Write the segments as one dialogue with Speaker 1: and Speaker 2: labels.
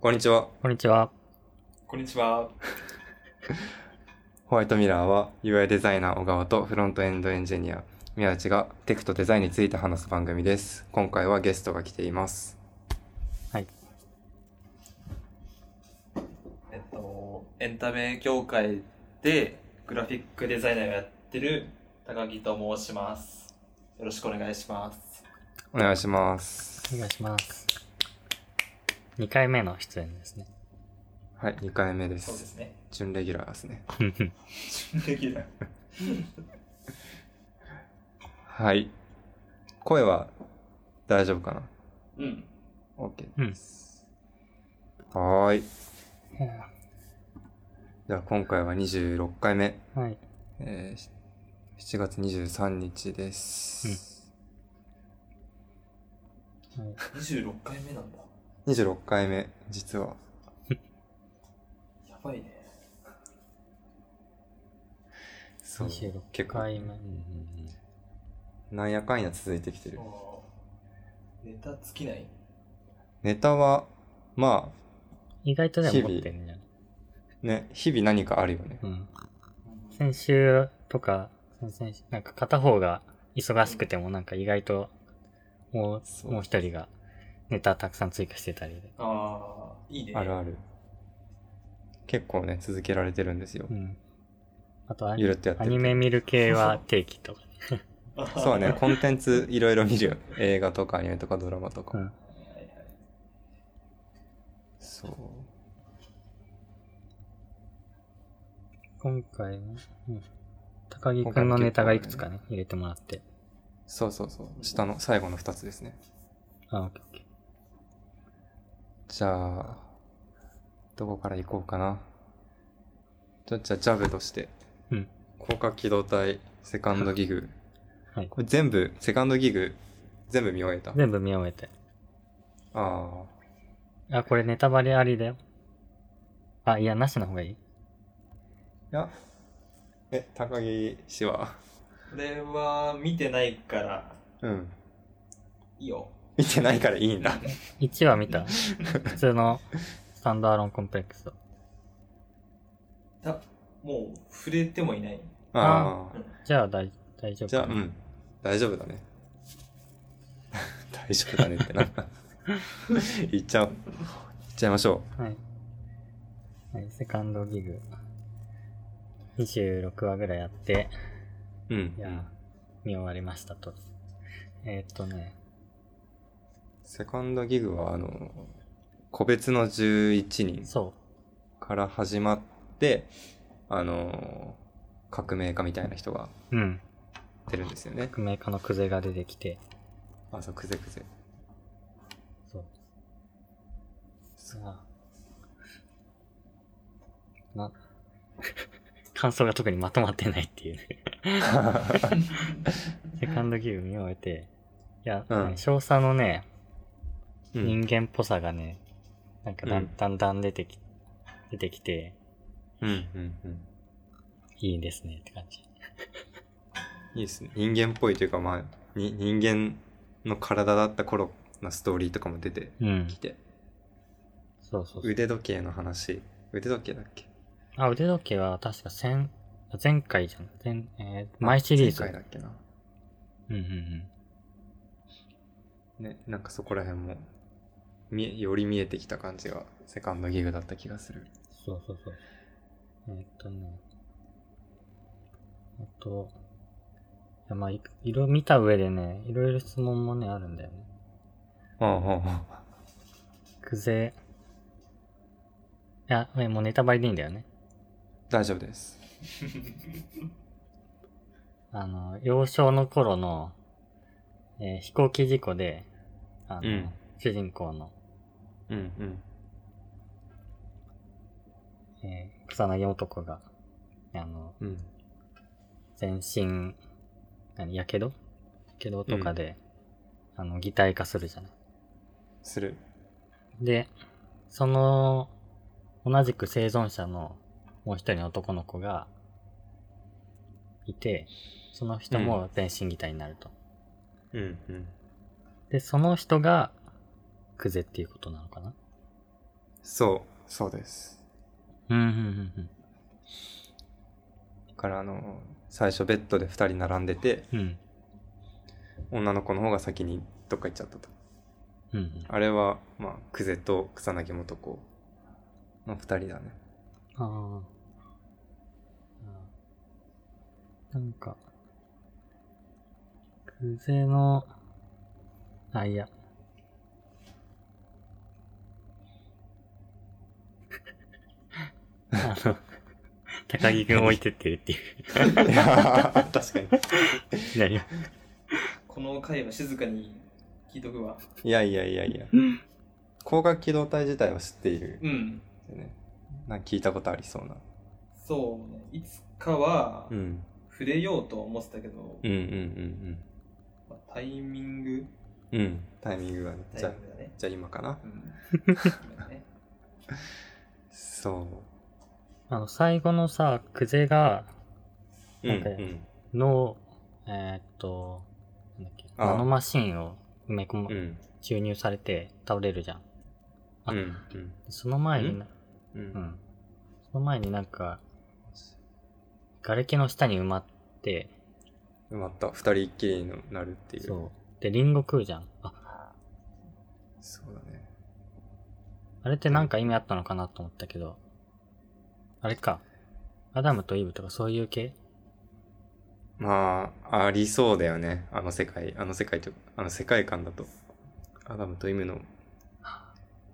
Speaker 1: こんにちは。
Speaker 2: こんにちは。
Speaker 3: こんにちは。
Speaker 1: ホワイトミラーは UI デザイナー小川とフロントエンドエンジニア宮内がテクとデザインについて話す番組です。今回はゲストが来ています。
Speaker 2: はい。
Speaker 3: えっと、エンタメ業界でグラフィックデザイナーをやってる高木と申します。よろしくお願いします。
Speaker 1: お願いします。
Speaker 2: お願いします。2回目の出演ですね。
Speaker 1: はい、2回目で。
Speaker 3: そうですすね。
Speaker 1: 準レギュラーですね。
Speaker 2: ふんふん
Speaker 3: できない。
Speaker 1: はい。声は大丈夫かな
Speaker 3: うん。
Speaker 1: ?OK
Speaker 2: うん
Speaker 1: です。はーい。
Speaker 2: いや
Speaker 1: では今回は26回目。
Speaker 2: はい。
Speaker 1: えー7月23日です。
Speaker 2: はい
Speaker 3: 26回目なんだ。
Speaker 1: 26回目、実は。
Speaker 3: やばいね。
Speaker 1: そ
Speaker 2: 26回目。
Speaker 1: なんやかんや続いてきてる。
Speaker 3: そうネタ尽きない
Speaker 1: ネタは、ま
Speaker 2: 意外とでも持ってんじゃ
Speaker 1: あ、
Speaker 2: ん。
Speaker 1: ね、日々何かあるよね。
Speaker 2: うん。先週とか、先々週、なんか片方が忙しくてもなんか意外とも、
Speaker 1: そう
Speaker 2: もう一人がネタたくさん追加してたりで。
Speaker 3: ああ、いいね。
Speaker 1: あるある。結構ね、続けられてるんですよ
Speaker 2: う。ん。あとアニ
Speaker 1: ゆるっとやって
Speaker 2: ア
Speaker 1: ると
Speaker 2: ニメ見る系は定期とかね。
Speaker 1: そうね、コンテンツいろいろ見るよ。映画とかアニメとかドラマとか。
Speaker 2: うん。
Speaker 1: そう。
Speaker 2: 今回ね、うん。高木くんのネタがいくつかね、入れてもらって。
Speaker 1: そうそうそう。下の最後の2つですね。
Speaker 2: あ、オッケーオッケー。
Speaker 1: じゃあ、どこから行こうかな。じゃ、じゃあ、ジャブとして。
Speaker 2: うん。
Speaker 1: 高架機動隊、セカンドギグ。
Speaker 2: はい
Speaker 1: これ全部、セカンドギグ、全部見終えた。
Speaker 2: 全部見終えて。
Speaker 1: あ
Speaker 2: あ、これネタバレありだよ。あ、いや、なしの方がいい
Speaker 1: あ。いや、え、高木氏は、
Speaker 3: これは見てないから、
Speaker 1: うん。
Speaker 3: いいよ。
Speaker 1: 見てないからいいんだ。
Speaker 2: ?1 話 見た。普通のスタンドアロンコンプレックスと。
Speaker 3: だもう触れてもいない。
Speaker 1: あ
Speaker 3: うん
Speaker 2: じゃあ大大丈
Speaker 1: あ。
Speaker 2: 夫
Speaker 1: じゃあ、
Speaker 2: か
Speaker 1: う
Speaker 2: な。
Speaker 1: ん。大丈夫だね。 大丈夫だねってな。 言っちゃう。言っちゃいましょ
Speaker 2: はい。はい、セカンドギグ。26話ぐらいあって、
Speaker 1: う。うん。
Speaker 2: いや、見終わりましたと。えー、っとね、
Speaker 1: セカンドギグは、あの、個別の11人
Speaker 2: そ
Speaker 1: から始まって、あの、革命家みたいな人が
Speaker 2: う。うん。
Speaker 1: 出るんですよね。
Speaker 2: 革命家のクゼが出てきて、
Speaker 1: あ、そう、くぜくぜ。
Speaker 2: そう。さあ。 な、 感想が特にまとまってないっていう ね。セカンドギグ見終えて、いや、
Speaker 1: うん
Speaker 2: ね少佐のね、
Speaker 1: うん。
Speaker 2: 人間っぽさがね、なんかだ,、
Speaker 1: うん
Speaker 2: ん、だんだん出てき、出てきて、
Speaker 1: うん。うん。うん。
Speaker 2: いいですねって感じ。
Speaker 1: いいですね。人間っぽいというか、まあ、に人間の体だった頃のストーリーとかも出て
Speaker 2: うん
Speaker 1: き。て、
Speaker 2: そうそうそう。
Speaker 1: 腕時計の話、腕時計だっけ
Speaker 2: あ、腕時計は確か先、前回じゃん。前、えー前シリーズ。
Speaker 1: 前回だっけな。
Speaker 2: うんうんうん。
Speaker 1: ね、なんかそこら辺も、見えより見えてきた感じが、セカンドギグだった気がする。
Speaker 2: そうそうそう。えーっとね。あと、いやまあ、いいろ見た上でね、いろいろ質問もね、あるんだよね。
Speaker 1: ああ、ああ。
Speaker 2: クゼ、いや、えもうネタバレでいいんだよね。
Speaker 1: 大丈夫です。
Speaker 2: あの、幼少の頃の、えー飛行機事故で、あの、
Speaker 1: うん
Speaker 2: 主人公の、
Speaker 1: うんうん。
Speaker 2: えー草薙男が、あの、
Speaker 1: うん。
Speaker 2: 全身、何、やけどやけどとかで、あの、擬態化するじゃない。
Speaker 1: する。
Speaker 2: で、その、同じく生存者のもう一人の男の子がいて、その人も全身擬態になると。
Speaker 1: うんうん。
Speaker 2: で、その人が、クゼっていうことなのかな
Speaker 1: そう、そうです。
Speaker 2: うん、うん、うん
Speaker 1: だからあの、最初ベッドで2人並んでて、
Speaker 2: うん。うん、
Speaker 1: 女の子の方が先にどっか行っちゃったと。
Speaker 2: うんうん。
Speaker 1: あれは、まあ、クゼと草薙素子の2人だ ね。
Speaker 2: あーあー。なんか、クゼの、あ、いや。 あの、高木くん置いてってるっていう。
Speaker 1: いやー確かに。
Speaker 2: いやいや
Speaker 3: この回は静かに聞いとくわ。
Speaker 1: いやいやいやいや。光学機動隊自体は知っている
Speaker 3: う。ん。
Speaker 1: ね、なんか聞いたことありそうな。
Speaker 3: そうね。いつかは
Speaker 1: うん。
Speaker 3: 触れようとは思ってたけど、
Speaker 1: うんうんうん
Speaker 3: まあタイミング
Speaker 1: うん。うん。タイミングがね。
Speaker 3: タイ
Speaker 1: じ
Speaker 3: ミ
Speaker 1: ゃあ
Speaker 3: ン、グだね。
Speaker 1: じゃあ今かな。
Speaker 3: うん。そうだね
Speaker 1: そ
Speaker 2: あの、最後のさ、クゼが、
Speaker 1: う。うん
Speaker 2: なんか
Speaker 1: うん。
Speaker 2: の、えーっと、なんだっけ、
Speaker 1: あー
Speaker 2: ナノマシンを埋め込む、
Speaker 1: うん。
Speaker 2: 注入されて倒れるじゃん。あ
Speaker 1: うん。うん
Speaker 2: その前にな、
Speaker 1: う。
Speaker 2: うんん。その前になんか、瓦礫の下に埋まって、
Speaker 1: 埋まった。二人っきりになるっていう。
Speaker 2: そう。で、リンゴ食うじゃん。あ、
Speaker 1: そうだね。
Speaker 2: あれってなんか意味あったのかなと思ったけど、あれか。アダムとイブとかそういう系
Speaker 1: まあ、ありそうだよね。あの世界、あの世界と、あの世界観だと。アダムとイムの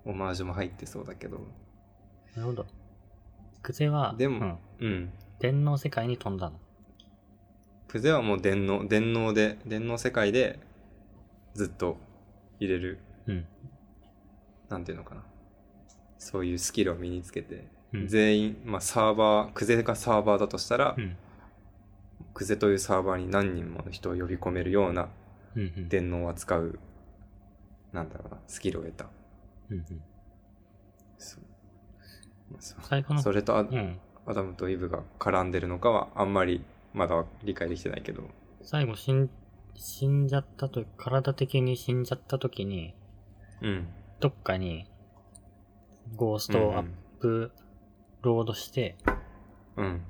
Speaker 1: オマージュも入ってそうだけど。
Speaker 2: なるほど。クゼは、
Speaker 1: でも
Speaker 2: うん、
Speaker 1: うん。
Speaker 2: 電脳世界に飛んだの。
Speaker 1: クゼはもう電脳、電脳で、電脳世界でずっと入れる、
Speaker 2: うん。
Speaker 1: なんていうのかな。そういうスキルを身につけて、
Speaker 2: うん
Speaker 1: 全員、まあサーバー、クゼがサーバーだとしたら、
Speaker 2: うん。
Speaker 1: クゼというサーバーに何人もの人を呼び込めるような
Speaker 2: うんうん。、
Speaker 1: 電脳を扱う、なんだろうな、スキルを得た。
Speaker 2: うんうん。
Speaker 1: そうまあそ
Speaker 2: 最後の、
Speaker 1: それとア,、
Speaker 2: うん。
Speaker 1: アダムとイブが絡んでるのかはあんまりまだ理解できてないけど、
Speaker 2: 最後死ん、死んじゃったと、体的に死んじゃった時に、
Speaker 1: うん、
Speaker 2: どっかに、ゴーストをアップロードして
Speaker 1: うん、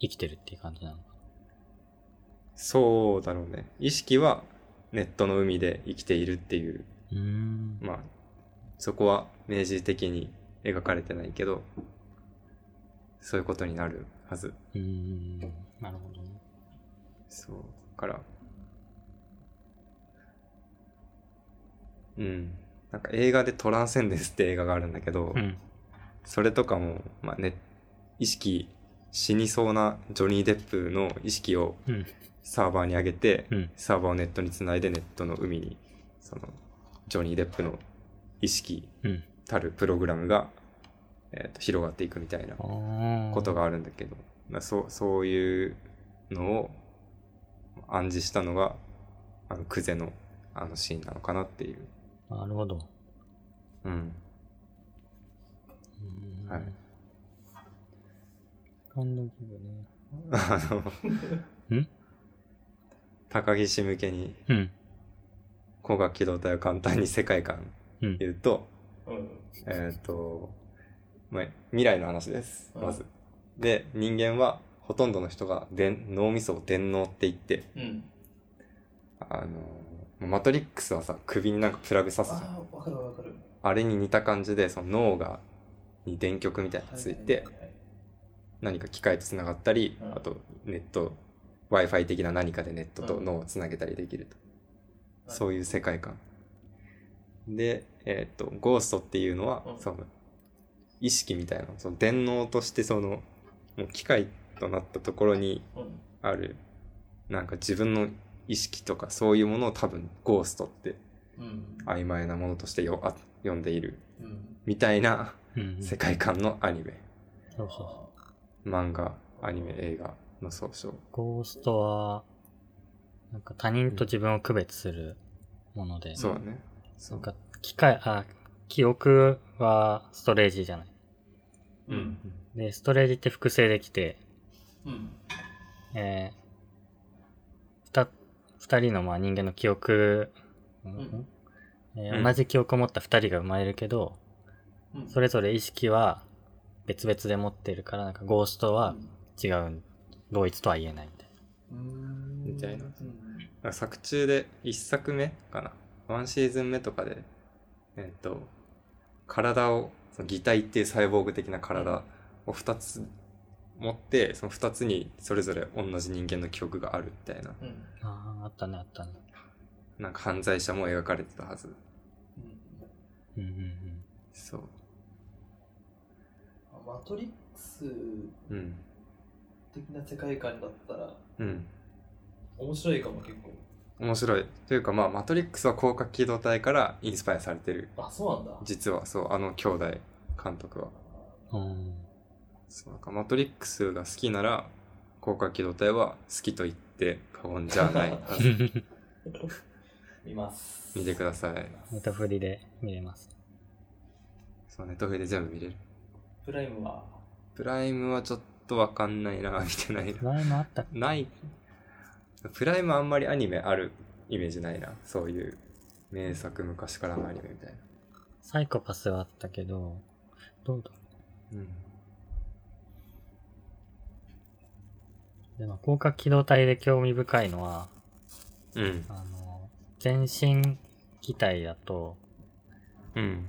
Speaker 2: 生きてるっていう感じなの。
Speaker 1: そうだろうね意識はネットの海で生きているっていう
Speaker 2: うーん。
Speaker 1: まあそこは明示的に描かれてないけどそういうことになるはず
Speaker 2: うーん。なるほどね。
Speaker 1: そうだからうんなんか映画で「トランセンデンス」って映画があるんだけど、
Speaker 2: うん。
Speaker 1: それとかも、まあね、意識死にそうなジョニー・デップの意識を
Speaker 2: うん。
Speaker 1: サーバーに上げて、
Speaker 2: うん。
Speaker 1: サーバーをネットにつないでネットの海に、その、ジョニー・デップの意識
Speaker 2: うん。
Speaker 1: たるプログラムが、えーと広がっていくみたいな
Speaker 2: ああ。
Speaker 1: ことがあるんだけど、まあ、そうそういうのを暗示したのが、あの、クゼのあのシーンなのかなっていう。
Speaker 2: なるほど。
Speaker 1: うん。
Speaker 2: うーん
Speaker 1: はい。
Speaker 2: 感動するね。
Speaker 1: あの、
Speaker 2: ん
Speaker 1: 高岸向けに
Speaker 2: うん。
Speaker 1: 光学機動隊を簡単に世界観
Speaker 2: うん。
Speaker 1: 言うと、
Speaker 3: うん。
Speaker 1: えっ、と、まあ、未来の話です、
Speaker 3: うん
Speaker 1: まず。で、人間はほとんどの人が電脳みそを電脳って言って、
Speaker 3: うん。
Speaker 1: あの、マトリックスはさ、首になんかプラグ刺すじゃん。あ
Speaker 3: ああ、わかるわかる。
Speaker 1: れに似た感じで、その脳が、に電極みたいなのがついて、
Speaker 3: はは
Speaker 1: 何か機械とつながったり、
Speaker 3: うん
Speaker 1: あとネット、Wi-Fi 的な何かでネットと脳をつなげたりできると。
Speaker 3: はい
Speaker 1: そういう世界観。で、えーっと、ゴーストっていうのは、
Speaker 3: うん
Speaker 1: その、意識みたいな、その電脳としてその、もう機械となったところに
Speaker 3: はいうん。
Speaker 1: ある、なんか自分の意識とかそういうものを多分ゴーストって
Speaker 3: うん。
Speaker 1: 曖昧なものとしてよあ呼んでいる
Speaker 3: うん。
Speaker 1: みたいな
Speaker 2: うん。
Speaker 1: 世界観のアニメ、
Speaker 2: そうそう。
Speaker 1: 漫画、アニメ、映画の総称。
Speaker 2: ゴーストは、なんか他人と自分を区別するもので。
Speaker 1: そうだね。そ
Speaker 2: なん
Speaker 1: うか。
Speaker 2: か、機械、あ、記憶はストレージじゃない。
Speaker 1: う
Speaker 3: うんん。
Speaker 2: で、ストレージって複製できて、
Speaker 3: うん。
Speaker 2: えー、ふた、二人のまあ人間の記憶、うん
Speaker 3: ん
Speaker 2: えー
Speaker 1: うん
Speaker 2: 同じ記憶を持った2人が生まれるけど、
Speaker 3: うん
Speaker 2: それぞれ意識は別々で持ってるから、なんかゴーストは違う、同一とは言えないみたい
Speaker 3: うん
Speaker 1: みたいな
Speaker 3: う
Speaker 1: な
Speaker 3: ん
Speaker 1: んか作中で1作目かな1シーズン目とかでえっ、と体をその擬態っていうサイボーグ的な体を2つ持ってその2つにそれぞれ同じ人間の記憶があるみたいな
Speaker 3: うん
Speaker 2: な。ああ、あったね、あったね。
Speaker 1: なんか犯罪者も描かれてたはず
Speaker 3: うん
Speaker 2: うんうんうん。
Speaker 1: そう
Speaker 3: マトリックス
Speaker 1: うん
Speaker 3: 的な世界観だったら
Speaker 1: うん
Speaker 3: 面白いかも結構
Speaker 1: 面白いというかまあ「マトリックス」は広角機動隊からインスパイアされてる
Speaker 3: あそうなんだ
Speaker 1: 実はそうあの兄弟監督は
Speaker 2: うん
Speaker 1: そうなんかマトリックスが好きなら広角機動隊は好きと言って過言じゃ ないはず
Speaker 3: 見ます
Speaker 1: 見てください
Speaker 2: ネタフリで見れます。
Speaker 1: そうネットフリで全部見れる
Speaker 3: プライムは
Speaker 1: プライムはちょっとわかんないな見てないな
Speaker 2: 前もあったっけ
Speaker 1: ないプライムあんまりアニメあるイメージないなそういう名作昔からのアニメみたいな
Speaker 2: サイコパスはあったけど、どうだ
Speaker 1: うん
Speaker 2: でも、広角機動隊で興味深いのは、
Speaker 1: うん
Speaker 2: あの、全身機体だと、
Speaker 1: うん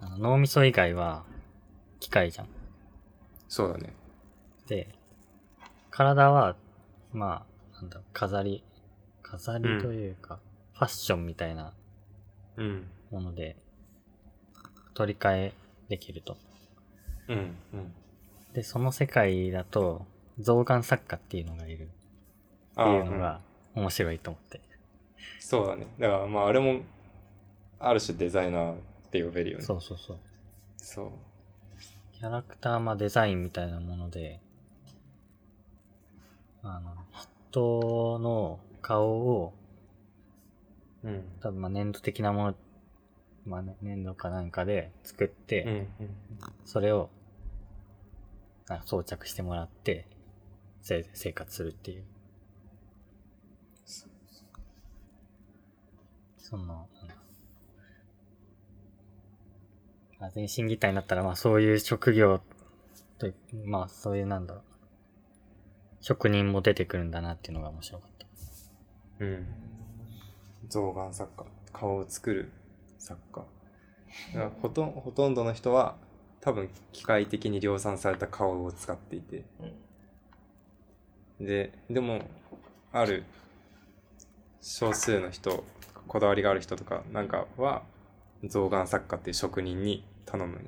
Speaker 2: あの脳みそ以外は機械じゃん。
Speaker 1: そうだね
Speaker 2: で、体は、まあ、なんだろう、飾り、飾りというか、ファッションみたいな
Speaker 1: うん
Speaker 2: もので、取り替えできると。
Speaker 1: うんうん
Speaker 2: で、その世界だと、象眼作家っていうのがいるって
Speaker 1: あー
Speaker 2: いうの
Speaker 1: うん
Speaker 2: が面白いと思って。
Speaker 1: そうだねだからまああれもある種デザイナーって呼べるよね
Speaker 2: そうそうそう。
Speaker 1: そう
Speaker 2: キャラクター、まあデザインみたいなもので、あの、人の顔を、
Speaker 1: うん
Speaker 2: 多分まあ粘土的なもの、まあね、粘土かなんかで作って、
Speaker 1: うん
Speaker 2: それを、あ装着してもらって、せ生活するっていう。その、うんあ全身擬態になったら、まあそういう職業という、まあそういうなんだろう。職人も出てくるんだなっていうのが面白かった。
Speaker 1: うんうん象眼作家顔を作る作家だからほとんほとんどの人は多分機械的に量産された顔を使っていて
Speaker 3: うん
Speaker 1: ででもある少数の人こだわりがある人とかなんかは象眼作家っていう職人に頼むんよ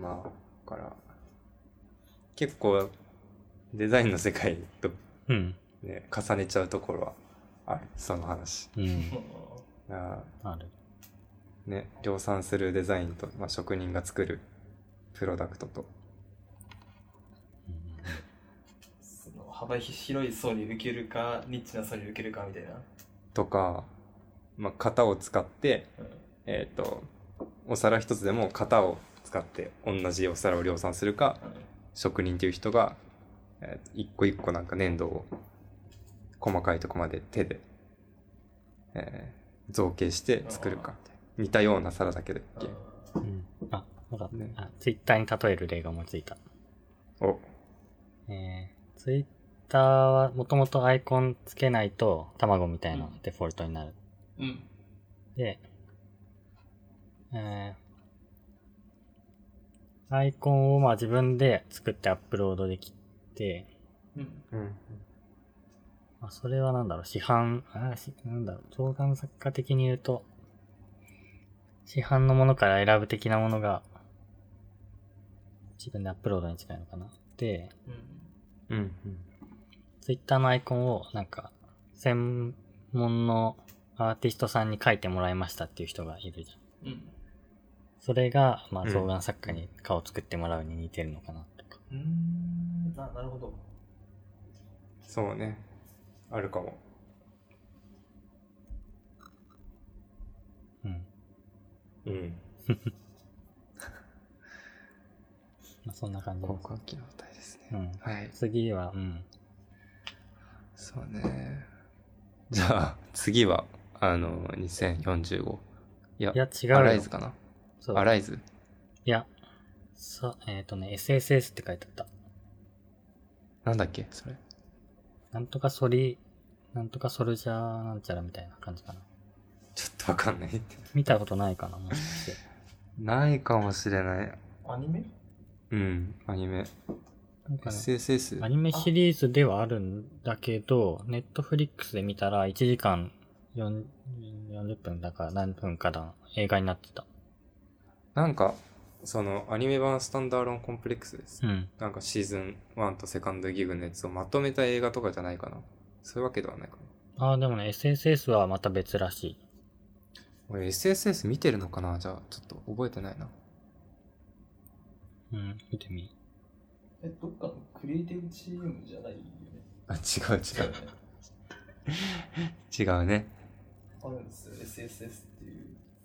Speaker 1: まあだから結構デザインの世界と
Speaker 2: うん。
Speaker 1: ね、重ねちゃうところはあるその話
Speaker 2: うん。
Speaker 1: あ
Speaker 2: ある。
Speaker 1: ーね量産するデザインと、まあ、職人が作るプロダクトと
Speaker 2: うん
Speaker 3: その幅広い層に受けるかニッチな層に受けるかみたいな、
Speaker 1: とか、まあ、型を使って
Speaker 3: う
Speaker 1: えっ、とお皿一つでも型を使って同じお皿を量産するか
Speaker 3: んうん
Speaker 1: 職人という人が、えー一個一個なんか粘土を細かいとこまで手で、えー造形して作るかみたいな似たような皿だけど
Speaker 3: うん
Speaker 2: うんあ、わかった。
Speaker 1: ね
Speaker 2: あ、ツイッターに例える例が思いついた。
Speaker 1: お
Speaker 2: えー、ツイッターはもともとアイコンつけないと卵みたいな
Speaker 3: うん
Speaker 2: デフォルトになる。
Speaker 3: うん
Speaker 2: で、えー、アイコンをまあ自分で作ってアップロードできて、
Speaker 3: うん
Speaker 1: うん
Speaker 2: まあ、それはなんだろう、市販、あーしなんだろう、長眼作家的に言うと、市販のものから選ぶ的なものが、自分でアップロードに近いのかな。で、
Speaker 3: うん
Speaker 1: うん
Speaker 2: ツイッターのアイコンをなんか、専門のアーティストさんに書いてもらいましたっていう人がいるじゃん。
Speaker 3: うん
Speaker 2: それが、ま
Speaker 1: う
Speaker 2: あ、
Speaker 1: ん
Speaker 2: 造眼作家に顔を作ってもらうに似てるのかなとか。
Speaker 3: うーんあなるほど
Speaker 1: そうねあるかも
Speaker 2: うん。
Speaker 1: うん
Speaker 2: まあ、そんな感じで
Speaker 1: 交換機能体です
Speaker 2: す。う
Speaker 1: ね。
Speaker 2: ん。
Speaker 1: はい。
Speaker 2: 次は、うん。
Speaker 1: そうね。じゃあ、次は、あの、2045。いや
Speaker 2: い、や、違うよ。
Speaker 1: アライズかな
Speaker 2: そう
Speaker 1: アライズ
Speaker 2: いや、さ、えっ、とね、SSS って書いてあった。
Speaker 1: なんだっけそれ。
Speaker 2: なんとかソリ、なんとかソルジャーなんちゃらみたいな感じかな。
Speaker 1: ちょっとわかんない。
Speaker 2: 見たことないかな、もしかして。
Speaker 1: ないかもしれない。
Speaker 3: アニメ
Speaker 1: うん、アニメ。
Speaker 2: なんかね、
Speaker 1: SSS。
Speaker 2: アニメシリーズではあるんだけど、ネットフリックスで見たら1時間4 40分だから何分かだ映画になってた。
Speaker 1: なんか、その、アニメ版スタンダーロンコンプレックスです。
Speaker 2: うん。
Speaker 1: なんかシーズン1とセカンドギグのやつをまとめた映画とかじゃないかな。そういうわけではないか
Speaker 2: ああ、でもね、SSS はまた別らしい。
Speaker 1: な。俺 SSS 見てるのかなじゃあ、ちょっと覚えてないな。
Speaker 2: うん、見てみ。
Speaker 3: え、どっかのクリエイティブチームじゃないよね。
Speaker 1: あ、違う
Speaker 3: 違うよね。
Speaker 1: 違 う。違うね。
Speaker 3: あるんですよ、SSS っていう。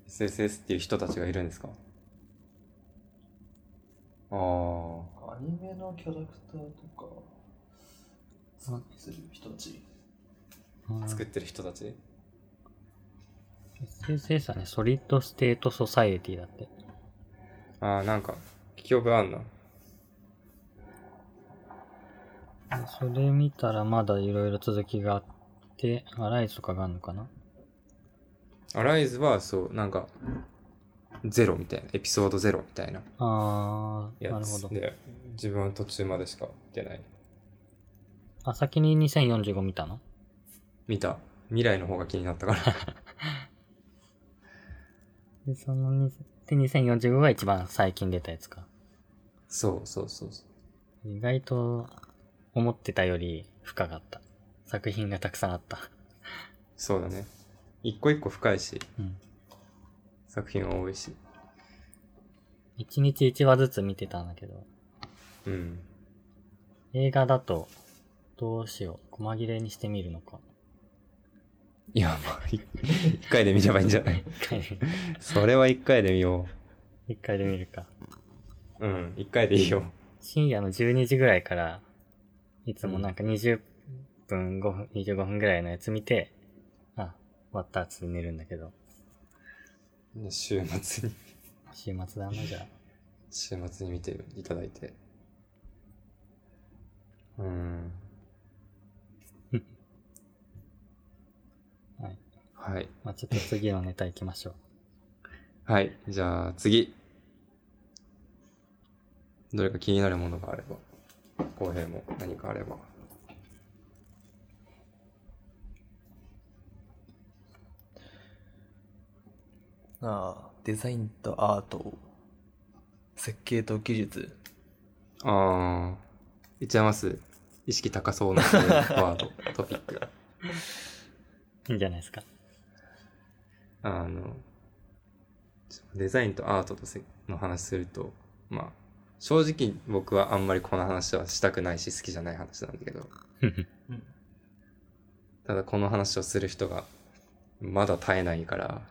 Speaker 1: SSS っていう人たちがいるんですかああ。
Speaker 3: アニメのキャラクターとか、作ってる人たち。
Speaker 2: うん
Speaker 1: 作ってる人たち
Speaker 2: SSS はね、ソリッドステートソサイエティだって。
Speaker 1: ああ、なんか、聞き覚えあんな。
Speaker 2: それ見たらまだいろいろ続きがあって、アライズとかがあるのかな
Speaker 1: アライズは、そう、なんか、ゼロみたいな、エピソードゼロみたいな
Speaker 2: あー、な
Speaker 1: や
Speaker 2: るほ
Speaker 1: つ
Speaker 2: ど。
Speaker 1: で、自分は途中までしか見てない。
Speaker 2: あ、先に2045見たの
Speaker 1: 見た。未来の方が気になったから。
Speaker 2: で、そのに、で、2045が一番最近出たやつか。
Speaker 1: そうそうそうそう。
Speaker 2: 意外と、思ってたより深かった。作品がたくさんあった。
Speaker 1: そうだね。一個一個深いし、
Speaker 2: うん。
Speaker 1: 作品は多いし。
Speaker 2: 1日1話ずつ見てたんだけど、
Speaker 1: うん。
Speaker 2: 映画だと、どうしよう。細切れにしてみるの か。
Speaker 1: いや、まあ、い一回で見ればいいんじゃない
Speaker 2: 一回で、
Speaker 1: それは一回で見よ
Speaker 2: 一回で見るか。
Speaker 1: う。うん、一回でいいよ。
Speaker 2: 深夜の12時ぐらいから、いつもなんか20分、5分、25分ぐらいのやつ見て、あ、終わったっつって寝るんだけど、
Speaker 1: 週末に、
Speaker 2: 週末だな、じゃあ。
Speaker 1: 週末に見ていただいて。うん。
Speaker 2: はい。
Speaker 1: はい。
Speaker 2: まあ、ちょっと次のネタ行きましょう。
Speaker 1: はい。じゃあ、次。どれか気になるものがあれば、浩平も何かあれば。
Speaker 3: ああ、デザインとアート、設計と技術。
Speaker 1: ああ、いっちゃいます。意識高そうなワード、トピック。
Speaker 2: いいんじゃないですか。
Speaker 1: あの、デザインとアートとせの話すると、まあ、正直僕はあんまりこの話はしたくないし好きじゃない話なんだけど、
Speaker 3: うん。
Speaker 1: ただこの話をする人がまだ絶えないから、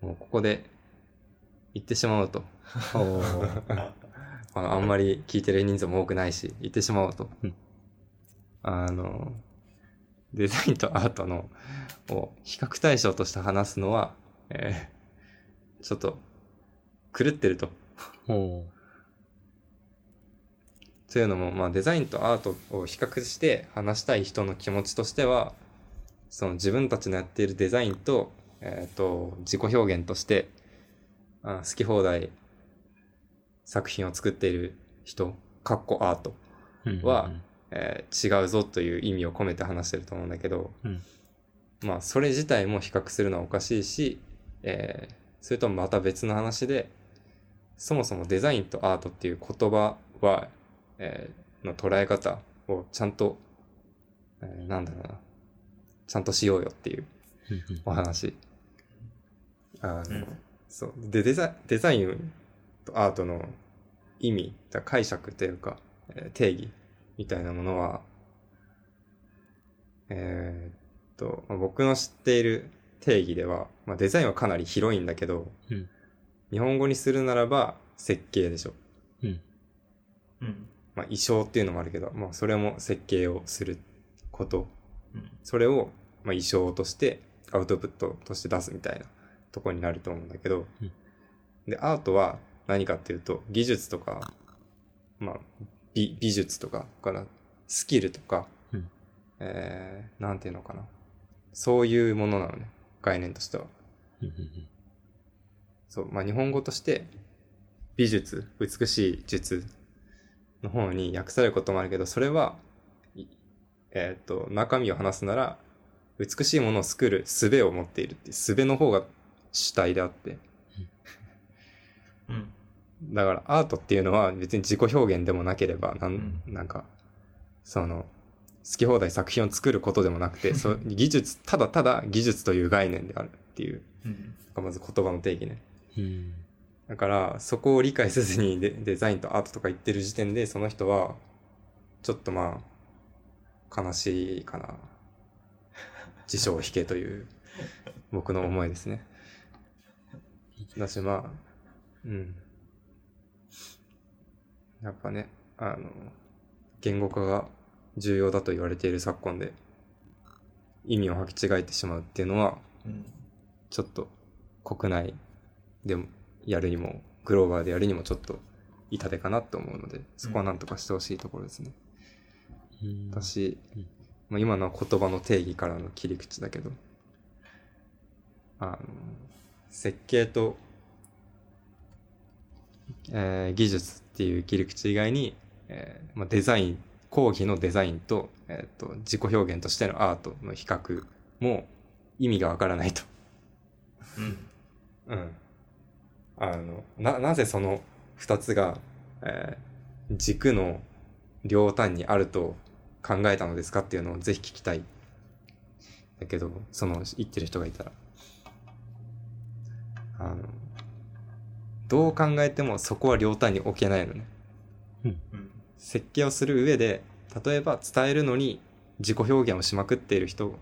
Speaker 1: もうここで言ってしまおうと。
Speaker 2: お
Speaker 1: あのあんまり聞いてる人数も多くないし、言ってしまおうと
Speaker 2: うん。
Speaker 1: あの、デザインとアートの、を比較対象として話すのは、えーちょっと、狂ってると。
Speaker 2: おお
Speaker 1: というのも、まあ、デザインとアートを比較して話したい人の気持ちとしては、その自分たちのやっているデザインと、えっ、と、自己表現として、あ好き放題作品を作っている人、かっこアート
Speaker 2: ー。
Speaker 1: はえー違うぞという意味を込めて話してると思うんだけど、
Speaker 2: うん
Speaker 1: まあそれ自体も比較するのはおかしいし、えーそれともまた別の話でそもそもデザインとアートっていう言葉は、えーの捉え方をちゃんと、えーなんだろうなちゃんとしようよっていう
Speaker 2: うんうん
Speaker 1: お話。あの、
Speaker 3: うん
Speaker 1: そう。で、デザデザインとアートの意味、だ解釈というか、えー定義みたいなものは、えーっと、まあ僕の知っている定義では、まあ、デザインはかなり広いんだけど、
Speaker 2: うん
Speaker 1: 日本語にするならば設計でしょ。
Speaker 2: うん。
Speaker 3: うん。
Speaker 1: まあ、衣装っていうのもあるけど、まあ、それも設計をすること。
Speaker 3: うん。
Speaker 1: それを、まあ、衣装としてアウトプットとして出すみたいなとこになると思うんだけど、
Speaker 2: うん
Speaker 1: でアートは何かっていうと技術とか、まあ、美美術とかからスキルとか、
Speaker 2: うん
Speaker 1: えーなんていうのかなそういうものなのね概念としては。
Speaker 2: うんうん
Speaker 1: そう、まあ、日本語として美術美しい術の方に訳されることもあるけどそれはいえっ、と中身を話すなら美しいものを作る術を持っているっていう術の方が主体であって
Speaker 3: うん。
Speaker 1: だからアートっていうのは別に自己表現でもなければなん,、なんかその好き放題作品を作ることでもなくてそう技術ただただ技術という概念であるっていう
Speaker 3: うん。
Speaker 1: まず言葉の定義ね
Speaker 2: うんうん
Speaker 1: だから、そこを理解せずにデデザインとアートとか言ってる時点で、その人は、ちょっとまあ、悲しいかな。辞書を引けという、僕の思いですね。だしまあ、うん。やっぱね、あの、言語化が重要だと言われている昨今で、意味を履き違えてしまうっていうのは、
Speaker 3: うん。
Speaker 1: ちょっと国内でもやるにもグローバーでやるにもちょっと痛手かなと思うのでそこはなんとかしてほしいところですね。
Speaker 2: うん
Speaker 1: 私、
Speaker 2: うん
Speaker 1: まあ、今のは言葉の定義からの切り口だけどあの設計と、えー技術っていう切り口以外に、えーまあ、デザイン講義のデザインと,、えー、と自己表現としてのアートの比較も意味がわからないと。
Speaker 3: う
Speaker 1: う
Speaker 3: ん。
Speaker 1: ん。あの、な、なぜその二つが、えー軸の両端にあると考えたのですかっていうのをぜひ聞きたい。だけど、その、言ってる人がいたら。あの、どう考えてもそこは両端に置けないのね。
Speaker 3: うん。
Speaker 1: 設計をする上で例えば伝えるのに自己表現をしまくっている人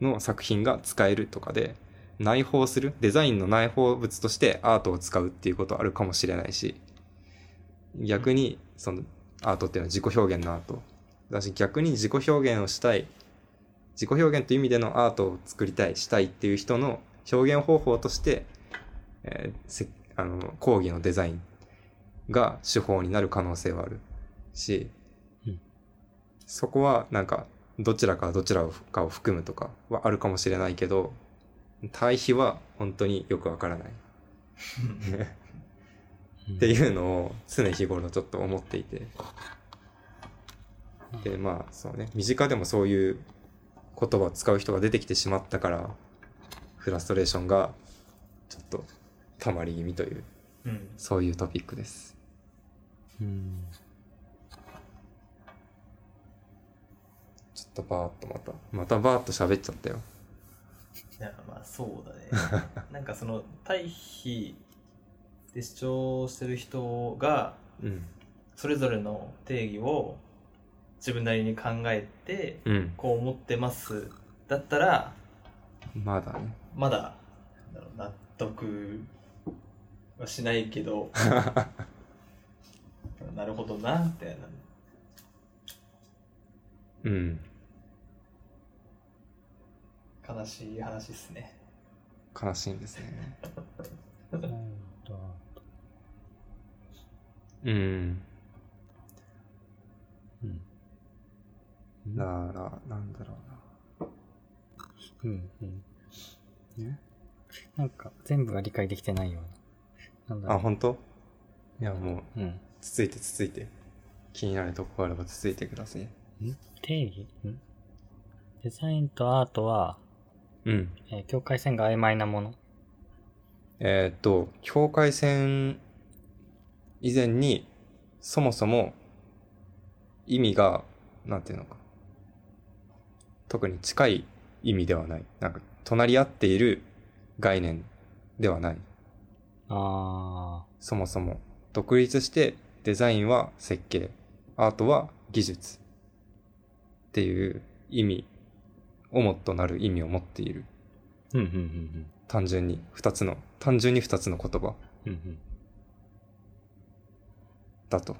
Speaker 1: の作品が使えるとかで内包するデザインの内包物としてアートを使うっていうことあるかもしれないし逆にそのアートっていうのは自己表現のアートだし逆に自己表現をしたい自己表現という意味でのアートを作りたいしたいっていう人の表現方法として、えーせあの講義のデザインが手法になる可能性はあるし、
Speaker 2: うん
Speaker 1: そこはなんかどちらかどちらかを含むとかはあるかもしれないけど対比は本当によくわからないっていうのを常日頃ちょっと思っていてでまあそうね身近でもそういう言葉を使う人が出てきてしまったからフラストレーションがちょっと溜まり気味という
Speaker 3: うん。
Speaker 1: そういうトピックです。
Speaker 2: うん
Speaker 1: ちょっとバーっとまたまたバーっと喋っちゃったよ。
Speaker 3: いやまあそう だねなんかその対比で主張してる人が
Speaker 1: うん
Speaker 3: それぞれの定義を自分なりに考えて
Speaker 1: うん
Speaker 3: こう思ってますだったら
Speaker 1: まだね。
Speaker 3: まだなんだろう納得はしないけ どなるほどなみたいな
Speaker 1: うん。
Speaker 3: 悲しい話ですね
Speaker 1: 悲しいんですね。うん。
Speaker 2: うん
Speaker 1: だから、なんだろ
Speaker 2: うんうん
Speaker 1: うな。ね、
Speaker 2: なんか全部が理解できてないような。なんだろう
Speaker 1: あ、本当いや、もう、
Speaker 2: うん。
Speaker 1: つついてつついて。気になるとこあればつついてください。
Speaker 2: 定義んデザインとアートは、
Speaker 1: うん。
Speaker 2: えー境界線が曖昧なもの。
Speaker 1: えーっと、境界線以前に、そもそも意味が、なんていうのか、特に近い意味ではない。なんか、隣り合っている概念ではない。
Speaker 2: あ
Speaker 1: そもそも。独立して、デザインは設計、アートは技術っていう意味をもっとなる意味を持っている。
Speaker 2: ー。うんうんうん
Speaker 1: 単純に、二つの、単純に二つの言葉。
Speaker 2: うん。うん
Speaker 1: だと。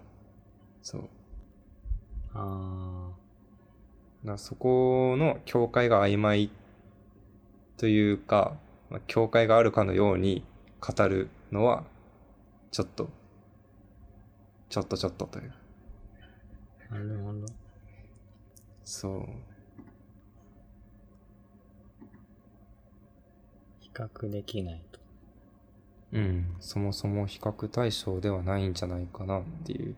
Speaker 1: そう。
Speaker 2: うん。あ
Speaker 1: なそこの境界が曖昧というか、まあ境界があるかのように語るのは、ちょっと、ちょっとちょっとという。
Speaker 2: なるほど。
Speaker 1: そう。
Speaker 2: 比較できないと。
Speaker 1: うん。そもそも比較対象ではないんじゃないかなっていう。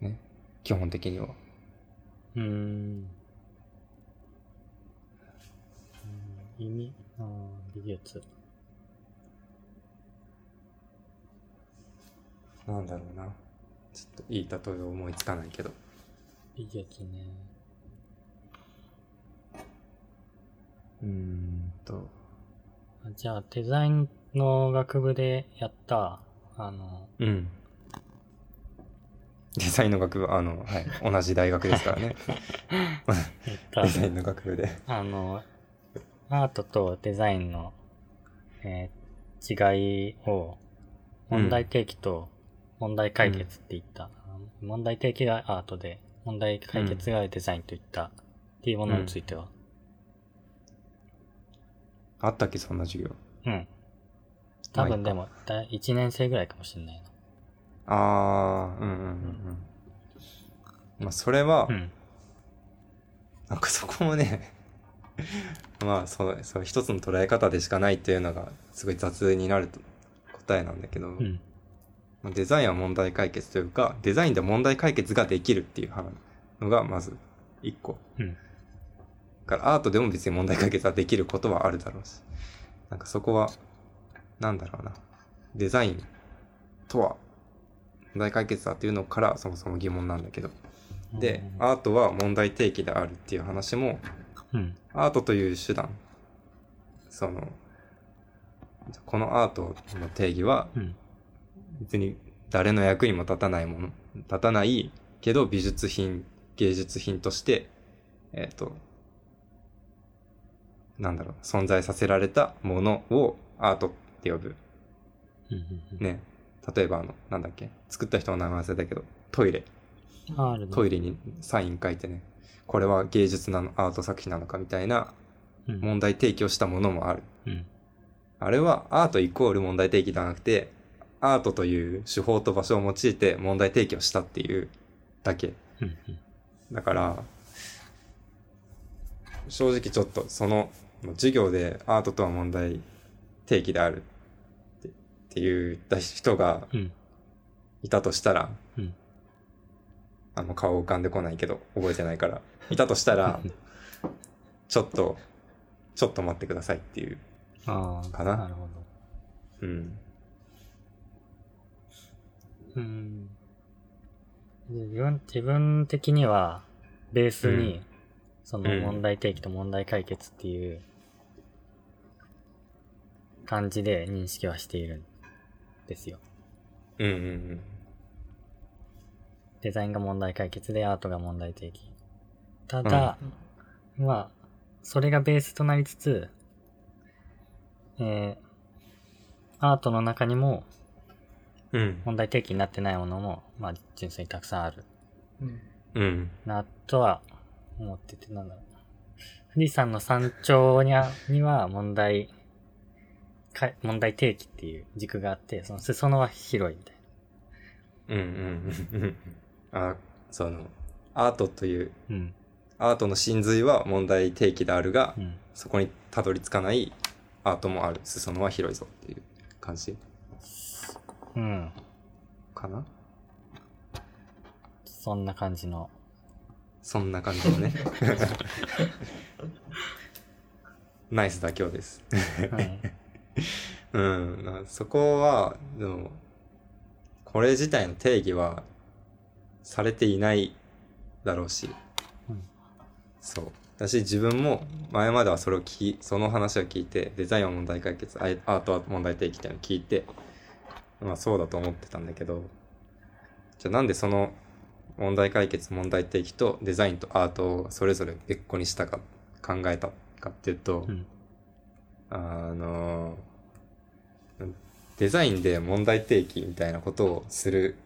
Speaker 1: ね。基本的には。
Speaker 2: うーん。うん意味、あー美術。
Speaker 1: なんだろうな。ちょっといい例え思いつかないけど。
Speaker 2: 美術ね。
Speaker 1: うーんと。
Speaker 2: あじゃあ、デザインの学部でやった、あの、
Speaker 1: うん。 デザインの学部、あの、はい。同じ大学ですからね。
Speaker 2: やった
Speaker 1: デザインの学部で。
Speaker 2: あの、アートとデザインの、えー違いを、問題提起と問題解決って言った。あの問題提起がアートで、問題解決がデザインといった、っていうものについては。
Speaker 1: あったっけ、そんな授業。
Speaker 2: うん。多
Speaker 1: まあい
Speaker 2: 分
Speaker 1: いか
Speaker 2: でも、だ1年生ぐらいかもしれない
Speaker 1: あー、うんうんうんうん。まあ、それは、
Speaker 2: な。うん。
Speaker 1: なんかそこもね、 まあ、そう、そう、一つの捉え方でしかないっていうのが、すごい雑になると答えなんだけど、
Speaker 2: うん。
Speaker 1: まあデザインは問題解決というか、デザインで問題解決ができるっていう話のが、まず、一個。
Speaker 2: うん。
Speaker 1: だからアートでも別に問題解決はできることはあるだろうし、なんかそこは、なんだろうな、デザインとは、問題解決だっていうのからそもそも疑問なんだけど、で、アートは問題提起であるっていう話も、
Speaker 2: うん。
Speaker 1: アートという手段、その、このアートの定義は
Speaker 2: うん。
Speaker 1: 別に誰の役にも立たないもの、立たないけど美術品、芸術品として、えっ、と、なんだろう、存在させられたものをアートって呼ぶ。
Speaker 2: うんうんうん。
Speaker 1: ね。例えばあの、なんだっけ、作った人の名前忘れたけど、トイレ。
Speaker 2: R の
Speaker 1: トイレにサイン書いてね、これは芸術なの、アート作品なのかみたいな
Speaker 2: うん
Speaker 1: 問題提起をしたものもある。
Speaker 2: うん。
Speaker 1: あれはアートイコール問題提起ではなくて、アートという手法と場所を用いて問題提起をしたっていうだけ。
Speaker 2: うんうん。
Speaker 1: だから、正直ちょっとその授業でアートとは問題提起であるってっていう人が
Speaker 2: うん。
Speaker 1: いたとしたら、
Speaker 2: うん
Speaker 1: あの顔浮かんでこないけど覚えてないから、いたとした ら、ちょっと、ちょっと待ってくださいっていう。
Speaker 2: ああ。
Speaker 1: かな
Speaker 2: なるほ
Speaker 1: う
Speaker 2: ど。
Speaker 1: ん。
Speaker 2: うん。自分、自分的には、ベースに、
Speaker 1: うん
Speaker 2: そうの
Speaker 1: ん
Speaker 2: 問題提起と問題解決っていう感じで認識はしているんですよ。
Speaker 1: うんうんうん。
Speaker 2: デザインが問題解決でアートが問題提起。ただ、まあ、それがベースとなりつつ、えー、アートの中にも
Speaker 1: うん。
Speaker 2: 問題提起になってないものも、まあ、純粋にたくさんある。
Speaker 3: うん。
Speaker 1: うん。
Speaker 2: なとは思ってて、なんだろう。富士山の山頂にあには問題、か問題提起っていう軸があって、その裾野は広いみたい
Speaker 1: うんうんうんうん。あ、その、アートという、
Speaker 2: な。うん。
Speaker 1: アートの真髄は問題提起であるが、
Speaker 2: うん。
Speaker 1: そこにたどり着かないアートもある。裾野は広いぞっていう感じ
Speaker 2: うん。
Speaker 1: かな
Speaker 2: そんな感じの。
Speaker 1: そんな感じのね。ナイス妥協です。
Speaker 2: はい。
Speaker 1: うん。なそこは、でも、これ自体の定義はされていないだろうし。
Speaker 2: うん
Speaker 1: そう。私自分も前まではそれを聞き、その話を聞いて、デザインは問題解決、アイアートは問題提起っていうのを聞いて、まあそうだと思ってたんだけど、じゃあなんでその問題解決、問題提起とデザインとアートをそれぞれ別個にしたか、考えたかっていうと、
Speaker 2: うん。
Speaker 1: あの、デザインで問題提起みたいなことをする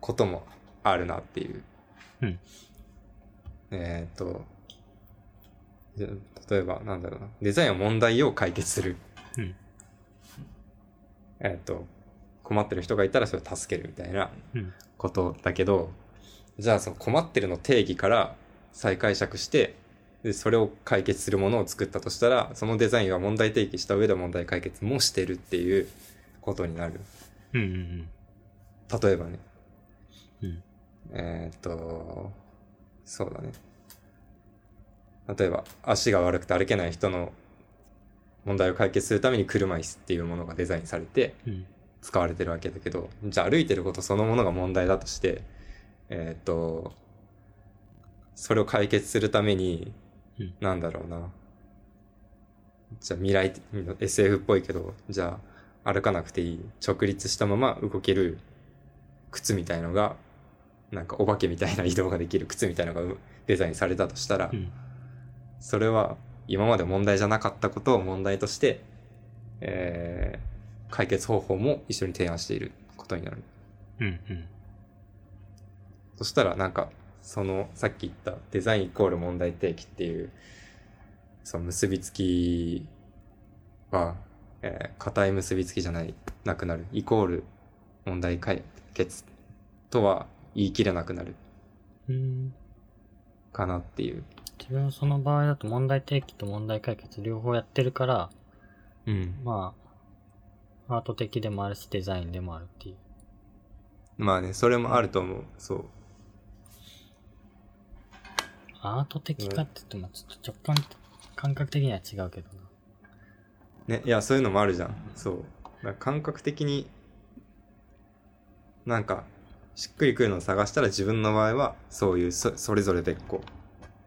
Speaker 1: こともあるなっていう。
Speaker 2: うん
Speaker 1: えーっと、じゃ例えば、なんだろうな、デザインは問題を解決する。
Speaker 2: うん
Speaker 1: えーっと、困ってる人がいたらそれを助けるみたいな
Speaker 2: うん。
Speaker 1: ことだけど、じゃあその困ってるの定義から再解釈して、でそれを解決するものを作ったとしたら、そのデザインは問題提起した上で問題解決もしてるっていうことになる。
Speaker 2: うんうん
Speaker 1: 例えばね。
Speaker 2: うん。うん。
Speaker 1: えーっと、そうだね。例えば、足が悪くて歩けない人の問題を解決するために車椅子っていうものがデザインされて
Speaker 2: うん。
Speaker 1: 使われてるわけだけど、じゃあ歩いてることそのものが問題だとして、えーっと、それを解決するために
Speaker 2: うん、
Speaker 1: なんだろうな。じゃあ未来の SF っぽいけど、じゃあ歩かなくていい、直立したまま動ける靴みたいのが、なんかお化けみたいな移動ができる靴みたいのがうデザインされたとしたら、
Speaker 2: うん
Speaker 1: それは今まで問題じゃなかったことを問題として、えー解決方法も一緒に提案していることになる。
Speaker 2: うんうん。
Speaker 1: そしたらなんか、そのさっき言ったデザインイコール問題提起っていう、その結びつきは、えー固い結びつきじゃない、なくなる。イコール問題解決とは言い切れなくなる
Speaker 2: うん。
Speaker 1: かなっていう。
Speaker 2: 自分その場合だと問題提起と問題解決両方やってるから、
Speaker 1: うん。
Speaker 2: まあ、アート的でもあるし、デザインでもあるっていう。
Speaker 1: まあね、それもあると思う。そう。
Speaker 2: アート的かって言っても、ちょっと直感、感覚的には違うけどな。
Speaker 1: ね、いや、そういうのもあるじゃん。そう。だから感覚的に、なんか、しっくりくるのを探したら自分の場合は、そういうそ、それぞれでこ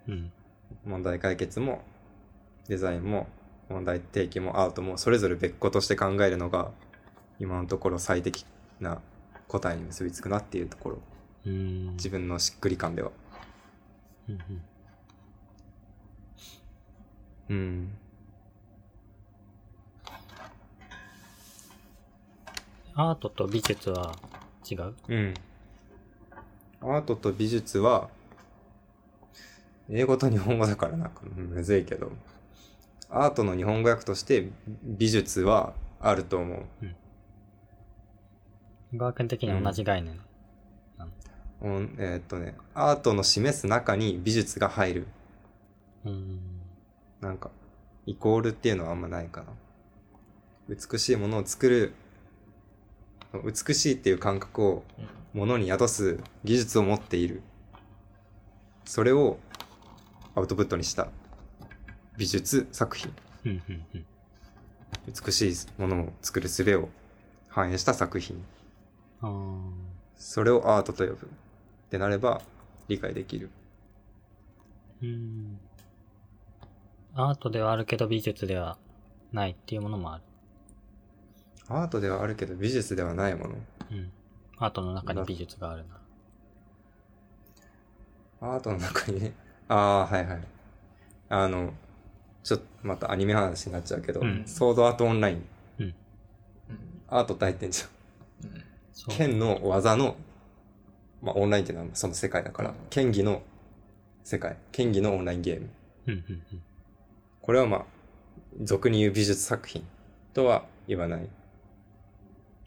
Speaker 2: うん。
Speaker 1: う、問題解決も、デザインも、問題提起もアートも、それぞれ別個として考えるのが、今のところ最適な答えに結びつくなっていうところ。
Speaker 2: うーん。
Speaker 1: 自分のしっくり感では。
Speaker 2: うんうん。
Speaker 1: うん。
Speaker 2: アートと美術は違う
Speaker 1: うん。アートと美術は、英語と日本語だからなんかむずいけど、アートの日本語訳として美術はあると思う。
Speaker 2: 小川君的には同じ概念。
Speaker 1: うんえーっとね、アートの示す中に美術が入る。
Speaker 2: うーん。
Speaker 1: なんか、イコールっていうのはあんまないかな。美しいものを作る、美しいっていう感覚を
Speaker 3: うん
Speaker 1: 物に宿す技術を持っているそれをアウトプットにした美術作品
Speaker 2: うんうんうん。
Speaker 1: 美しいものを作る術を反映した作品
Speaker 2: あー
Speaker 1: それをアートと呼ぶってなれば理解できる
Speaker 2: うーん。アートではあるけど美術ではないっていうものもある。
Speaker 1: アートではあるけど美術ではないもの
Speaker 2: うん。アートの中に美術があるな。
Speaker 1: アートの中にねああはいはいあのちょっとまたアニメ話になっちゃうけど、
Speaker 2: うん
Speaker 1: ソードアートオンライン
Speaker 3: うん
Speaker 1: アート大店じゃん
Speaker 3: うん
Speaker 2: そう。
Speaker 1: 剣の技の、まあ、オンラインっていうのはその世界だから、剣技の世界、剣技のオンラインゲーム。
Speaker 2: うんうんうん。
Speaker 1: これはまあ、俗に言う美術作品とは言わない。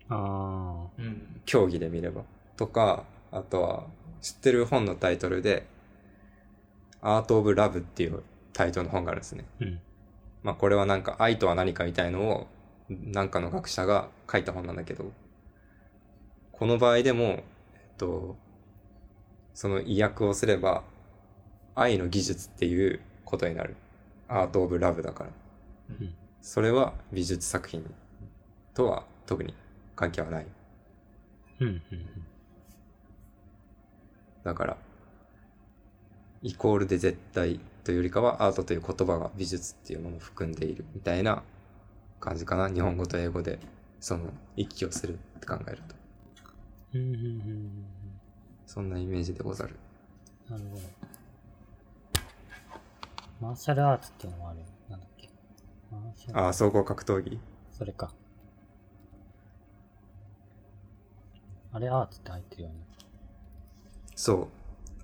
Speaker 2: あ
Speaker 3: うん
Speaker 1: 競技で見れば。とか、あとは、知ってる本のタイトルで、アート・オブ・ラブっていうタイトルの本があるんですね。
Speaker 2: ー。うん。
Speaker 1: まあこれはなんか愛とは何かみたいのをなんかの学者が書いた本なんだけど、この場合でも、えっと、その意訳をすれば、愛の技術っていうことになる。アート・オブ・ラブだから。
Speaker 3: うん
Speaker 1: それは美術作品とは特に関係はない。
Speaker 2: うんうんうん。
Speaker 1: だから、イコールで絶対というよりかは、アートという言葉が美術っていうものを含んでいるみたいな感じかな。日本語と英語で、その、行き来をするって考えると。
Speaker 2: うんうんうんうん
Speaker 1: そんなイメージでござる。
Speaker 2: うん。なるほど。マーシャルアーツっていうのもあるよね。なんだっけ。マーシャル
Speaker 1: ああ、総合格闘技。
Speaker 2: それか。あれアーツって入ってるよね。
Speaker 1: そう。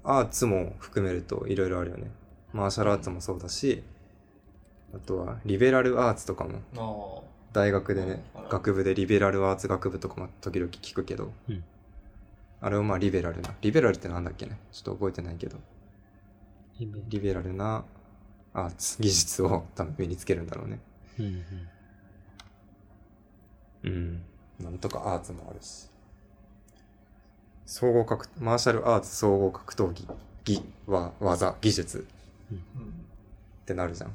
Speaker 1: アーツも含めるといろいろあるよね。マーシャルアーツもそうだし、あとはリベラルアーツとかも、
Speaker 3: あー
Speaker 1: 大学でね
Speaker 3: うん、
Speaker 1: 学部でリベラルアーツ学部とかも時々聞くけど、
Speaker 2: うん
Speaker 1: あれをまあリベラルな、リベラルってなんだっけね、ちょっと覚えてないけど、
Speaker 2: リベ
Speaker 1: リベラルなアーツ、技術を多分身につけるんだろうね。
Speaker 2: うん
Speaker 1: う
Speaker 2: うん。
Speaker 1: ん。なんとかアーツもあるし。総合格、マーシャルアーツ総合格闘技、技は技、技術
Speaker 3: うん
Speaker 1: ってなるじゃん。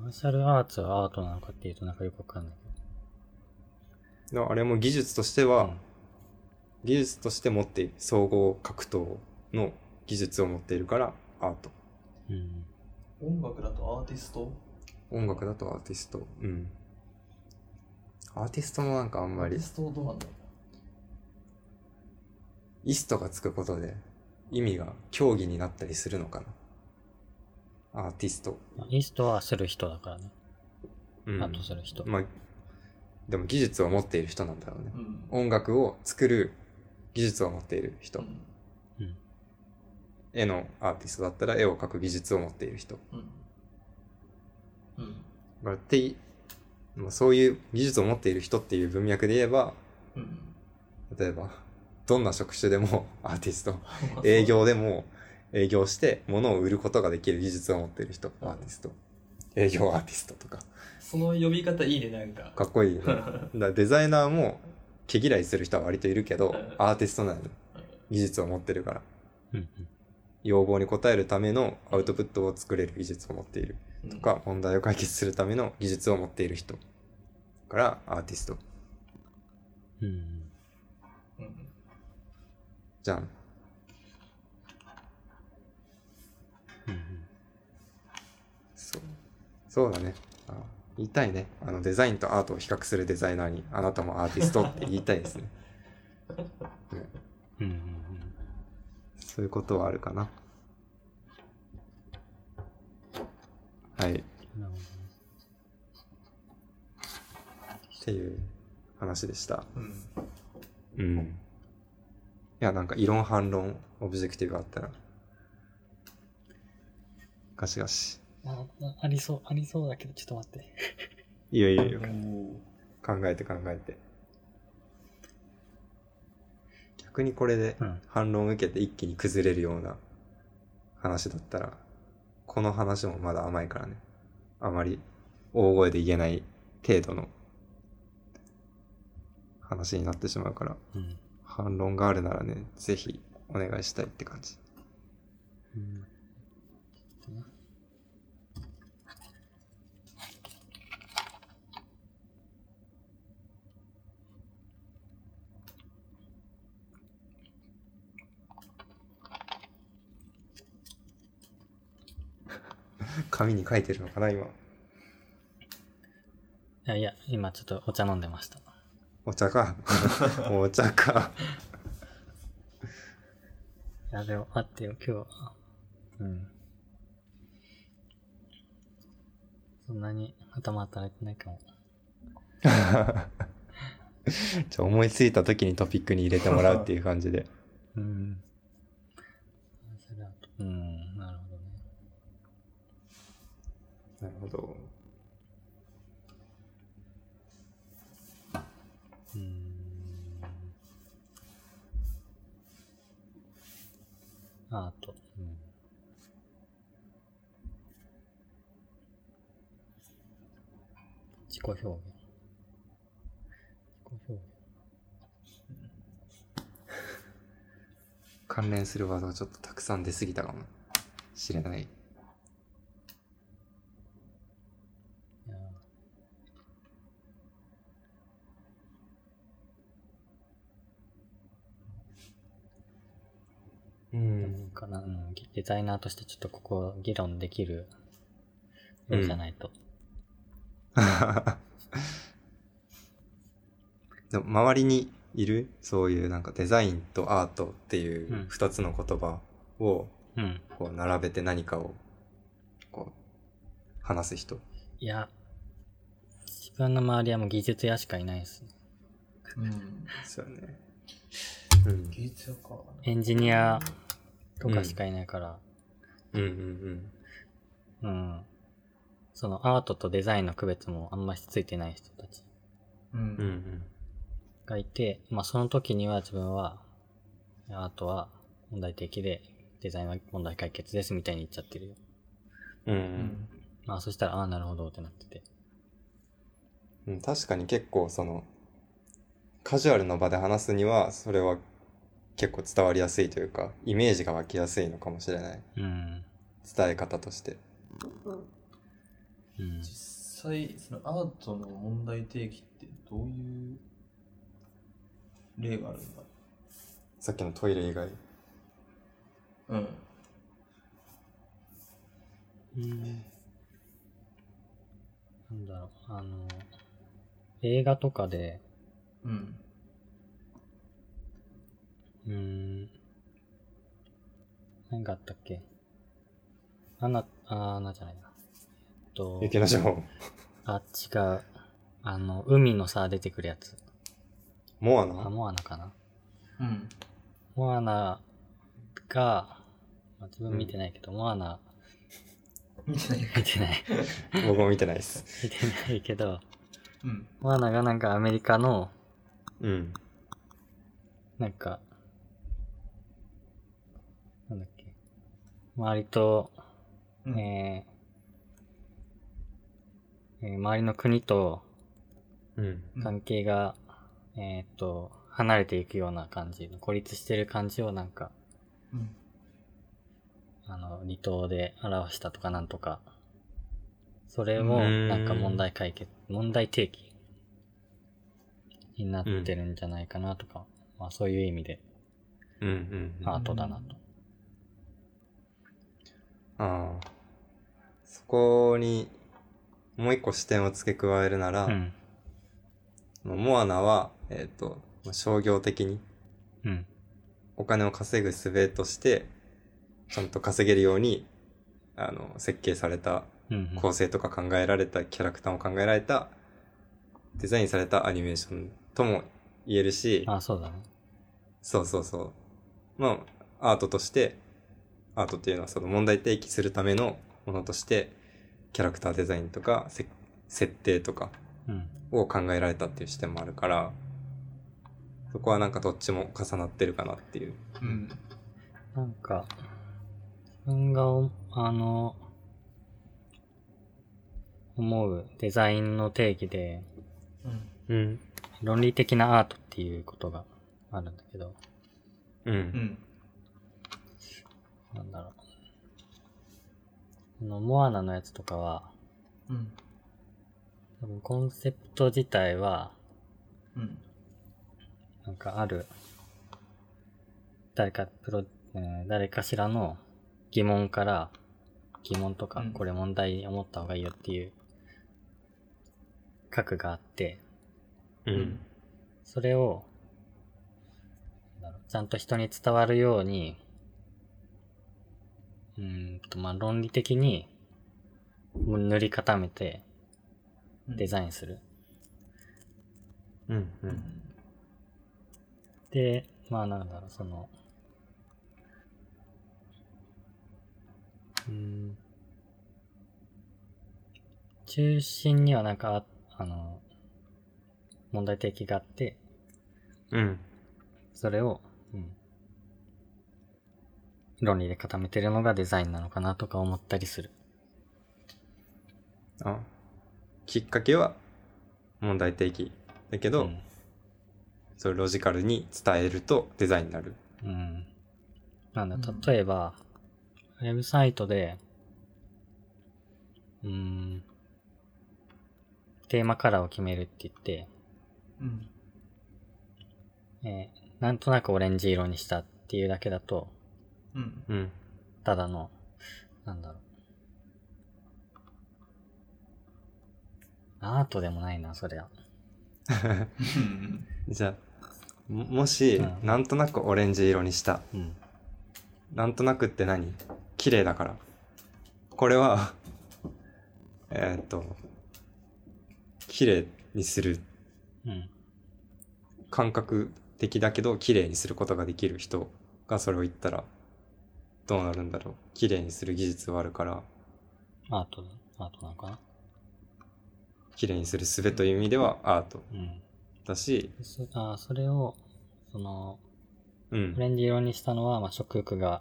Speaker 2: マーシャルアーツはアートなのかっていうとなんかよくわかんない
Speaker 1: だからあれも技術として
Speaker 2: けど。
Speaker 1: は、技術として持っている総合格闘の技術を持っているからアート
Speaker 2: うん。うん。
Speaker 3: 音楽だとアーティスト
Speaker 1: 音楽だとアーティストうんアーティストもなんかあん
Speaker 3: ア
Speaker 1: ま
Speaker 3: ーテ
Speaker 1: り
Speaker 3: ィストどうなんだろ
Speaker 1: イストがつくことで意味が競技になったりするのかなアーティスト
Speaker 2: まあイーストはする人だからね。
Speaker 1: うん
Speaker 2: アートする人。
Speaker 1: まあでも技術を持っている人なんだろうね
Speaker 3: う、うん
Speaker 1: 音楽を作る技術を持っている人、
Speaker 3: うん
Speaker 2: うん。
Speaker 1: 絵のアーティストだったら絵を描く技術を持っている人
Speaker 3: うんうん
Speaker 1: だからっていまあそういう技術を持っている人っていう文脈で言えば
Speaker 3: うん
Speaker 1: 例えばどんな職種でもアーティスト営業でも営業して物を売ることができる技術を持っている人
Speaker 3: うん
Speaker 1: アーティスト営業アーティストとか
Speaker 3: その呼び方いいねなんか
Speaker 1: かっこいいよねだからデザイナーも毛嫌いする人は割といるけど
Speaker 3: うん
Speaker 1: アーティストなの技術を持ってるから
Speaker 2: うん
Speaker 1: 要望に応えるためのアウトプットを作れる技術を持っている
Speaker 3: と
Speaker 1: とか問題を解決するための技術を持っている人からアーティスト
Speaker 2: うん。うん。
Speaker 3: うん
Speaker 1: じゃん
Speaker 2: うん。
Speaker 1: そう。そうだね。あ言いたいね。あの、デザインとアートを比較するデザイナーに、あなたもアーティストって言いたいですね。
Speaker 2: うん。うんうん。
Speaker 1: そういうことはあるかな。はい。っ
Speaker 2: なるほどね
Speaker 1: ていう話でした。
Speaker 3: うん
Speaker 1: うん。いや、なんか、異論反論、オブジェクティブあったら、ガシガシ。
Speaker 2: ああありそう、ありそうだけど、ちょっと待って。
Speaker 1: いいよいいよいいよ。
Speaker 3: おー
Speaker 1: 考えて考えて。逆にこれで、
Speaker 2: うん。
Speaker 1: 反論を受けて一気に崩れるような話だったら、この話もまだ甘いからね。あまり大声で言えない程度の話になってしまうから、
Speaker 2: うん。
Speaker 1: 反論があるならね、ぜひお願いしたいって感じ。
Speaker 2: うん
Speaker 1: 紙に書いてるのかな、今。
Speaker 2: いやいや、今ちょっとお茶飲んでました。
Speaker 1: お茶 か。お茶 か。
Speaker 2: いや、でも、待ってよ、今日は。うん。そんなに頭働いてないかも。
Speaker 1: じゃあ思いついた時にトピックに入れてもらうっていう感じで。
Speaker 2: うん。それはうん、なるほどね。
Speaker 1: なるほど。
Speaker 2: うーん。アート。うん。自己表現。自己表現。
Speaker 1: 関連するワードがちょっとたくさん出すぎたかもしれない。
Speaker 2: いやー
Speaker 1: う
Speaker 2: なん。かな、うん、デザイナーとしてちょっとここを議論できるようじゃないと。
Speaker 1: でも周りにいるそういうなんかデザインとアートってい
Speaker 2: うん
Speaker 1: う二つの言葉を
Speaker 2: うん。
Speaker 1: こう並べて何かをこう話す人。
Speaker 2: いや、自分の周りはもう技術屋しかいないですね。
Speaker 3: うん
Speaker 1: そうよね。うん。
Speaker 3: 技術か
Speaker 2: エンジニアとかしかいないから、
Speaker 1: うんうん
Speaker 2: うん、そのアートとデザインの区別もあんましついてない人たち
Speaker 3: う
Speaker 1: うん。うん
Speaker 3: ん。
Speaker 2: がいて、まあその時には自分は、アートは問題的で、デザインは問題解決ですみたいに言っちゃってるよ。
Speaker 1: うん。う
Speaker 3: うんん。
Speaker 2: まあそしたら、ああ、なるほどってなってて。
Speaker 1: うん、確かに結構そのカジュアルの場で話すにはそれは結構伝わりやすいというかイメージが湧きやすいのかもしれない
Speaker 2: うん。
Speaker 1: 伝え方として
Speaker 2: うん。
Speaker 3: 実際、そのアートの問題提起ってどういう例があるんだ
Speaker 1: さっきのトイレ以外
Speaker 3: うん。
Speaker 2: うんなんだろう、あの、映画とかで、
Speaker 3: うん。
Speaker 2: うーん。何があったっけアナ、あアナじゃないな。えっと、
Speaker 1: 雪の女王
Speaker 2: あ、違う。あの、海のさ、出てくるやつ。
Speaker 1: モア
Speaker 2: あ、
Speaker 1: ナ
Speaker 2: モアナかな。
Speaker 3: うん。
Speaker 2: モアナが、まあ、自分見てないけど、モアナ、
Speaker 3: 見てない。
Speaker 2: 見てない。
Speaker 1: 僕も見てないです
Speaker 2: 見てないけど、
Speaker 3: うん。
Speaker 2: モアナがなんかアメリカの、
Speaker 1: うん
Speaker 2: なんか、なんだっけ、周りと、
Speaker 3: うん
Speaker 2: えーえー周りの国と
Speaker 1: うん
Speaker 2: 関係が、えーっと、離れていくような感じ、孤立してる感じをなんか、
Speaker 3: うん。
Speaker 2: あの、離島で表したとかなんとか、それもなんか問題解決、問題提起になってるんじゃないかなとか、まあそういう意味で
Speaker 1: うんうん
Speaker 2: アートだなと。
Speaker 1: ああそこにもう一個視点を付け加えるなら、
Speaker 2: うん。
Speaker 1: モアナは、えっと商業的に
Speaker 2: うん。
Speaker 1: お金を稼ぐ術としてちゃんと稼げるようにあの設計された
Speaker 2: うん。
Speaker 1: 構成とか考えられたキャラクターも考えられたデザインされたアニメーションとも言えるし
Speaker 2: あ、そうだね。
Speaker 1: そうそうそうまあアートとしてアートっていうのはその問題提起するためのものとしてキャラクターデザインとかせ設定とか
Speaker 2: うん。
Speaker 1: を考えられたっていう視点もあるからそこはなんかどっちも重なってるかなっていう。
Speaker 3: うん。
Speaker 2: なんか、自分がお、あの、思うデザインの定義で、
Speaker 3: うん。
Speaker 1: うん。
Speaker 2: 論理的なアートっていうことがあるんだけど、
Speaker 1: うん。
Speaker 3: うん。
Speaker 2: なんだろう。このモアナのやつとかは、
Speaker 3: うん。
Speaker 2: 多分コンセプト自体は、
Speaker 3: うん。
Speaker 2: なんかある、誰かプロ、うん誰かしらの疑問から、疑問とか、
Speaker 3: うん
Speaker 2: これ問題思った方がいいよっていう、核があって、
Speaker 1: う。
Speaker 3: うん
Speaker 2: それを、なんだろうちゃんと人に伝わるように、うーんと、まあ、論理的に塗り固めて
Speaker 3: ん。
Speaker 2: デザインする。
Speaker 1: うん。う。
Speaker 3: うんん。
Speaker 2: で、まあなんだろう、その、うーん、中心にはなんか、あの、問題提起があって、
Speaker 1: うん。
Speaker 2: それを、うん、論理で固めてるのがデザインなのかなとか思ったりする。
Speaker 1: あきっかけは問題提起だけど、
Speaker 2: うん
Speaker 1: それをロジカルに伝えるとデザインになる。
Speaker 2: うん。なんだ
Speaker 3: うん、
Speaker 2: 例えば、ウェブサイトで、うーん、テーマカラーを決めるって言って、
Speaker 3: うん。
Speaker 2: えーなんとなくオレンジ色にしたっていうだけだと、
Speaker 3: うん。
Speaker 1: うん。
Speaker 2: ただの、なんだろう。アートでもないな、そりゃ。
Speaker 3: うん。
Speaker 1: じゃあ、ももし、
Speaker 2: うん
Speaker 1: なんとなくオレンジ色にした。
Speaker 2: うん。
Speaker 1: なんとなくって何綺麗だから。これは、 えーっと、綺麗にする。
Speaker 2: うん。
Speaker 1: 感覚的だけど、綺麗にすることができる人がそれを言ったら、どうなるんだろう綺麗にする技術はあるから
Speaker 2: アートだ、アートなのかな
Speaker 1: 綺麗にする術という意味ではアート
Speaker 2: うん。
Speaker 1: だし
Speaker 2: でそあそれを、その、
Speaker 1: う
Speaker 2: オ
Speaker 1: ん
Speaker 2: レンジ色にしたのは、まあ、食欲が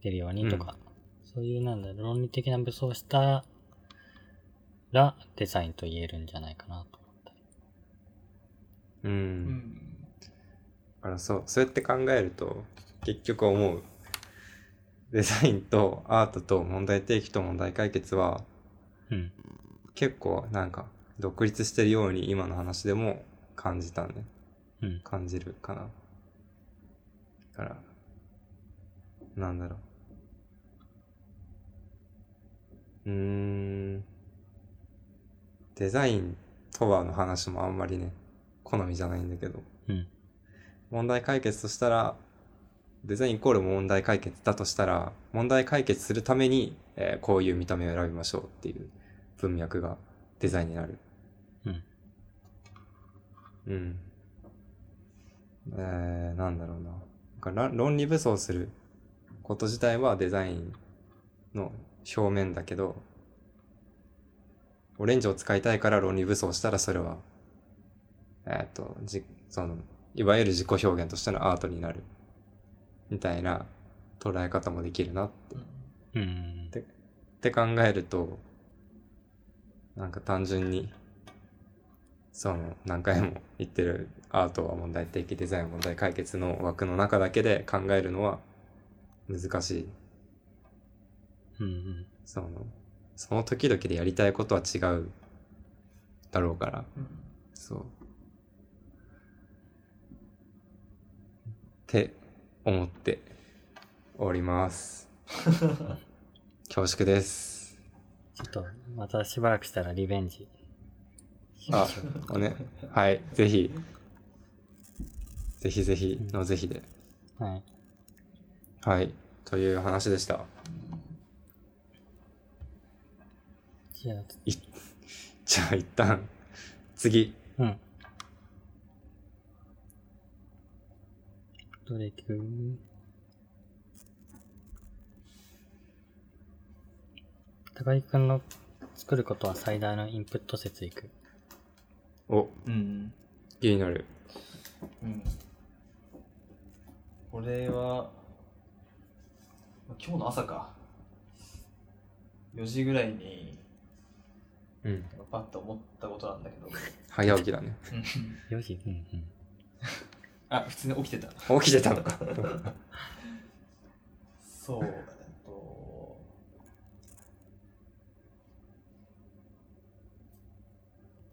Speaker 2: 出るようにとか、そういうなんだ論理的な武装をしたらデザインと言えるんじゃないかなと思ったり。
Speaker 1: うん、
Speaker 3: うん。
Speaker 1: だからそうそうやって考えると結局思うデザインとアートと問題提起と問題解決は
Speaker 2: うん。
Speaker 1: 結構なんか独立してるように今の話でも感じたね
Speaker 2: うん。
Speaker 1: 感じるかなだからなんだろううーんデザインとはの話もあんまりね好みじゃないんだけど
Speaker 2: うん。
Speaker 1: 問題解決としたらデザインイコール問題解決だとしたら問題解決するために、えーこういう見た目を選びましょうっていう文脈がデザインになる
Speaker 2: うん
Speaker 1: うんえー、なんだろうななんから論理武装すること自体はデザインの表面だけどオレンジを使いたいから論理武装したらそれはえーっとじそのいわゆる自己表現としてのアートになるみたいな捉え方もできるなって
Speaker 2: うん。
Speaker 1: でって考えるとなんか単純にその何回も言ってるアートは問題的デザインは問題解決の枠の中だけで考えるのは難しい
Speaker 2: うんうん。
Speaker 1: そのその時々でやりたいことは違うだろうから
Speaker 3: うん
Speaker 1: そう。って思っております。恐縮です。
Speaker 2: ちょっと、またしばらくしたらリベンジ。
Speaker 1: あ、おね、はい、ぜひ。ぜひぜひのぜひで。
Speaker 2: はい。
Speaker 1: はい、という話でした。
Speaker 2: じゃあ、
Speaker 1: いじゃあ一旦、次。
Speaker 2: うん。どれ行く高木くんの作ることは最大のインプット説いく。
Speaker 1: お、
Speaker 3: うん。
Speaker 1: 気になる。
Speaker 3: うん。これは、今日の朝か。4時ぐらいに、
Speaker 1: うん。
Speaker 3: パッと思ったことなんだけど。
Speaker 1: 早起きだね。
Speaker 2: 4時うんうん。
Speaker 3: あ、普通に起きてた。
Speaker 1: 起きてたのか。
Speaker 3: そう、えっと。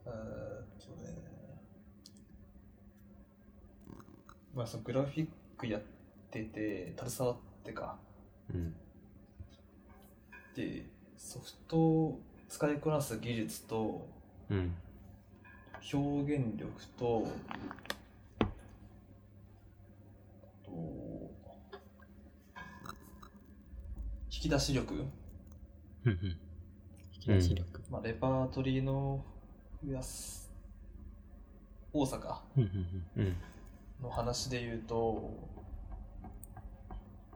Speaker 3: えーっとね。まあ、そのグラフィックやってて、携わってか。
Speaker 1: うん。
Speaker 3: で、ソフトを使いこなす技術と、
Speaker 1: うん。
Speaker 3: 表現力と、あと、引き出し力
Speaker 2: うんうん。引き出し力。
Speaker 3: まあ、レパートリーの増やす大阪
Speaker 2: うんうん
Speaker 1: うん。
Speaker 3: の話で言うと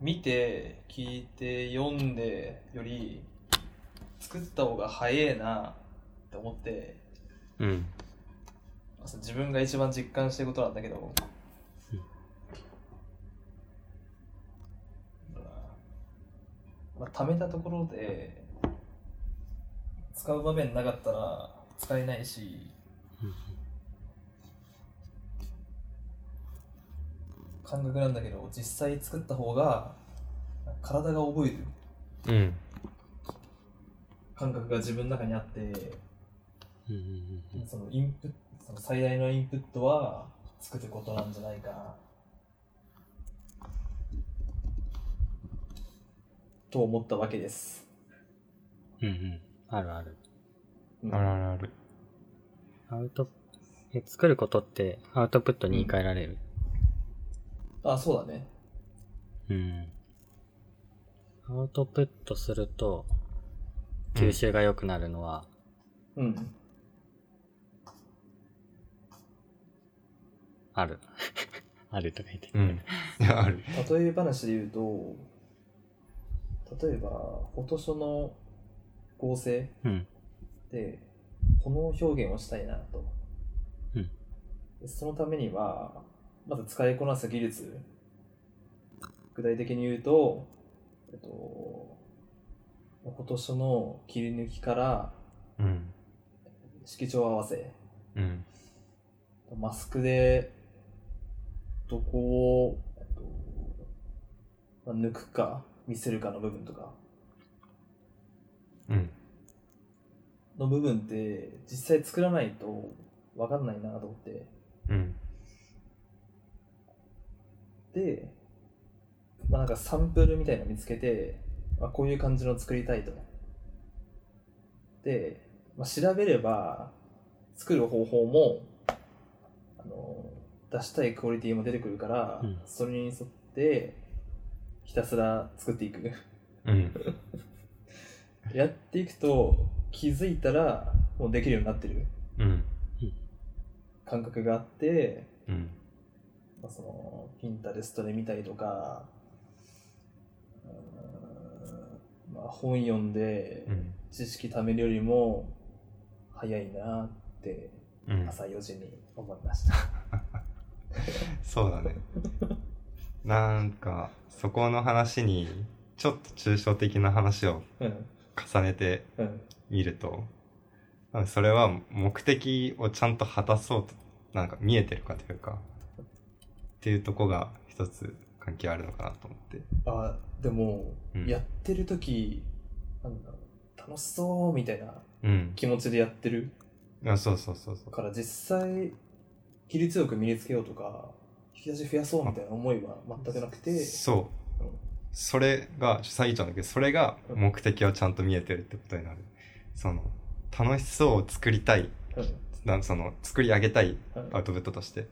Speaker 3: 見て聞いて読んでより作った方が早えなって思って
Speaker 1: うん。
Speaker 3: まあそれ自分が一番実感してることなんだけど、
Speaker 2: うん
Speaker 3: まあ、貯めたところで使う場面なかったら使えないし
Speaker 2: うんうん。
Speaker 3: 感覚なんだけど実際作った方が体が覚える
Speaker 1: うん。
Speaker 3: 感覚が自分の中にあって
Speaker 2: うんうんうんうん。
Speaker 3: そのインプットその最大のインプットは作ることなんじゃないかなと思ったわけです、
Speaker 2: うんうん。あるある。
Speaker 1: あるあるある。
Speaker 2: アウト、え、作ることってアウトプットに言い換えられる。
Speaker 3: あそうだね
Speaker 2: うん。アウトプットすると、吸収が良くなるのは、
Speaker 3: うん
Speaker 2: ある。あるとか言って。
Speaker 1: うん。いや、ある。
Speaker 3: 例え話で言うと例えば、フォトショの合成
Speaker 2: うん。
Speaker 3: で、この表現をしたいなと。
Speaker 2: うん
Speaker 3: でそのためには、まず使いこなす技術。具体的に言うと、えっと、今年の切り抜きから
Speaker 1: うん。
Speaker 3: 色調合わせ。
Speaker 1: うん。
Speaker 3: マスクで、どこを、えっとまあ、抜くか、見せるかの部分とか、
Speaker 1: うん。
Speaker 3: の部分って実際作らないと分かんないなと思って。
Speaker 1: うん。
Speaker 3: で、まあ、なんかサンプルみたいなの見つけて、あ、こういう感じの作りたいと。で、まあ、調べれば、作る方法も、あの、出したいクオリティも出てくるから、
Speaker 2: うん
Speaker 3: それに沿って、ひたすら作ってい く。
Speaker 1: うん。
Speaker 3: やっていくと、気づいたら、もうできるようになってる
Speaker 1: うん。
Speaker 3: 感覚があって、
Speaker 1: うん。
Speaker 3: まあ、そのピンタレストで見たりとか、うーんまあ、本読んで
Speaker 1: うん。
Speaker 3: 知識貯めるよりも早いなって
Speaker 1: うん。
Speaker 3: 朝4時に思いました。
Speaker 1: そうだね。なんか、そこの話に、ちょっと抽象的な話を
Speaker 3: うん、
Speaker 1: 重ねて
Speaker 3: うん、
Speaker 1: みると、多分それは目的をちゃんと果たそうと、なんか見えてるかというか、っていうとこが一つ関係あるのかなと思って。
Speaker 3: あでも、
Speaker 1: うん
Speaker 3: やってる時なんだろう楽しそうみたいな
Speaker 1: うん。
Speaker 3: 気持ちでやってる
Speaker 1: あそうそうそうそう。
Speaker 3: から実際比率よく身につけようとか引き出し増やそうみたいな思いは全くなくて、
Speaker 1: そう
Speaker 3: うん。
Speaker 1: それが、ちょ詐欺ちゃんだけど、それが
Speaker 3: うん
Speaker 1: 目的はちゃんと見えてるってことになる。その、楽しそうを作りたい、
Speaker 3: うん
Speaker 1: なその、作り上げたい
Speaker 3: うん
Speaker 1: アウトプットとして、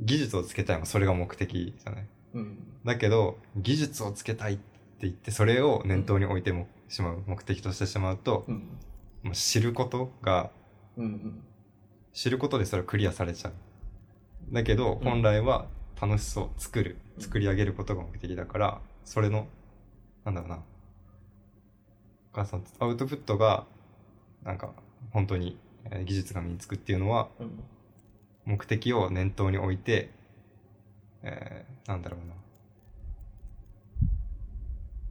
Speaker 1: 技術をつけたいもそれが目的じゃない。
Speaker 3: うん
Speaker 1: だけど、技術をつけたいって言って、それを念頭に置いても、しまう、目的としてしまうと、
Speaker 3: うん
Speaker 1: もう知ることが、
Speaker 3: うんうん
Speaker 1: 知ることでそれをクリアされちゃう。だけど、
Speaker 3: うん
Speaker 1: 本来は楽しそう、作る、
Speaker 3: うん
Speaker 1: 作り上げることが目的だから、それの、なんだろうな、お母さん、アウトプットが、なんか、本当にえー技術が身につくっていうのは、
Speaker 3: うん
Speaker 1: 目的を念頭に置いて、えー、なんだろ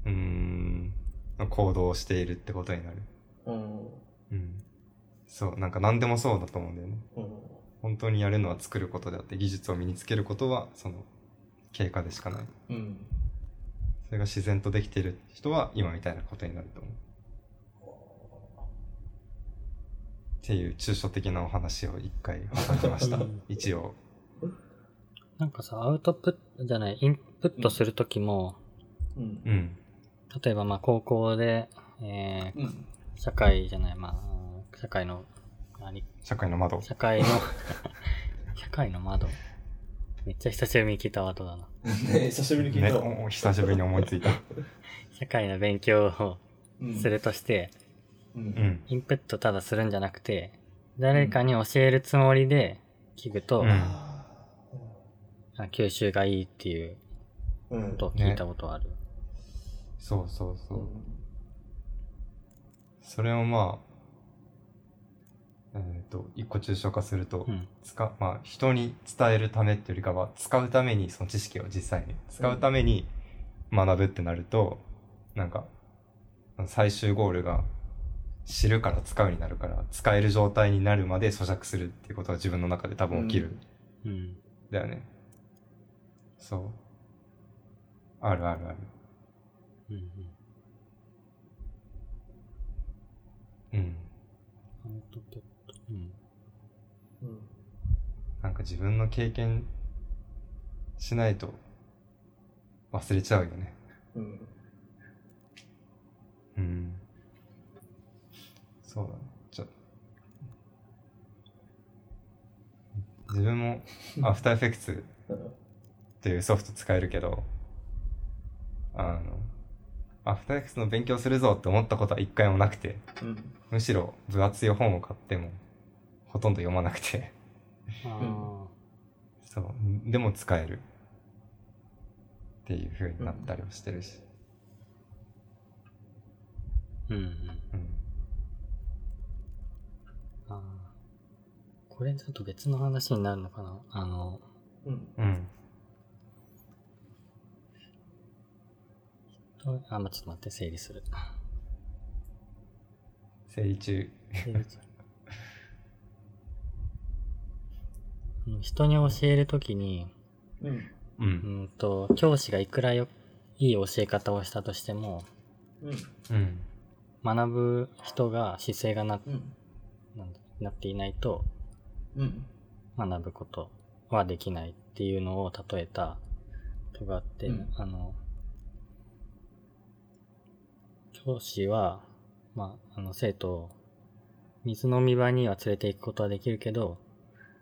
Speaker 1: うな。うーん、行動をしているってことになる。
Speaker 3: うん
Speaker 1: うん。そう、なんか何でもそうだと思うんだよね。
Speaker 3: うん
Speaker 1: 本当にやるのは作ることであって、技術を身につけることは、その、経過でしかない。
Speaker 3: うん
Speaker 1: それが自然とできている人は、今みたいなことになると思う。っていう抽象的なお話を一回挟みました
Speaker 2: うん。
Speaker 1: 一応。
Speaker 2: なんかさ、アウトプットじゃない、インプットするときも、
Speaker 3: うん
Speaker 1: うん。
Speaker 2: 例えばまあ高校で、えー
Speaker 3: うん
Speaker 2: 社会じゃない、まあうん、社会の、何
Speaker 1: 社会の窓。
Speaker 2: 社会の、社会の窓。めっちゃ久しぶりに聞いたワードだな。
Speaker 3: ね久しぶりに聞い
Speaker 1: ね
Speaker 3: た、
Speaker 1: おお久しぶりに思いついた。
Speaker 2: 社会の勉強を
Speaker 3: うん
Speaker 2: するとして、
Speaker 3: う
Speaker 1: うんん。
Speaker 2: インプットただするんじゃなくて、誰かに教えるつもりで聞くと、
Speaker 1: うん
Speaker 3: あ
Speaker 2: あ吸収がいいっていう
Speaker 3: ーうん
Speaker 2: ことを聞いたことある。
Speaker 1: そうそうそうう。
Speaker 3: ん
Speaker 1: それをまあ、えっ、と、一個抽象化すると、
Speaker 2: うん。
Speaker 1: 使、まあ、人に伝えるためっていうよりかは、使うために、その知識を実際に、使うために学ぶってなると、なんか、最終ゴールが、知るから使うになるから、使える状態になるまで咀嚼するっていうことが自分の中で多分起きる。
Speaker 2: うん。
Speaker 1: だよね。そう。あるあるある。
Speaker 2: うんうん。
Speaker 1: うん。
Speaker 2: アウトプット。うん。
Speaker 3: うん
Speaker 1: なんか自分の経験しないと忘れちゃうよね。
Speaker 3: うん
Speaker 1: うん。そうだね。ちょ自分もアフターエフェクツ
Speaker 3: うん
Speaker 1: っていうソフト使えるけど、あの、アフターエフェクツの勉強するぞって思ったことは一回もなくて、
Speaker 3: うん
Speaker 1: むしろ分厚い本を買ってもほとんど読まなくて、
Speaker 2: あ
Speaker 1: そう、でも使えるっていう風になったりもしてるし。
Speaker 2: うんうん。
Speaker 1: うん
Speaker 2: あーこれちょっと別の話になるのかなあの、
Speaker 3: うん。
Speaker 1: うん
Speaker 2: とあ、まあ、ちょっと待って、整理する。
Speaker 1: 整理中
Speaker 2: 整理するあの人に教えるときに、
Speaker 3: うん。
Speaker 1: う
Speaker 2: うんんと、教師がいくらよいい教え方をしたとしても、
Speaker 3: うん。
Speaker 1: うん
Speaker 2: 学ぶ人が姿勢がな
Speaker 3: うん。
Speaker 2: なんだなっていないと
Speaker 3: うん。
Speaker 2: 学ぶことはできないっていうのを例えたことがあって、
Speaker 3: うん
Speaker 2: あの教師は、まあ、あの生徒を水飲み場には連れて行くことはできるけど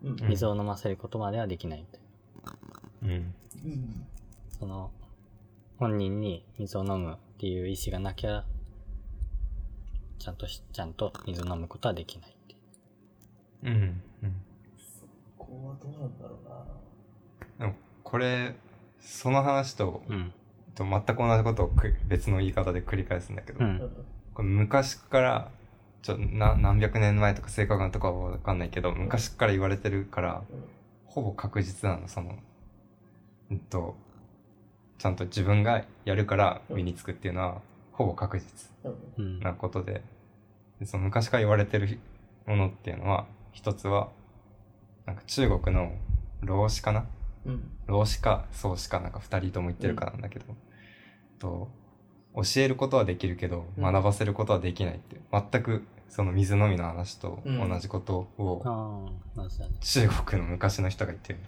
Speaker 3: うん。
Speaker 1: ん
Speaker 2: 水を飲ませることまではできないって、
Speaker 1: うん
Speaker 3: うん。
Speaker 2: その本人に水を飲むっていう意思がなきゃちゃんとしちゃんと水を飲むことはできないっていう
Speaker 1: うんうん
Speaker 3: そこはどうなんだろうな。
Speaker 1: でもこれその話と,、
Speaker 2: うん
Speaker 1: と全く同じことをく別の言い方で繰り返すんだけど、
Speaker 2: うん
Speaker 1: これ昔からちょな何百年前とか正確なとかは分かんないけど昔から言われてるからほぼ確実なのそのうんとちゃんと自分がやるから身につくっていうのはほぼ確実
Speaker 3: う
Speaker 2: う
Speaker 3: ん。
Speaker 2: ん
Speaker 1: なことででその昔から言われてるものっていうのは一つはなんか中国の老子かな
Speaker 3: うん。うん。
Speaker 1: 老子か宗子かなんか2人とも言ってるかなんだけど、と教えることはできるけど
Speaker 3: うん
Speaker 1: 学ばせることはできないって、全くその水のみの話と同じことを
Speaker 2: ああ、マジだね。
Speaker 1: 中国の昔の人が言ってる、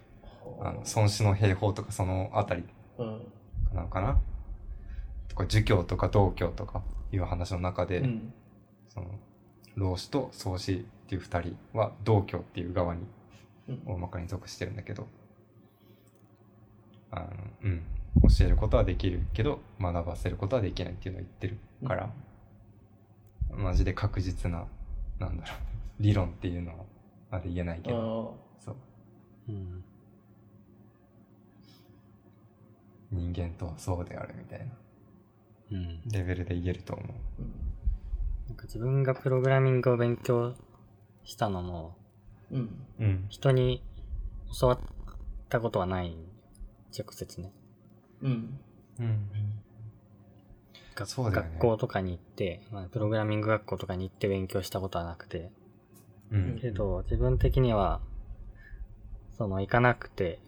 Speaker 1: あの孫子の兵法とかそのあたり
Speaker 3: うん。
Speaker 1: なのかなとか儒教とか道教とかいう話の中で、
Speaker 3: うん。
Speaker 1: その老子と宗子っていう2人は道教っていう側に
Speaker 3: うん。
Speaker 1: 大まかに属してるんだけどあのうん教えることはできるけど学ばせることはできないっていうのを言ってるから、マジで確実ななんだろう理論っていうのはまだ言えないけ
Speaker 3: あ
Speaker 1: ど
Speaker 3: ー
Speaker 1: そう
Speaker 2: うん。
Speaker 1: 人間とはそうであるみたいな
Speaker 2: うん。
Speaker 1: レベルで言えると思う。
Speaker 3: うん
Speaker 2: なんか自分がプログラミングを勉強したのも、
Speaker 3: うん。
Speaker 1: うん、
Speaker 2: 人に教わったことはない。直接ね。
Speaker 3: うん。
Speaker 1: うん
Speaker 2: 学
Speaker 1: そうだよね
Speaker 2: 学校とかに行って、まあ、プログラミング学校とかに行って勉強したことはなくて。
Speaker 1: うん
Speaker 2: けど、自分的には、その、行かなくて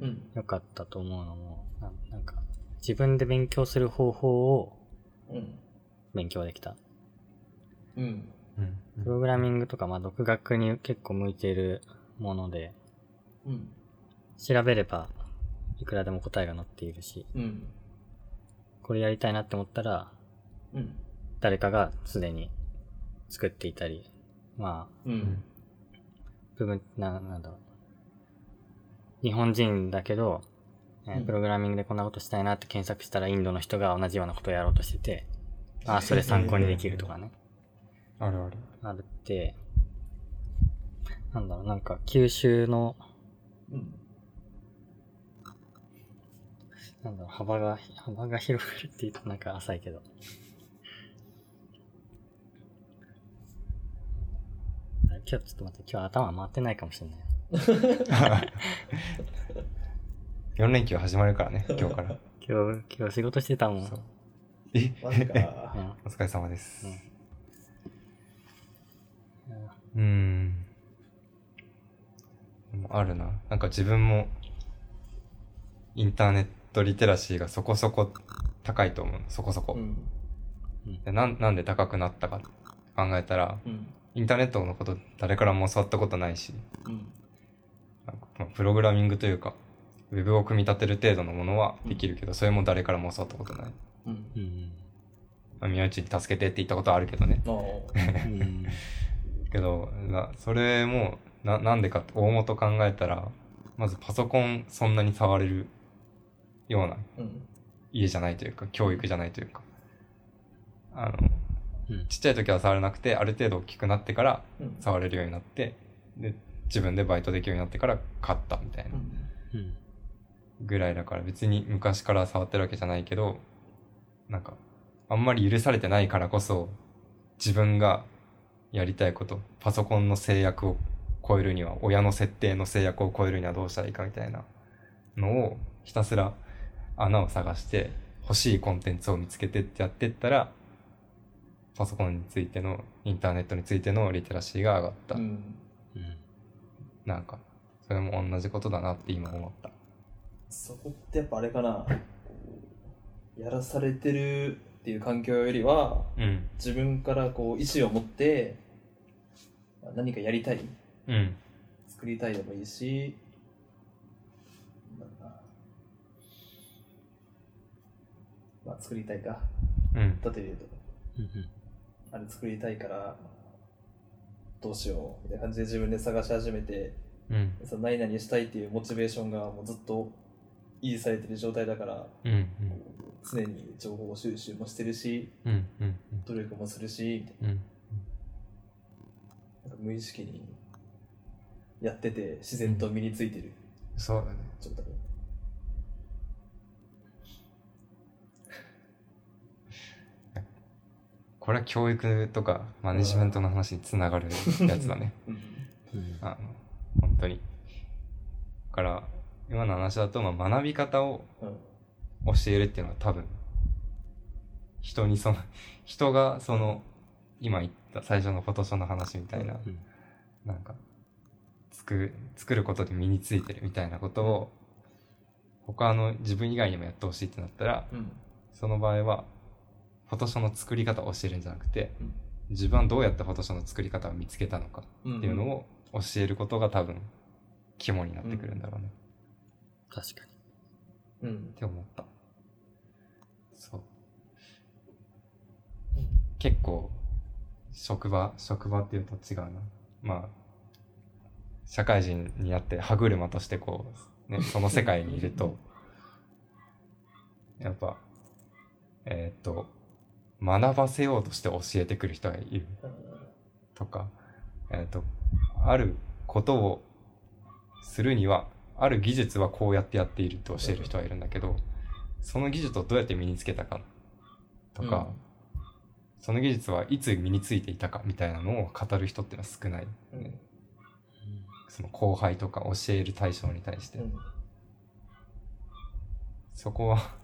Speaker 3: うん。
Speaker 2: よかったと思うのも、ななんか、自分で勉強する方法を
Speaker 3: うん。
Speaker 2: 勉強できた。
Speaker 3: うん。
Speaker 1: うん
Speaker 2: プログラミングとか、まあ、独学に結構向いているもので、
Speaker 3: うん。
Speaker 2: 調べればいくらでも答えが載っているし
Speaker 3: うん。
Speaker 2: これやりたいなって思ったら
Speaker 3: うん。
Speaker 2: 誰かがすでに作っていたりまあ
Speaker 3: うん。
Speaker 2: 部分ななんだろう日本人だけど、えー
Speaker 3: うん
Speaker 2: プログラミングでこんなことしたいなって検索したらインドの人が同じようなことをやろうとしててああそれ参考にできるとかね
Speaker 1: あるある
Speaker 2: あるってなんだろうなんか九州の
Speaker 3: うん。
Speaker 2: なんだろう、幅が、幅が広がるって言うとなんか浅いけど。あれ今日ちょっと待って、今日頭回ってないかもしれない。
Speaker 1: 4連休始まるからね今日から
Speaker 2: 今日、今日仕事してたもん。
Speaker 1: そう
Speaker 2: う
Speaker 1: え
Speaker 3: マジ
Speaker 2: ん
Speaker 3: か。
Speaker 1: お疲れ様です、
Speaker 2: うんいや
Speaker 1: うん。でもあるな。なんか自分も、インターネットリテラシーがそこそこ高いと思う。そこそこ。
Speaker 3: うん。
Speaker 1: でなんなんで高くなったか考えたら、
Speaker 3: うん。
Speaker 1: インターネットのこと誰からも教わったことないし、
Speaker 3: うん。
Speaker 1: なんかまあプログラミングというか、ウェブを組み立てる程度のものはできるけど、それも誰からも教わったことない。
Speaker 3: うん。
Speaker 2: うん。
Speaker 1: まあ、宮内に助けてって言ったことはあるけどね。
Speaker 3: ああ。
Speaker 2: うん。
Speaker 1: けどなそれもななんでかって大元考えたらまずパソコンそんなに触れるような
Speaker 3: うん。
Speaker 1: 家じゃないというか教育じゃないというかあの
Speaker 2: うん
Speaker 1: ちっちゃい時は触れなくてある程度大きくなってから
Speaker 3: うん。
Speaker 1: 触れるようになってで自分でバイトできるようになってから買ったみたいな
Speaker 2: うん。
Speaker 1: ぐらいだから別に昔から触ってるわけじゃないけどなんかあんまり許されてないからこそ、自分がやりたいこと、パソコンの制約を超えるには、親の設定の制約を超えるにはどうしたらいいかみたいなのを、ひたすら穴を探して、欲しいコンテンツを見つけてってやってったら、パソコンについての、インターネットについてのリテラシーが上がった。
Speaker 3: うん。
Speaker 2: うん。
Speaker 1: なんか、それも同じことだなって今思った。
Speaker 3: そこってやっぱあれかな。こうやらされてるっていう環境よりは、
Speaker 1: うん。
Speaker 3: 自分からこう意思を持って、何かやりたい、
Speaker 1: うん。
Speaker 3: 作りたいでもいいし、なんだろうなまあ作りたいか。
Speaker 1: うん。
Speaker 3: だって言うと、
Speaker 2: うん
Speaker 3: あれ作りたいから、どうしよう、みたいな感じで自分で探し始めて、
Speaker 1: うん。
Speaker 3: その何々したいっていうモチベーションがもうずっと維持されてる状態だから、
Speaker 1: うん。うん。
Speaker 3: 常に情報収集もしてるし、
Speaker 1: うん。うん。
Speaker 3: 努力もするし、みたい
Speaker 1: うん。
Speaker 3: ななんか無意識にやってて自然と身についてる
Speaker 1: そうだね。
Speaker 3: 状態。
Speaker 1: これは教育とかマネジメントの話につながるやつだ ね。
Speaker 3: うん
Speaker 2: うん
Speaker 1: あの、本当に。だから、今の話だと、まあ、学び方を
Speaker 3: うん
Speaker 1: 教えるっていうのは多分、人にその、 人がその、今言った最初のフォトショーの話みたいな、
Speaker 2: うん
Speaker 1: なんか、作、作ることで身についてるみたいなことを、他の自分以外にもやってほしいってなったら、
Speaker 3: うん
Speaker 1: その場合は、フォトショーの作り方を教えるんじゃなくて
Speaker 3: うん、
Speaker 1: 自分はどうやってフォトショーの作り方を見つけたのか
Speaker 3: うん
Speaker 1: っていうのを教えることが多分、肝になってくるんだろうね。
Speaker 2: 確かに。
Speaker 3: うん
Speaker 1: って思った。そう。結構、職場、職場っていうと違うな。まあ、社会人になって歯車としてこう、ね、その世界にいると、やっぱ、えーっと、学ばせようとして教えてくる人がいるとか、えーっと、あることをするには、ある技術はこうやってやっていると教える人はいるんだけど、その技術をどうやって身につけたかとか、その技術はいつ身についていたかみたいなのを語る人っていうのは少ない、
Speaker 3: うんうん
Speaker 1: その後輩とか教える対象に対して、
Speaker 3: うん
Speaker 1: そこは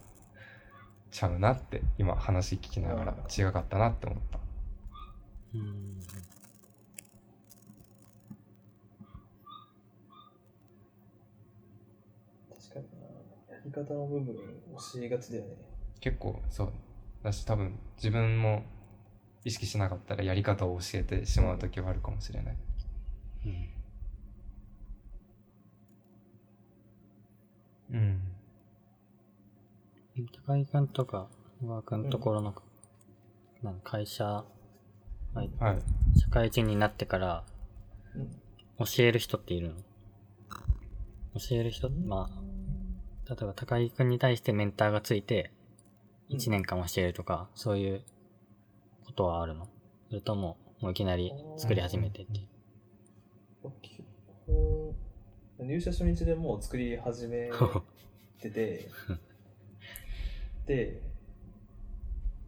Speaker 1: ちゃうなって今話聞きながら違かったなって思った
Speaker 2: うん。
Speaker 3: 確かになやり方の部分教えがちだよね
Speaker 1: 結構そうだし多分自分も意識しなかったらやり方を教えてしまう時はあるかもしれないう
Speaker 2: うん。
Speaker 1: ん
Speaker 2: 高木くんとか、小川くんところの、なんか会社、はい、
Speaker 1: はい
Speaker 2: 社会人になってから
Speaker 3: うん
Speaker 2: 教える人っているの教える人、まあ、例えば高木くんに対してメンターがついて、
Speaker 3: うん
Speaker 2: 1年間教えるとか、そういうことはあるのそれとも、もういきなり作り始めてっていう。
Speaker 3: 基本入社初日でもう作り始めて てで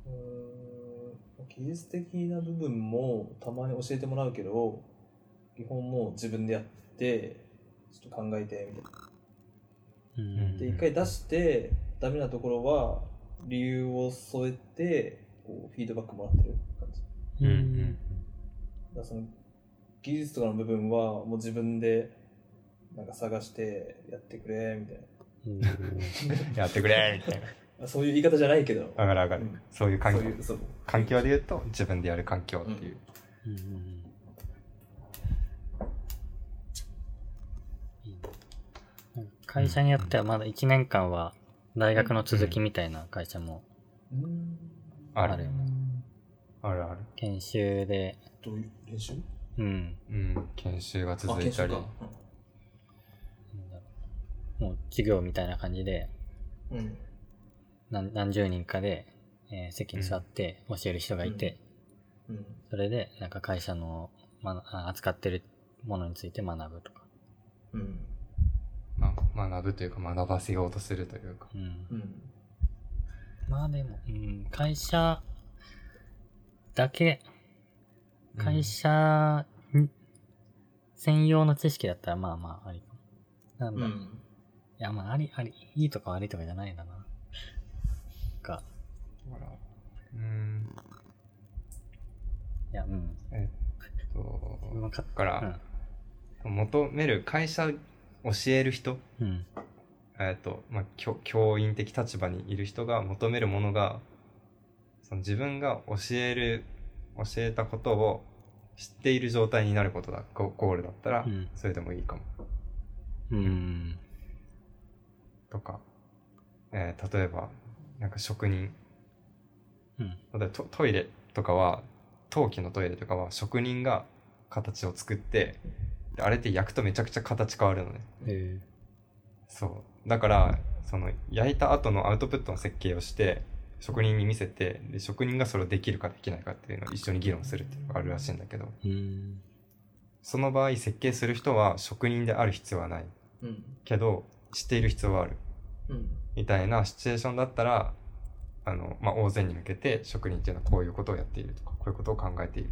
Speaker 3: うーん技術的な部分もたまに教えてもらうけど基本もう自分でやってちょっと考えてみたいな
Speaker 2: う
Speaker 3: で
Speaker 2: ん。
Speaker 3: 一回出してダメなところは理由を添えてこうフィードバックもらってる感じ
Speaker 1: うん
Speaker 3: だからその技術とかの部分はもう自分でなんか探してやってくれみたい
Speaker 2: うん
Speaker 1: うんやってくれみたいな
Speaker 3: なあそういう言い方じゃないけど
Speaker 1: 上がる上がる
Speaker 3: うん
Speaker 1: そういう環
Speaker 3: そ
Speaker 1: 境
Speaker 3: ういうそう
Speaker 1: 環境で言うと自分でやる環境っていう、
Speaker 2: うんうんうんいいねなんか会社によってはまだ1年間は大学の続きみたいな会社も
Speaker 3: うーん
Speaker 1: あ
Speaker 2: ある
Speaker 1: る
Speaker 2: よ
Speaker 1: あるある
Speaker 2: 研修で、
Speaker 3: どういう練習
Speaker 2: うん、
Speaker 1: うん研修が
Speaker 3: あ
Speaker 1: 続い
Speaker 3: 研
Speaker 1: た
Speaker 3: 修
Speaker 1: り
Speaker 3: か
Speaker 2: なんだろうもう授業みたいな感じで
Speaker 3: うんうん
Speaker 2: 何何十人かで、えー席に座って教える人がいて、
Speaker 3: うん
Speaker 2: それでなんか会社の、ま、あ扱ってるものについて学ぶとか、
Speaker 3: うん
Speaker 1: まあ、学ぶというか学ばせようとするというか
Speaker 2: うん
Speaker 3: うん
Speaker 2: まあでも、うん、会社だけ、
Speaker 1: うん
Speaker 2: 会社に専用の知識だったらまあまあありかも。なんだろう、い
Speaker 3: ん。
Speaker 2: やまああり、あり、いいとか悪いとかじゃないんだな。が、
Speaker 1: だからうーん
Speaker 2: いや、うん。
Speaker 1: えっと
Speaker 2: うまかっ
Speaker 1: だから、求める会社教える人
Speaker 2: うん。うん。
Speaker 1: えっと、まあ、教教員的立場にいる人が求めるものがその自分が教える教えたことを知っている状態になることだゴゴールだったら、
Speaker 2: うん
Speaker 1: それでもいいかも
Speaker 2: うん。
Speaker 1: とか、えー例えばなんか職人
Speaker 2: うん。
Speaker 1: 例えばトトイレとかは陶器のトイレとかは職人が形を作ってであれって焼くとめちゃくちゃ形変わるのね
Speaker 2: え
Speaker 1: そうだからその焼いた後のアウトプットの設計をして職人に見せてで職人がそれをできるかできないかっていうのを一緒に議論するっていうのがあるらしいんだけど
Speaker 2: ー、うん。
Speaker 1: その場合設計する人は職人である必要はない
Speaker 3: うん。
Speaker 1: けど知っている必要はある
Speaker 3: うん。
Speaker 1: みたいなシチュエーションだったらあの、まあ、大勢に向けて職人っていうのはこういうことをやっているとかこういうことを考えている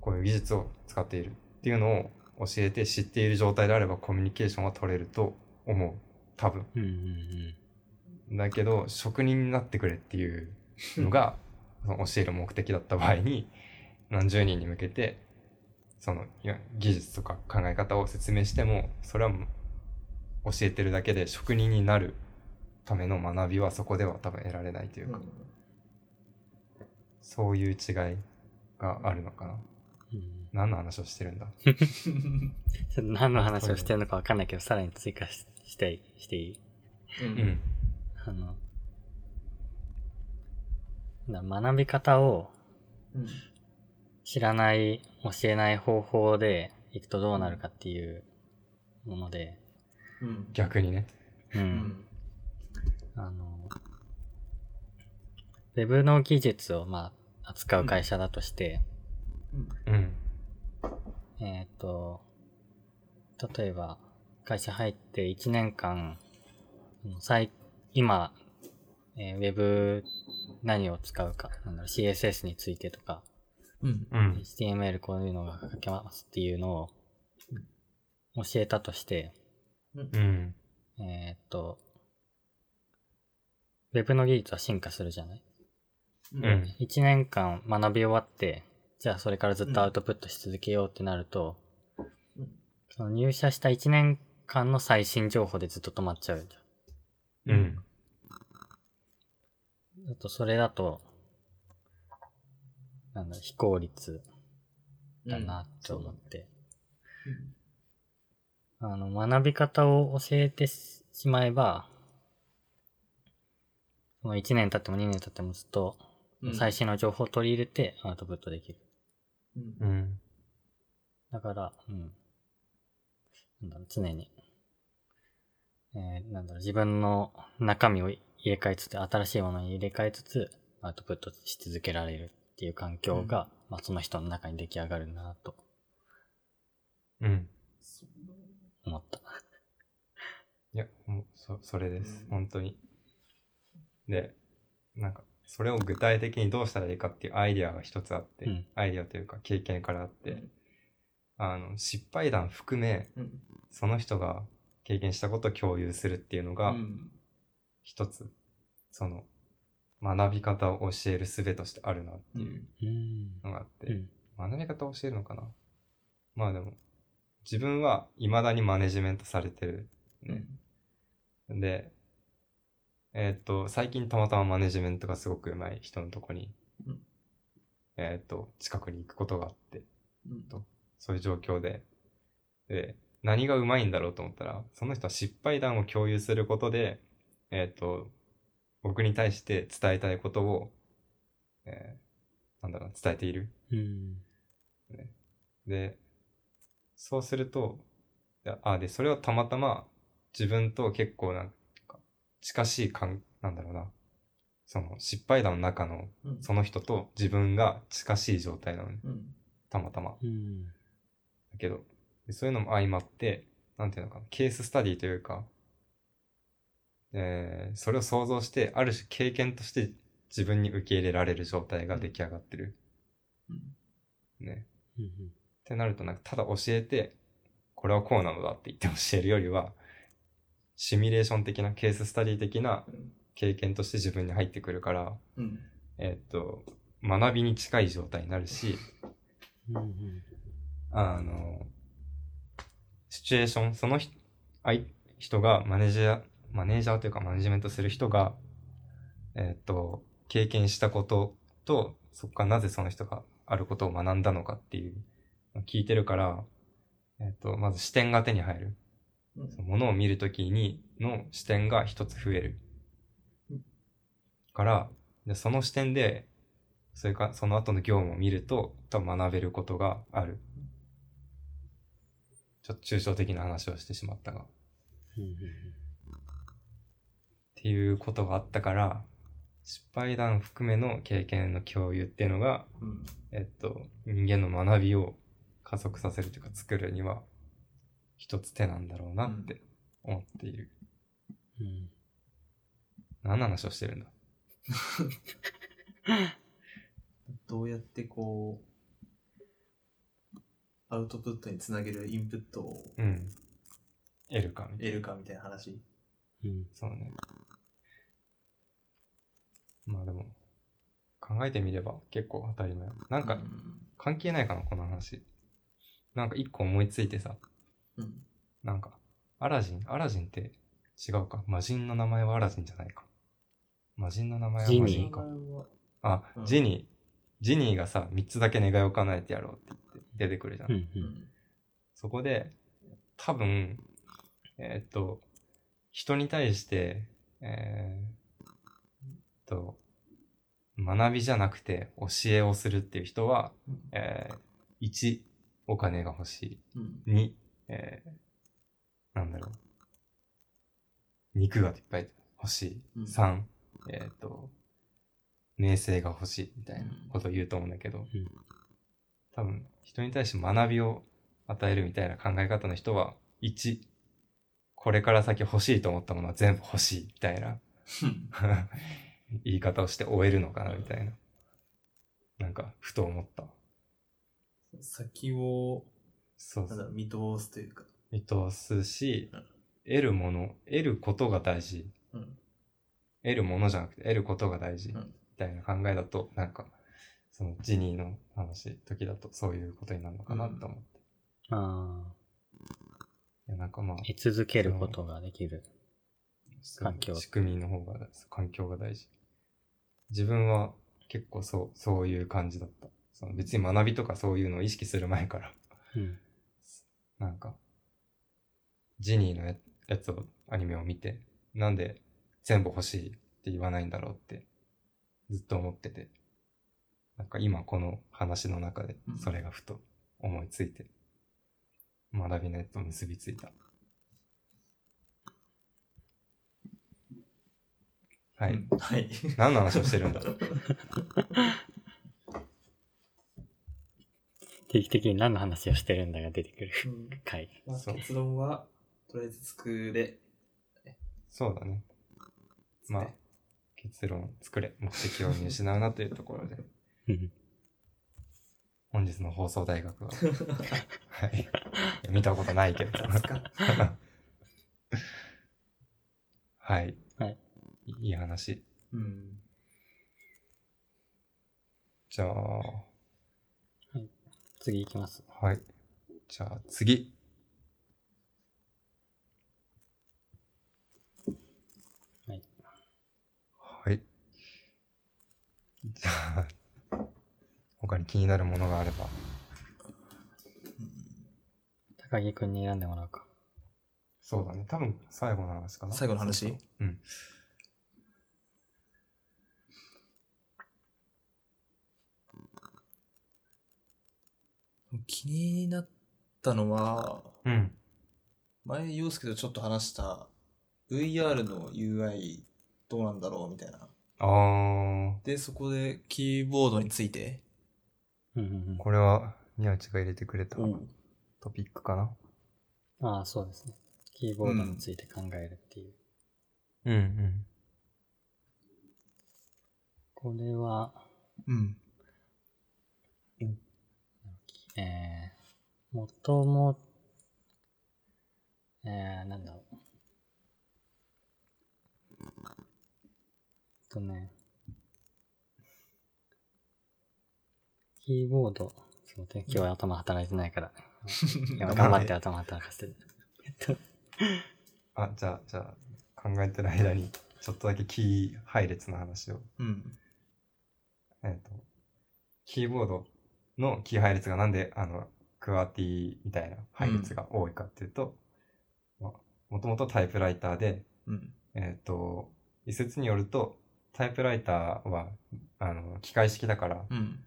Speaker 1: こういう技術を使っているっていうのを教えて知っている状態であればコミュニケーションは取れると思う多分
Speaker 2: うん。うん。
Speaker 1: だけど職人になってくれっていうのがその教える目的だった場合に何十人に向けてそのいや技術とか考え方を説明してもそれはもう教えてるだけで職人になるための学びはそこでは多分得られないというか、そういう違いがあるのかな
Speaker 2: うん。
Speaker 1: 何の話をしてるんだ
Speaker 3: うん。
Speaker 2: ちょっと何の話をしてるのかわかんないけど、さらに追加ししていい、していい
Speaker 1: うん
Speaker 2: あの、な学び方を
Speaker 3: うん。
Speaker 2: 知らない、教えない方法で行くとどうなるかっていうもので、
Speaker 3: うん。
Speaker 1: 逆にね
Speaker 2: う。
Speaker 3: うんん。
Speaker 2: あの、ウェブの技術を、まあ、扱う会社だとして、
Speaker 3: うん。
Speaker 1: うん
Speaker 2: えーっと、例えば、会社入って1年間、うん最今、えーウェブ何を使うか、なんだろう、CSS についてとか、
Speaker 3: うん。
Speaker 1: うん
Speaker 2: HTML こういうのが書けますっていうのを教えたとして、
Speaker 1: うん
Speaker 2: えーっと、ウェブの技術は進化するじゃない
Speaker 1: うん
Speaker 2: ?1 年間学び終わって、じゃあそれからずっとアウトプットし続けようってなると、
Speaker 3: うん
Speaker 2: その入社した1年間の最新情報でずっと止まっちゃうじ
Speaker 1: うん
Speaker 2: ゃん。あとそれだと、なんだろう、非効率だなって思って。あの、学び方を教えてししまえば、その1年経っても2年経ってもずっと
Speaker 3: うん。
Speaker 2: 最新の情報を取り入れてアウトプットできる。
Speaker 3: うん。
Speaker 1: うん
Speaker 2: だから、うん。なんだろう、常に。えーなんだろう、自分の中身を入れ替えつつ、新しいものに入れ替えつつ、アウトプットし続けられるっていう環境が、まあその人の中に出来上がるなと
Speaker 1: うん
Speaker 2: 思った。
Speaker 1: いや、もう、そ、それです
Speaker 3: う。ん
Speaker 1: 本当に。で、なんか、それを具体的にどうしたらいいかっていうアイディアが一つあって、
Speaker 2: うん
Speaker 1: アイディアというか経験からあって、あの、失敗談含め、
Speaker 3: うん。
Speaker 1: その人が経験したことを共有するっていうのが、一つ、その、学び方を教える術としてあるなっていう
Speaker 2: うん。
Speaker 1: のがあって、
Speaker 2: うん。
Speaker 1: 学び方を教えるのかなまあでも、自分は未だにマネジメントされてる。ね。で、えーっと、最近たまたまマネジメントがすごく上手い人のとこに、
Speaker 3: うん
Speaker 1: えーっと、近くに行くことがあって、そういう状況で、で、何が上手いんだろうと思ったら、その人は失敗談を共有することで、えーっと、僕に対して伝えたいことを、えーなんだろうな、伝えている。
Speaker 2: うん。
Speaker 1: で、そうすると、いやあ、で、それをたまたま自分と結構なんか近しい感、なんだろうな。その失敗談の中の、
Speaker 3: うん。
Speaker 1: その人と自分が近しい状態なのね。
Speaker 3: うん。
Speaker 1: たまたま。
Speaker 2: うん。
Speaker 1: だけど、でそういうのも相まって、なんていうのかな、ケーススタディというか、えーそれを想像して、ある種経験として自分に受け入れられる状態が出来上がってる。
Speaker 3: うん
Speaker 1: ね。
Speaker 2: うんうん
Speaker 1: ってなると、なんか、ただ教えて、これはこうなのだって言って教えるよりは、シミュレーション的な、ケーススタディ的な経験として自分に入ってくるから、
Speaker 3: うん。
Speaker 1: えっと、学びに近い状態になるし、
Speaker 2: うんうん
Speaker 1: あの、シチュエーション、その人、あい人がマネージャー、マネージャーというかマネジメントする人が、えっ、と、経験したことと、そこからなぜその人があることを学んだのかっていうのを聞いてるから、えっ、と、まず視点が手に入る。
Speaker 3: うん
Speaker 1: そのものを見るときにの視点が一つ増える
Speaker 3: うん。
Speaker 1: から、でその視点で、それか、その後の業務を見ると、多分学べることがある。ちょっと抽象的な話をしてしまったが。っ
Speaker 2: うんうん
Speaker 1: ていうことがあったから、失敗談含めの経験の共有っていうのが、
Speaker 3: うん。
Speaker 1: えっと、人間の学びを加速させるというか作るには、一つ手なんだろうなって思っている。
Speaker 2: うん
Speaker 1: 何の話をしてるんだ
Speaker 3: どうやってこう、アウトプットにつなげるインプットを
Speaker 1: うん。得るかみたい
Speaker 3: 得
Speaker 1: な。
Speaker 3: るかみたいな話。
Speaker 2: うん
Speaker 1: そうね。まあでも、考えてみれば結構当たり前。なん
Speaker 3: う
Speaker 1: か
Speaker 3: ん
Speaker 1: 関係ないかな、この話。なんか一個思いついてさ、
Speaker 3: うん。
Speaker 1: なんか、アラジン、アラジンって違うか。魔人の名前はアラジンじゃないか。魔人の名前は
Speaker 2: ジニー
Speaker 1: 魔
Speaker 2: い
Speaker 1: 人
Speaker 2: い
Speaker 1: か。
Speaker 3: う
Speaker 1: あ、
Speaker 3: うん
Speaker 1: ジニー。ジニーがさ、3つだけ願いを叶えてやろうって言って出てくるじゃん
Speaker 2: う。んうん
Speaker 3: ん。
Speaker 1: そこで、多分、えーっと、人に対して、えーっと、学びじゃなくて教えをするっていう人は、えー、1、お金が欲し
Speaker 3: うん。
Speaker 1: い。2、えー、なんだろう。肉がいっぱい欲し
Speaker 3: うん
Speaker 1: い。3、えーっと、名声が欲しいみたいなことを言うと思うんだけど、
Speaker 2: うん
Speaker 1: 多分人に対して学びを与えるみたいな考え方の人は1これから先欲しいと思ったものは全部欲しいみたいな 言い方をして終えるのかなみたいななんかふと思った
Speaker 3: 先を、
Speaker 1: そう
Speaker 3: な
Speaker 1: そ
Speaker 3: んだろう
Speaker 1: う
Speaker 3: 見通すというか。
Speaker 1: 見通すし
Speaker 3: うん
Speaker 1: 得るもの得ることが大事
Speaker 3: うん。
Speaker 1: 得るものじゃなくて得ることが大事
Speaker 3: う
Speaker 1: み
Speaker 3: ん
Speaker 1: たいな考えだと、なんかそのジニーの話時だとそういうことになるのかなと思って、
Speaker 2: ああ、
Speaker 1: いやなんかまあ
Speaker 2: 居続けることができる。
Speaker 1: そう
Speaker 2: 環境
Speaker 1: 仕組みの方が、環境が大事。自分は結構そう、そういう感じだった。その別に学びとかそういうのを意識する前から、
Speaker 2: うん。
Speaker 1: なんか、ジニーのややつを、アニメを見て、なんで全部欲しいって言わないんだろうって、ずっと思ってて。なんか今この話の中で
Speaker 3: うん、
Speaker 1: それがふと思いついて、学びのやつと結びついた。は
Speaker 3: う
Speaker 1: い
Speaker 3: ん。。はい。
Speaker 1: 何の話をしてるんだ
Speaker 2: 定期的に何の話をしてるんだが出てくる
Speaker 3: うん
Speaker 2: 回。
Speaker 3: まあ
Speaker 1: そう
Speaker 3: 結論は、とりあえず作 れ。
Speaker 1: そうだね。まあ、結論作れ。目的を見失うなというところで、
Speaker 2: うん
Speaker 1: 本日の放送大学は、はい。見たことないけど。
Speaker 3: 雑か。
Speaker 1: はい。
Speaker 2: はい。
Speaker 1: いい話。
Speaker 3: うん。
Speaker 1: じゃあ、は
Speaker 2: 次行きます。
Speaker 1: い。じゃあ次。
Speaker 2: はい。
Speaker 1: はい。じゃあ、他に気になるものがあれば。
Speaker 2: 高木くんに選んでもらうか。
Speaker 1: そうだね。多分、最後の話かな。
Speaker 3: 最後の話
Speaker 1: そうそううん。
Speaker 3: 気になったのは、
Speaker 1: うん。
Speaker 3: 前、洋介とちょっと話した、VR の UI どうなんだろうみたいな。
Speaker 1: あ
Speaker 3: で、そこでキーボードについて、
Speaker 2: うんうんう
Speaker 1: ー、
Speaker 2: ん。
Speaker 1: これは、宮内が入れてくれた
Speaker 3: うん
Speaker 1: トピックかな。
Speaker 2: ああ、そうですね。キーボードについて考えるっていう。
Speaker 1: うんうん。
Speaker 2: これは、
Speaker 3: うん。
Speaker 2: えー、もとも、えー、なんだろう。えっとね、キーボード、そうね、今日は頭働いてないから、今頑張って頭働かせてる。えっと、
Speaker 1: あ、じゃあ、じゃあ、考えてる間に、ちょっとだけキー配列の話を。
Speaker 3: うん。
Speaker 1: えっ、と、キーボードのキー配列がなんで、あの、クワーティみたいな配列が多いかっていうと、もともとタイプライターで、
Speaker 3: うん。
Speaker 1: えっ、と、一説によると、タイプライターは、あの、機械式だから、
Speaker 3: うん。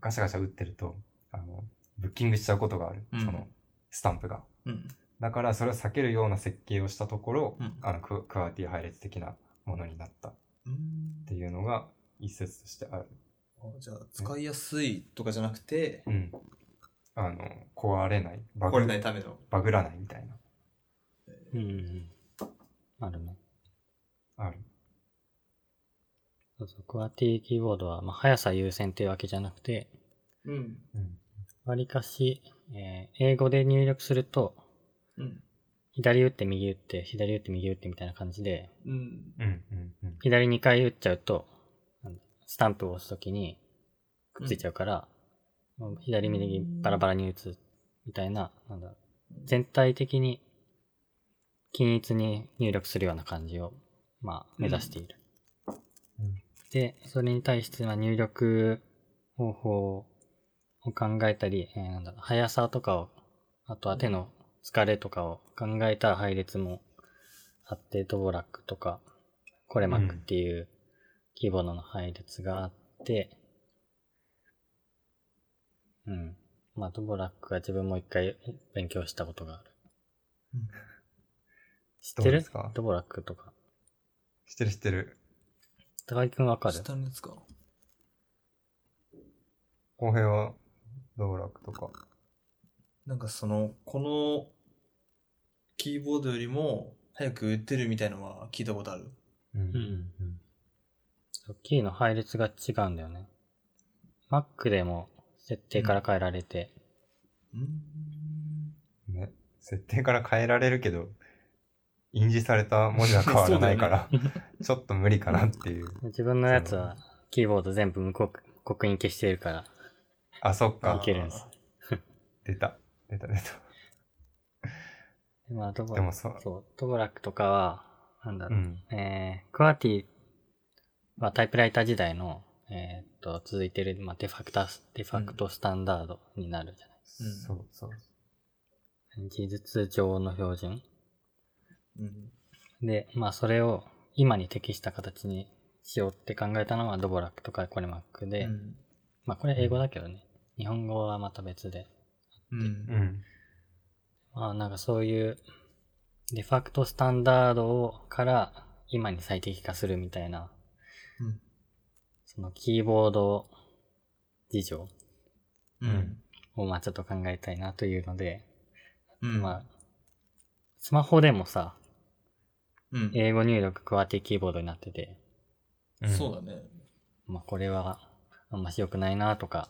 Speaker 1: ガシャガシャ打ってると、あの、ブッキングしちゃうことがある。
Speaker 3: うん
Speaker 1: その、スタンプが。
Speaker 3: うん。
Speaker 1: だから、それを避けるような設計をしたところ、
Speaker 3: うん
Speaker 1: あのク、クワーティ配列的なものになったっ
Speaker 3: うん
Speaker 1: ていうのが、一説としてある。
Speaker 3: あじゃあ、使いやすいとかじゃなくて、
Speaker 1: うん。あの、壊れない。バ
Speaker 3: こ
Speaker 1: グ
Speaker 3: れないための。
Speaker 1: バグらないみたいな。
Speaker 2: うんうんうん。あるね。
Speaker 1: ある。
Speaker 2: そうそう、クワティキーボードは、まあ、速さ優先というわけじゃなくて、
Speaker 3: うん。
Speaker 1: うん。
Speaker 2: わりかし、えー英語で入力すると、
Speaker 3: うん。
Speaker 2: 左打って右打って、左打って右打ってみたいな感じで、
Speaker 3: うん。
Speaker 1: うんうんうん。
Speaker 2: 左2回打っちゃうと、なんだスタンプを押すときにくっついちゃうから、もう左右バラバラに打つみたいな、なんだろう全体的に均一に入力するような感じを、まあ、目指している。
Speaker 1: うん
Speaker 2: で、それに対して、まあ、入力方法を考えたり、えーなんだろう速さとかを、あとは手の疲れとかを考えた配列もあって、ドボラックとか、コレマックっていうキーボードの配列があって、うん。まあ、ドボラックは自分も一回勉強したことがある。知って
Speaker 1: どうで
Speaker 2: る
Speaker 1: すか
Speaker 2: ドボラックとか。
Speaker 1: 知ってる知ってる。
Speaker 2: 高木くんわかる
Speaker 3: 下のやつか。
Speaker 1: 後編は、道楽とか。
Speaker 3: なんかその、このキーボードよりも早く打てるみたいのは聞いたことある。
Speaker 1: うんうん
Speaker 2: そうキーの配列が違うんだよね。Mac でも設定から変えられて、
Speaker 3: うん。
Speaker 1: ん。ね。設定から変えられるけど、印字された文字は変わらないから、 ちょっと無理かなっていう。
Speaker 2: 自分のやつはキーボード全部無刻刻印消してるから、
Speaker 1: あ、そっ
Speaker 2: い
Speaker 1: か
Speaker 2: け。るんです。
Speaker 1: 出た。出た出た。
Speaker 2: まあ、ドボ
Speaker 1: で
Speaker 2: ラッ
Speaker 1: も
Speaker 2: ク、
Speaker 1: さ、
Speaker 2: そう、ドボラックとかは、なんだ
Speaker 1: う
Speaker 2: ろう、
Speaker 1: ん。
Speaker 2: えー、クワーティはタイプライター時代の、えーっと、続いてる、まあ、デファクタ、デファクトスタンダードになるじゃない。
Speaker 1: そうそう。
Speaker 2: 事実上の標準。
Speaker 3: うん。
Speaker 2: で、まあ、それを今に適した形にしようって考えたのはドボラックとかコレマックで、
Speaker 3: うん。
Speaker 2: まあ、これ英語だけどね、日本語はまた別で、
Speaker 3: う。
Speaker 1: うんん。
Speaker 2: まあ、なんかそういう、デファクトスタンダードをから今に最適化するみたいな、
Speaker 3: うん
Speaker 2: そのキーボード事情
Speaker 3: う
Speaker 1: うん
Speaker 3: ん。
Speaker 2: をまあちょっと考えたいなというので、
Speaker 3: うん。
Speaker 2: まあ、スマホでもさ、
Speaker 3: うん。
Speaker 2: 英語入力クワティキーボードになってて、
Speaker 1: うん
Speaker 3: そうだね。
Speaker 2: まあこれはあんまし良くないなとか、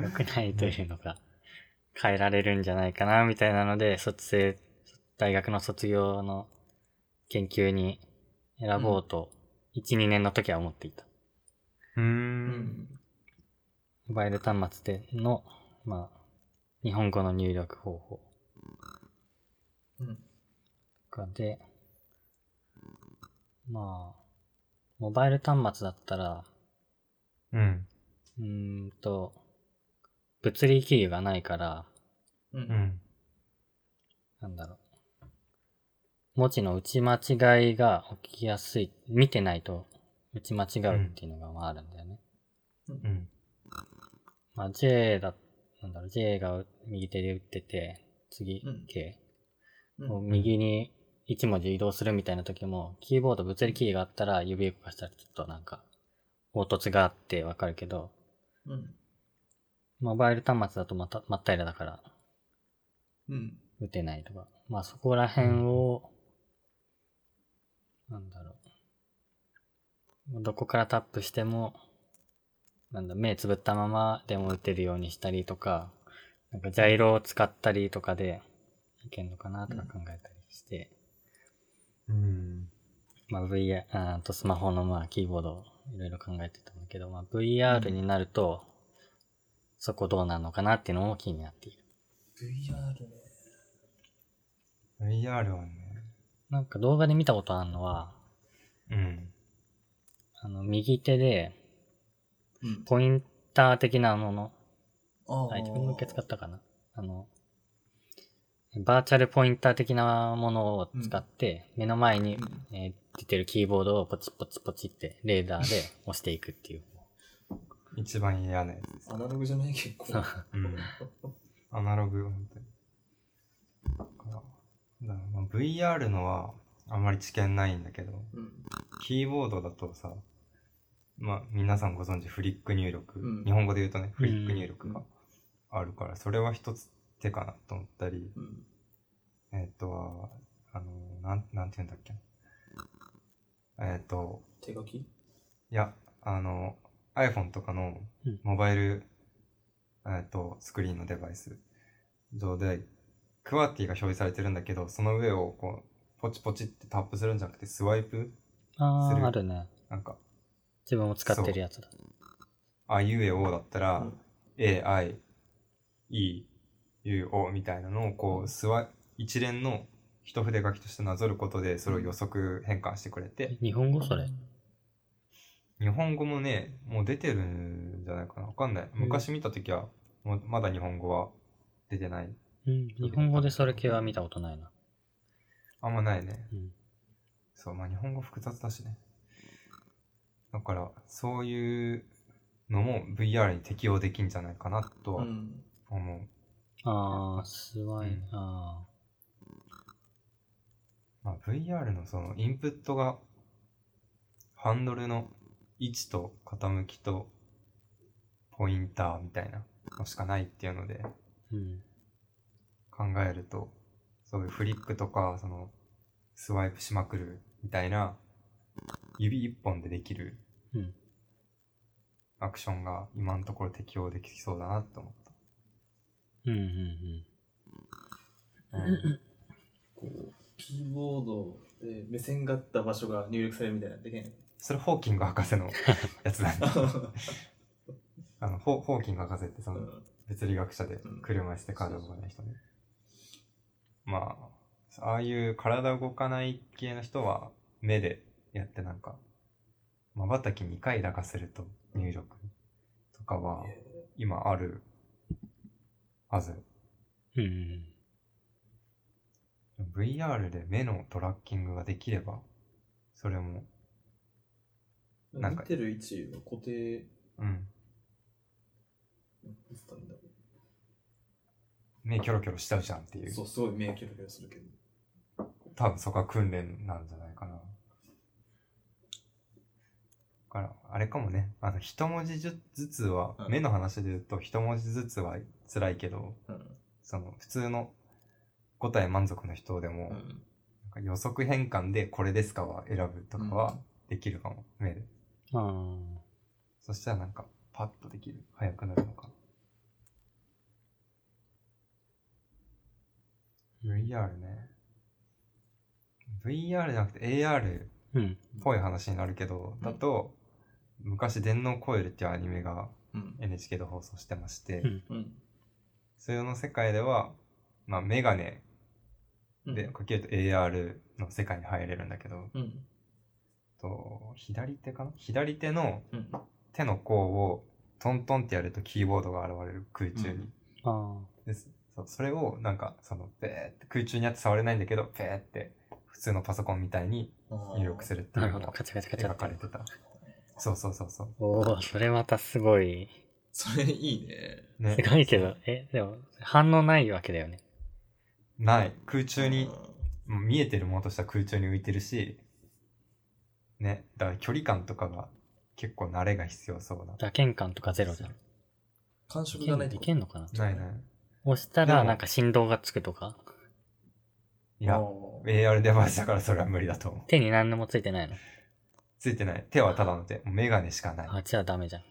Speaker 2: 良くないというのが変えられるんじゃないかなみたいなので、卒生、大学の卒業の研究に選ぼうと、1、2年の時は思っていた。
Speaker 1: うー。
Speaker 3: うんん。
Speaker 2: モバイル端末での、まあ、日本語の入力方法
Speaker 3: うん。
Speaker 2: がで、まあ、モバイル端末だったら、
Speaker 1: うん。
Speaker 2: うーんと、物理キーがないから、
Speaker 3: う。
Speaker 1: うんん。
Speaker 2: なんだろう。文字の打ち間違いが起きやすい。見てないと打ち間違うっていうのがまああるんだよね。
Speaker 1: うん。
Speaker 2: まあ J だ、なんだろう、J が右手で打ってて、次
Speaker 3: うん
Speaker 2: K。
Speaker 3: う。
Speaker 2: こうん右に一文字移動するみたいな時も、キーボード物理キーがあったら指動かしたらちょっとなんか、凹凸があってわかるけど、
Speaker 3: うん。
Speaker 2: モバイル端末だとまた、まったいらだから、
Speaker 3: うん。
Speaker 2: 打てないとか。まあそこら辺を、なんだろう。どこからタップしても、なんだ、目つぶったままでも打てるようにしたりとか、なんかジャイロを使ったりとかでいけんのかなとか考えたりして、
Speaker 1: うん。
Speaker 2: まあ VR、あーとスマホのまあキーボードをいろいろ考えてたんだけど、まあ VR になると、そこどうなのかなっていうのも気になっている。
Speaker 3: VR ね。
Speaker 1: VR はね。
Speaker 2: なんか動画で見たことあるのは、
Speaker 1: うん。
Speaker 2: あの、右手で、
Speaker 3: うん。
Speaker 2: ポインター的なもの、
Speaker 3: あ
Speaker 2: あ、自分のけ使ったかな。あの、バーチャルポインター的なものを使って、目の前に、えー出てるキーボードをポチポチポチってレーダーで 押していく っていう。
Speaker 1: 一番嫌なやつです。
Speaker 3: アナログじゃない結構。
Speaker 1: うん。アナログよ、本当に。だからだからまあ VR のはあまり知見ないんだけど、
Speaker 3: うん。
Speaker 1: キーボードだとさ、まあ皆さんご存知フリック入力、
Speaker 3: うん
Speaker 1: 日本語で言うとね、フリック入力があるから、それは一つ手かなと思ったり、
Speaker 3: うん。
Speaker 1: えっ、とは、あの、なん、なんて言うんだっけえっ、と、
Speaker 3: 手書き
Speaker 1: いや、あの、iPhone とかの
Speaker 2: うん
Speaker 1: モバイル、えっと、スクリーンのデバイス上で、クワッティが表示されてるんだけど、その上をこう、ポチポチってタップするんじゃなくて、スワイプ
Speaker 2: あ
Speaker 1: す
Speaker 2: あ、
Speaker 1: る
Speaker 2: あるね。
Speaker 1: なんか、
Speaker 2: 自分も使ってるやつだ。
Speaker 1: あいうえおだったら、
Speaker 3: うん
Speaker 1: A, I, E, U, O みたいなのをこう、スワ一連の一筆書きとしてなぞることで、それを予測変換してくれて
Speaker 2: え、日本語それ。
Speaker 1: 日本語もね、もう出てるんじゃないかな。わかんない。昔見たときは、もうまだ日本語は出てない。
Speaker 2: うん、日本語でそれ系は見たことないな。
Speaker 1: あんまないね。
Speaker 2: うん。
Speaker 1: そう、まあ日本語複雑だしね。だから、そういうのも VR に適用できんじゃないかなと
Speaker 3: う
Speaker 1: は
Speaker 3: ん。
Speaker 1: 思う。
Speaker 2: ああ、すごい。
Speaker 1: うん
Speaker 2: あ
Speaker 1: まあ、VR のそのインプットが、ハンドルの位置と傾きとポインターみたいなのしかないっていうので、
Speaker 2: あ、うん。
Speaker 1: 考えるとそういうフリックとかそのスワイプしまくるみたいな指一本でできる
Speaker 2: うん
Speaker 1: アクションが今のところ適用できそうだなと思った。
Speaker 2: うん、うん、うん。
Speaker 3: こう、キーボードで目線があった場所が入力されるみたいなの できない
Speaker 1: それホーキング博士のやつだね。
Speaker 3: の
Speaker 1: あのホホーキング博士ってその物理学者で
Speaker 3: うん
Speaker 1: 車椅子でカードを動かない人ね。まあ、ああいう体動かない系の人は目でやってなんか、瞬き2回だかすると入力とかは今あるはず。
Speaker 2: うんうん。
Speaker 1: VR で目のトラッキングができれば、それも、
Speaker 3: うん
Speaker 1: なん
Speaker 3: 見
Speaker 1: か
Speaker 3: てる位置は固定
Speaker 1: うん、
Speaker 3: いつだったんだろ。
Speaker 1: 目キョロキョロしちゃうじゃんっていうう
Speaker 3: そ、う、すごい目キョロキョロするけど。
Speaker 1: 多分そこは訓練なんじゃないかな。だから、あれかもね、あの、一文字ずずつは、
Speaker 3: うん
Speaker 1: 目の話で言うと一文字ずつは辛いけど、
Speaker 3: うん。
Speaker 1: その、普通の答え満足の人でも、
Speaker 3: うん。
Speaker 1: なんか予測変換でこれですかは選ぶとかはできるかも、目で。
Speaker 2: ああ。
Speaker 1: そしたらなんか、パッとできる。早くなるのかな。VR ね。VR じゃなくて AR っ
Speaker 2: うん。
Speaker 1: ぽい話になるけど、だと、昔、電脳コイルっていうアニメが
Speaker 3: うん。
Speaker 1: NHK で放送してまして、
Speaker 2: うん
Speaker 3: うん。
Speaker 1: それの世界では、まあ、メガネ
Speaker 3: うん
Speaker 1: で、かけると AR の世界に入れるんだけど、
Speaker 3: うん。
Speaker 1: と左手かな左手の
Speaker 3: うん。
Speaker 1: 手の甲をトントンってやるとキーボードが現れる空中
Speaker 3: う
Speaker 1: に
Speaker 3: ん。
Speaker 2: あ
Speaker 1: ですそうそれをなんかそのペーって空中にあって触れないんだけどペーって普通のパソコンみたいに入力するって
Speaker 2: あ、
Speaker 1: いう
Speaker 2: なる
Speaker 1: の
Speaker 2: ほど。
Speaker 1: が
Speaker 2: カチャカチャカチャ
Speaker 1: 描
Speaker 2: って
Speaker 1: かれてたそうそうそうそう
Speaker 2: おお、それまたすごい。
Speaker 3: それいいね。
Speaker 1: ね
Speaker 2: すごいけど、え、でも、反応ないわけだよね。
Speaker 1: ない空中に
Speaker 3: うん
Speaker 1: もう見えてるものとしては空中に浮いてるしねだから距離感とかが結構慣れが必要そうな
Speaker 2: 打鍵感とかゼロじゃん。
Speaker 3: 感触
Speaker 2: い
Speaker 3: が
Speaker 2: け
Speaker 3: なんい
Speaker 2: でけんのかな
Speaker 1: ないない
Speaker 2: 押したら、
Speaker 1: でも
Speaker 2: なんか振動がつくとか
Speaker 1: いい
Speaker 3: い
Speaker 1: や、AR デバイスだからそれは無理だと思う。
Speaker 2: 手に何でもついてないの
Speaker 1: ついてない。手はただの手。もうメガネしかない。
Speaker 2: あ、じゃあダメじゃん。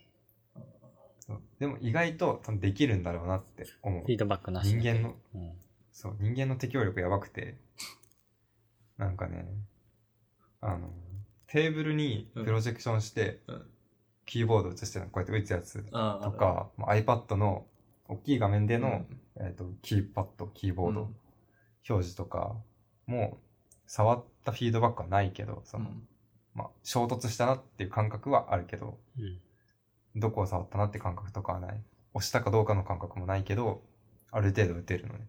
Speaker 1: そうでも意外と多分できるんだろうなって思う
Speaker 2: フィ。ードバックなし。
Speaker 1: 人間の。
Speaker 2: うん。
Speaker 1: そう、人間の適応力やばくて、なんかね、あの、テーブルにプロジェクションして、
Speaker 4: うん
Speaker 1: キーボード映してるのこうやって打つやつ
Speaker 4: あ
Speaker 1: とか、まあ iPad の大きい画面での、えっとキーパッド、キーボード、
Speaker 4: うん
Speaker 1: 表示とかも触ったフィードバックはないけど、そのまあ、衝突したなっていう感覚はあるけど、
Speaker 2: うん。
Speaker 1: どこを触ったなって感覚とかはない。押したかどうかの感覚もないけど、ある程度打てるのね。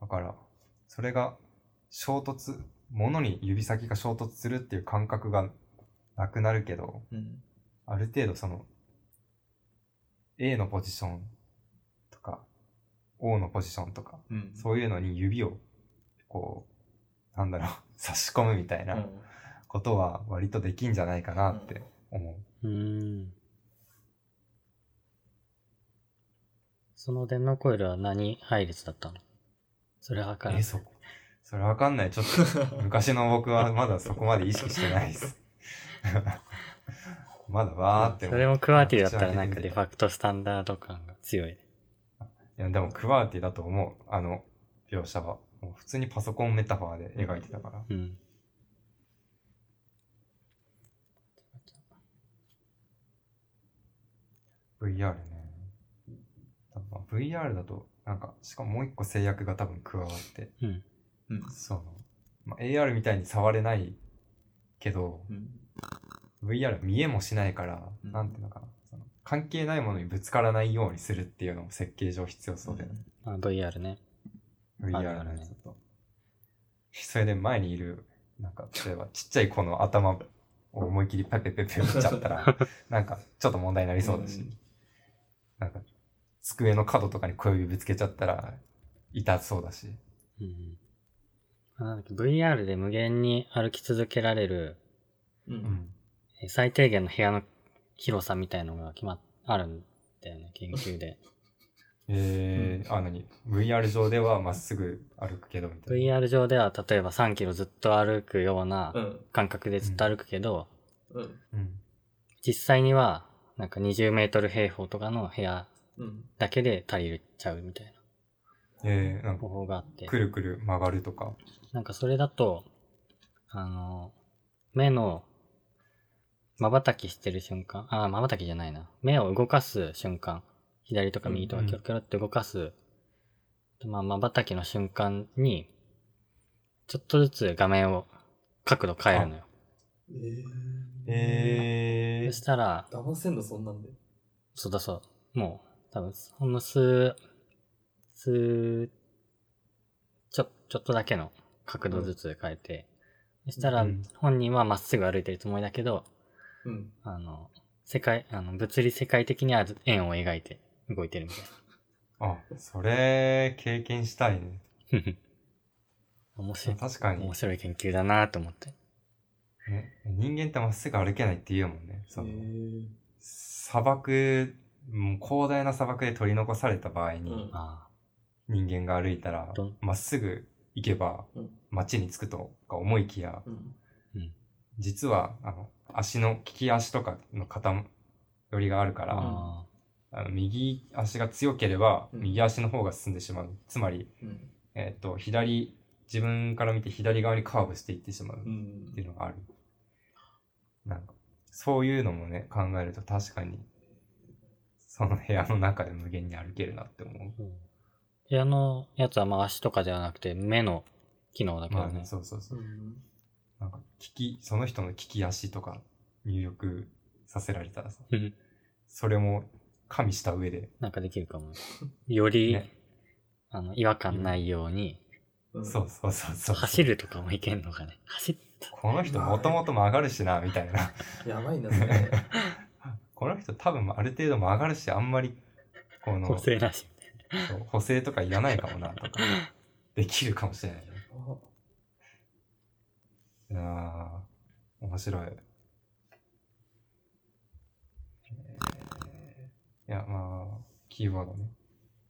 Speaker 1: だから、それが衝突、物に指先が衝突するっていう感覚がなくなるけど、
Speaker 4: うん
Speaker 1: ある程度その、A のポジションとか、O のポジションとか、
Speaker 4: うん
Speaker 1: そういうのに指を、こう、なんだろう、差し込むみたいなことは割とできんじゃないかなって思う。
Speaker 2: うーん。その電脳コイルは何配列だったのそれはから
Speaker 1: え、そこ。それわかんない。ちょっと、 昔の僕はまだそこまで意識してないです。 まだわーって。
Speaker 2: それもクワーティだったらなんかデファクトスタンダード感が強い。
Speaker 1: いや、でもクワーティだと思う。あの、描写は。もう普通にパソコンメタファーで描いてたから。
Speaker 2: うん。
Speaker 1: VR ね。多分まあ VR だと、なんか、しかももう一個制約が多分加わって、
Speaker 2: うん。
Speaker 4: うん
Speaker 1: その、まあ、AR みたいに触れないけど、
Speaker 4: うん
Speaker 1: VR は見えもしないから、
Speaker 4: うん
Speaker 1: なんていうのかなその関係ないものにぶつからないようにするっていうのも設計上必要そうで、
Speaker 2: まあ VR ね。あるあ
Speaker 1: VR
Speaker 2: る
Speaker 1: の
Speaker 2: ね
Speaker 1: やつだと、それで前にいるなんか例えばちっちゃい子の頭を思い切りペペペペ打っちゃった らなんかちょっと問題になりそうだし、
Speaker 4: うん
Speaker 1: なんか机の角とかに小指ぶつけちゃったら痛そうだし
Speaker 2: うん。あなんだっけ VR で無限に歩き続けられる
Speaker 3: う。
Speaker 1: うんん
Speaker 2: え最低限の部屋の広さみたいのが決まっ、あるんだよね、研究で。
Speaker 1: えーあ何 VR 上ではまっすぐ歩くけどみたいな
Speaker 2: VR 上では例えば3キロずっと歩くような
Speaker 3: うん。
Speaker 2: 感覚でずっと歩くけど、
Speaker 3: うん。
Speaker 1: うん
Speaker 2: 実際にはなんか20メートル平方とかの部屋
Speaker 3: うん。
Speaker 2: だけで足りちゃうみたい
Speaker 1: えー、なんか
Speaker 2: な方法があって、
Speaker 1: くるくる曲がるとか
Speaker 2: なんかそれだと、あの、目の瞬きしてる瞬間、あ、瞬きじゃないな。目を動かす瞬間、左とか右とか
Speaker 1: うんうん
Speaker 2: キョロキョロって動かす、まあ瞬きの瞬間に、ちょっとずつ画面を角度変えるのよ。
Speaker 3: え
Speaker 1: え
Speaker 2: そしたら、
Speaker 3: ー。騙せんの、そんなんで。
Speaker 2: そうだそう。もう、多分、ほんの数、数、ちょ、ちょっとだけの角度ずつ変えて、そしたら
Speaker 1: うん、
Speaker 2: 本人はまっすぐ歩いてるつもりだけど、
Speaker 3: うん。
Speaker 2: あの、世界、あの、物理世界的には円を描いて動いてるみたい
Speaker 1: あ、それ、経験したいね。
Speaker 2: な。 面白い、
Speaker 1: 確かに
Speaker 2: 面、白い研究だなと思って。
Speaker 1: ね。人間ってまっすぐ歩けないって言うもんね。その
Speaker 3: えー
Speaker 1: 砂漠、もう広大な砂漠で取り残された場合
Speaker 3: う
Speaker 1: に
Speaker 3: ん、
Speaker 2: あ
Speaker 1: 人間が歩いたら
Speaker 2: どん、
Speaker 1: まっすぐ行けば
Speaker 3: うん、
Speaker 1: 街に着くとか思いきや、
Speaker 3: うん。
Speaker 1: 実は、あの、足の、利き足とかの傾りがあるか
Speaker 2: あ、
Speaker 1: ら、
Speaker 2: あ
Speaker 1: あの右足が強ければ、
Speaker 3: うん
Speaker 1: 右足の方が進んでしまう。つまり、
Speaker 3: うん。
Speaker 1: えっ、と、左、自分から見て左側にカーブしていってしまう。
Speaker 3: うん
Speaker 1: っていうのがある。なんか、そういうのもね、考えると確かに、その部屋の中で無限に歩けるなって思う。
Speaker 2: ー、うん部屋のやつはまあ足とかではなくて目の機能だか
Speaker 1: ま
Speaker 2: ら
Speaker 1: あね、
Speaker 2: ね。
Speaker 1: そうそうそうう。
Speaker 3: ん。
Speaker 1: なんか、聞き、その人の利き足とか入力させられたらさ、
Speaker 2: うん
Speaker 1: それも加味した上で、
Speaker 2: なんかできるかもね。より、
Speaker 1: ね
Speaker 2: あの、違和感ないように、
Speaker 3: うん
Speaker 1: そうそうそうそう。
Speaker 2: 走るとかもいけんのかね。走っ
Speaker 1: この人もともと曲がるしな、みたいな。
Speaker 3: やばいな、それ。
Speaker 1: この人多分ある程度曲がるし、あんまり、この、
Speaker 2: 補正なし。
Speaker 1: そう補正とかいらないかもな、とか、できるかもしれないね。いやー、面白い。えーいや、まあ、キーボードね。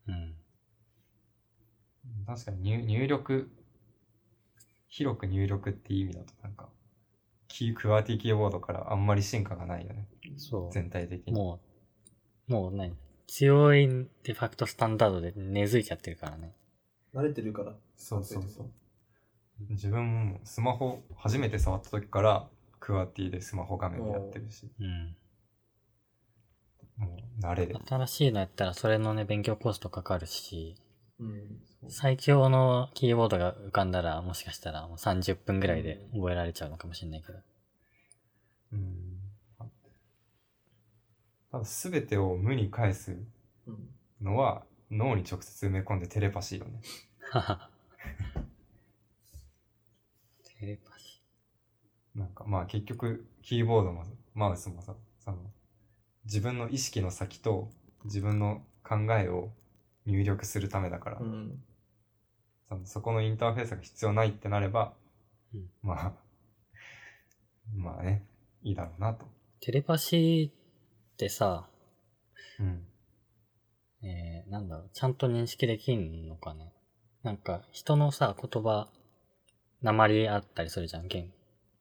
Speaker 2: うん。
Speaker 1: 確かに入入力、広く入力っていう意味だと、なんか、キー、クワーティキーボードからあんまり進化がないよね。
Speaker 2: そ
Speaker 1: 全体的
Speaker 2: う。
Speaker 1: に。
Speaker 2: もう、もう何強いデファクトスタンダードで根付いちゃってるからね。
Speaker 3: 慣れてるから。
Speaker 1: そうそうそう。自分もスマホ、初めて触った時から、クワーティでスマホ画面やってるし、
Speaker 2: うん。
Speaker 1: もう慣れで。
Speaker 2: 新しいのやったらそれのね、勉強コストかかるし、
Speaker 3: うん。
Speaker 2: 最強のキーボードが浮かんだら、もしかしたらもう30分ぐらいで覚えられちゃうのかもしれないけど。
Speaker 1: うん。ただ全てを無に返す
Speaker 3: うん。
Speaker 1: のは脳に直接埋め込んでテレパシーよね。
Speaker 2: はは。テレパシ
Speaker 1: なんかまあ結局キーボードもマウスもさ、その自分の意識の先と自分の考えを入力するためだから、
Speaker 3: うん。
Speaker 1: そのそこのインターフェースが必要ないってなれば、
Speaker 2: うん
Speaker 1: まあ、 まあね、いいだろうなと。
Speaker 2: ー。テレパシーってさ、
Speaker 1: うん。
Speaker 2: えー、なんだろう、ちゃんと認識できんのかね。なんか、人のさ、言葉、鉛あったりするじゃん、言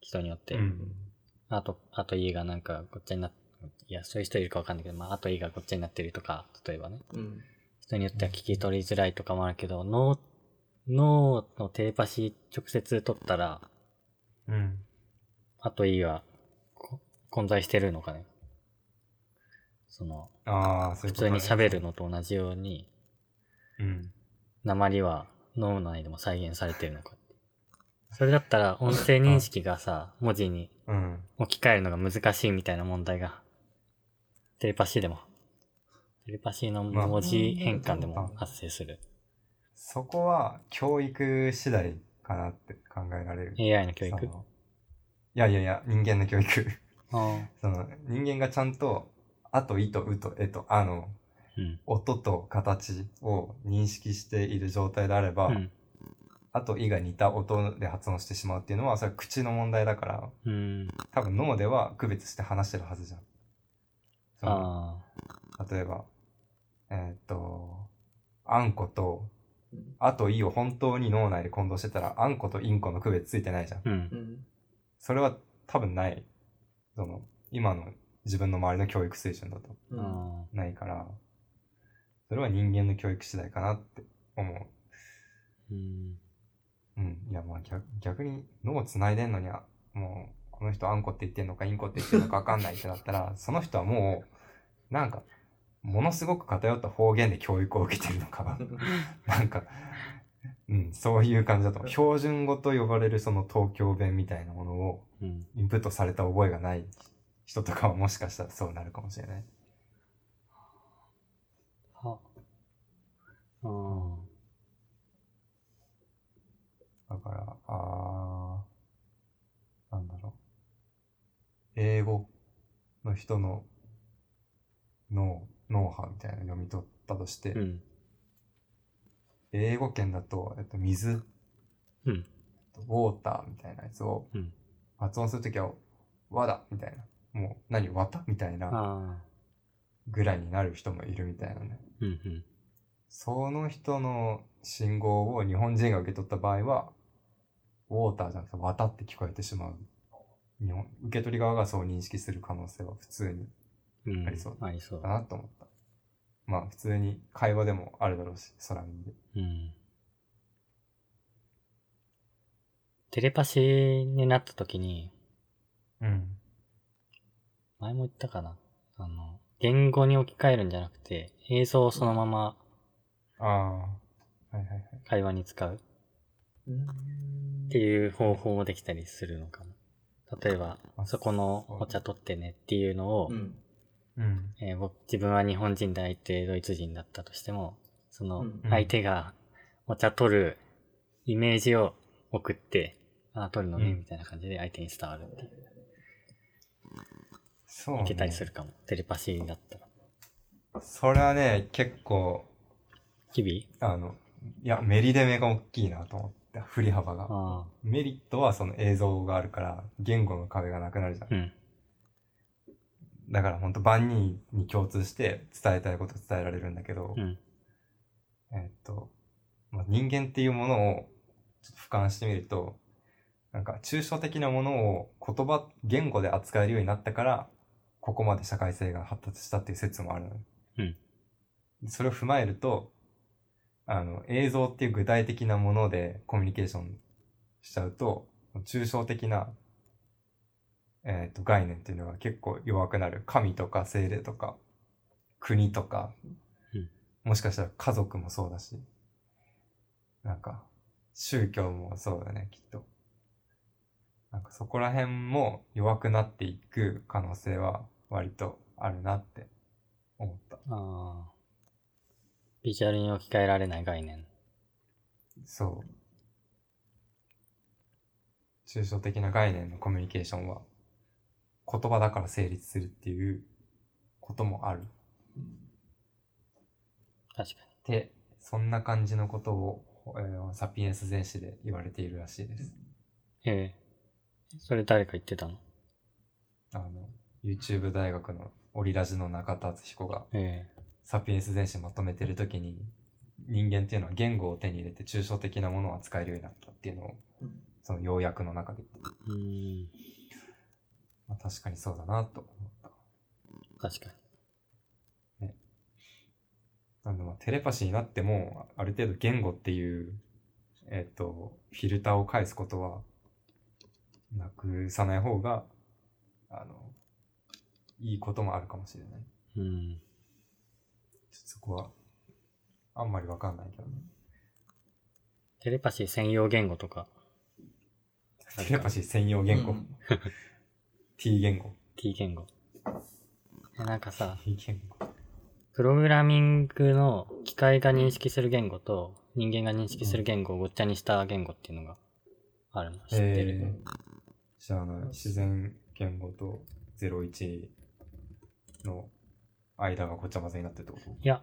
Speaker 2: 人によって。
Speaker 1: うん。
Speaker 2: あと、あと家がなんかごっちゃになっいや、そういう人いるかわかんないけど、まあ、あと家がごっちゃになってるとか、例えばね。
Speaker 3: うん。
Speaker 2: 人によっては聞き取りづらいとかもあるけど、脳、脳のテレパシー直接取ったら、
Speaker 1: うん。
Speaker 2: あと家はこ混在してるのかね。その、
Speaker 1: ああ、そう
Speaker 2: 普
Speaker 1: いうこと
Speaker 2: 通
Speaker 1: ね
Speaker 2: に喋るのと同じように、
Speaker 1: うん。
Speaker 2: 鉛は脳内でも再現されてるのかって。それだったら音声認識がさ、文字に
Speaker 1: うん。
Speaker 2: 置き換えるのが難しいみたいな問題が、テレパシーでも、テレパシーの
Speaker 1: まあ
Speaker 2: 文字変換で
Speaker 1: ま
Speaker 2: も
Speaker 1: あ
Speaker 2: 発生する。
Speaker 1: そこは教育次第かなって考えられる。
Speaker 2: AI の教育
Speaker 1: そのいやいやいや、人間の教育。
Speaker 2: あ
Speaker 1: その人間がちゃんと、あと、いと、うと、えと、あの、
Speaker 2: あ。うん。
Speaker 1: 音と形を認識している状態であれば、
Speaker 2: うん。
Speaker 1: あと、いが似た音で発音してしまうっていうのは、それは口の問題だから、
Speaker 2: うん。
Speaker 1: 多分脳では区別して話してるはずじゃん。その
Speaker 2: ああ。
Speaker 1: 例えば、えーっと、あんこと
Speaker 3: うん、
Speaker 1: あといを本当に脳内で混同してたら、あんことインコの区別ついてないじゃん。
Speaker 2: うん
Speaker 3: う。ん。
Speaker 1: それは多分ない。その、今の自分の周りの教育水準だと
Speaker 3: うん。
Speaker 2: あ
Speaker 1: ないから、それは人間の教育次第かなって思
Speaker 2: ーうん。
Speaker 1: う。うん。いや、まあ逆逆に脳繋いでんのには、もう、この人あんこって言ってんのか、インコって言ってんのかわかんないってなったら、 その人はもう、なんか、ものすごく偏った方言で教育を受けてるのか。なん か、うん、そういう感じだと思う。標準語と呼ばれるその東京弁みたいなものを
Speaker 2: うん。
Speaker 1: インプットされた覚えがない人とかはもしかしたらそうなるかもしれない。
Speaker 2: は。ああ。
Speaker 1: だから、あー、なんだろう。英語の人の脳、脳波みたいなの読み取ったとして、
Speaker 2: うん。
Speaker 1: 英語圏だと、えっと、水
Speaker 2: うん。
Speaker 1: ウォーターみたいなやつを
Speaker 2: うん
Speaker 1: 発音するときは、わだみたいな。もう、何、わたみたいな
Speaker 2: ああ。
Speaker 1: ぐらいになる人もいるみたいなね。
Speaker 2: うん。うん。
Speaker 1: その人の信号を日本人が受け取った場合は、ウォーターじゃなくて、わたって聞こえてしまう。日本受け取り側がそう認識する可能性は普通に
Speaker 2: うん。
Speaker 1: ありそう
Speaker 2: ありそう
Speaker 1: だ。なと思った。まあ、普通に会話でもあるだろうし、空耳で。
Speaker 2: うん。テレパシーになった時に、
Speaker 1: うん。
Speaker 2: 前も言ったかな。あの、言語に置き換えるんじゃなくて、映像をそのまま
Speaker 1: ああ。はいはいはい。
Speaker 2: 会話に使う
Speaker 3: うん
Speaker 2: っていう方法もできたりするのかも。例えば、
Speaker 1: あ
Speaker 2: そこの
Speaker 1: そう
Speaker 2: お茶取ってねっていうのを、
Speaker 3: うん。
Speaker 1: うん。
Speaker 2: えー僕、自分は日本人で相手ドイツ人だったとしても、その
Speaker 3: うん
Speaker 2: 相手がお茶取るイメージを送って、ああ、取るのね、
Speaker 1: うん
Speaker 2: みたいな感じで相手に伝わるっていう。
Speaker 1: そう、ね。
Speaker 2: いけたりするかも。テレパシーだったら。
Speaker 1: それはね、結構、
Speaker 2: 日
Speaker 1: あの、いや、メリデメが大きいなと思って、振り幅が。
Speaker 2: 々ああ。
Speaker 1: メリットはその映像があるから、言語の壁がなくなるじゃん
Speaker 2: う。ん。
Speaker 1: だから本当万人に共通して伝えたいこと伝えられるんだけど、
Speaker 2: うん。
Speaker 1: えっと、まあ、人間っていうものをちょっと俯瞰してみると、なんか抽象的なものを言葉、言語で扱えるようになったから、ここまで社会性が発達したっていう説もあるのよ
Speaker 2: うん
Speaker 1: でそれを踏まえると、あの、映像っていう具体的なものでコミュニケーションしちゃうと、抽象的な、えー、と概念っていうのが結構弱くなる。神とか精霊とか、国とか、
Speaker 2: うん
Speaker 1: もしかしたら家族もそうだし、なんか、宗教もそうだね、きっと。なんかそこら辺も弱くなっていく可能性は割とあるなって思った。
Speaker 2: ああ。ビジュアルに置き換えられない概念。
Speaker 1: そう。抽象的な概念のコミュニケーションは言葉だから成立するっていうこともある。
Speaker 2: 確か
Speaker 1: で、そんな感じのことを、えーサピエンス全史で言われているらしいです。
Speaker 2: に。ええそれ誰か言ってたの
Speaker 1: あの、YouTube 大学のオリラジの中田敦彦が
Speaker 2: え
Speaker 1: サピエンス全史まとめてるときに人間っていうのは言語を手に入れて抽象的なものを扱えるようになったっていうのを
Speaker 3: うん
Speaker 1: その要約の中で言って
Speaker 2: えうーん。
Speaker 1: まあ、確かにそうだなと思った。
Speaker 2: 確かに。
Speaker 1: なんでまあテレパシーになってもあある程度言語っていう、えっとフィルターを返すことはなくさない方があのいいこともあるかもしれない。
Speaker 2: う
Speaker 1: ちょ
Speaker 2: ん。
Speaker 1: っとそこはあんまりわかんないけどね。
Speaker 2: テレパシー専用言語とか、
Speaker 1: テレパシー専用言語、
Speaker 3: うん
Speaker 1: T 言語。
Speaker 2: T 言語。えなんかさ、
Speaker 1: T 言語。
Speaker 2: プログラミングの機械が認識する言語と人間が認識する言語をごっちゃにした言語っていうのがあるの。知ってる、
Speaker 1: えーじゃああの自然言語と01の間がごちゃ混ぜになってるってこと
Speaker 2: いや、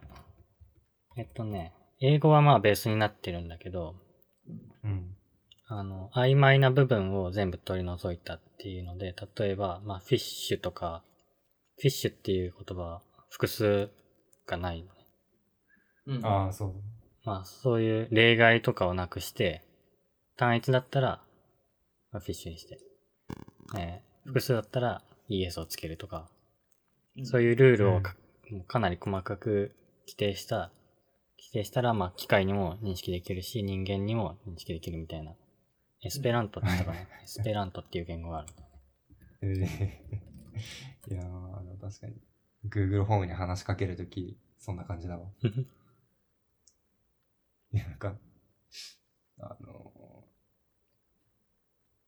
Speaker 2: えっとね、英語はまあベースになってるんだけど、
Speaker 1: うん。
Speaker 2: あの、曖昧な部分を全部取り除いたっていうので、例えば、まあ、フィッシュとか、フィッシュっていう言葉は複数がないのね。
Speaker 3: うん
Speaker 1: ああ、そう。
Speaker 2: まあ、そういう例外とかをなくして、単一だったら、まあフィッシュにして、えー複数だったら ES をつけるとか、そう
Speaker 3: うん
Speaker 2: いうルールをか,、かなり細かく規定した、規定したら、まあ、機械にも認識できるし、人間にも認識できるみたいな。エスペラントって言ったかなエスペラントっていう言語がある。
Speaker 1: えー いやー、あの確かに。Google ホームに話しかけるとき、そんな感じだわ。いや、なんか、あの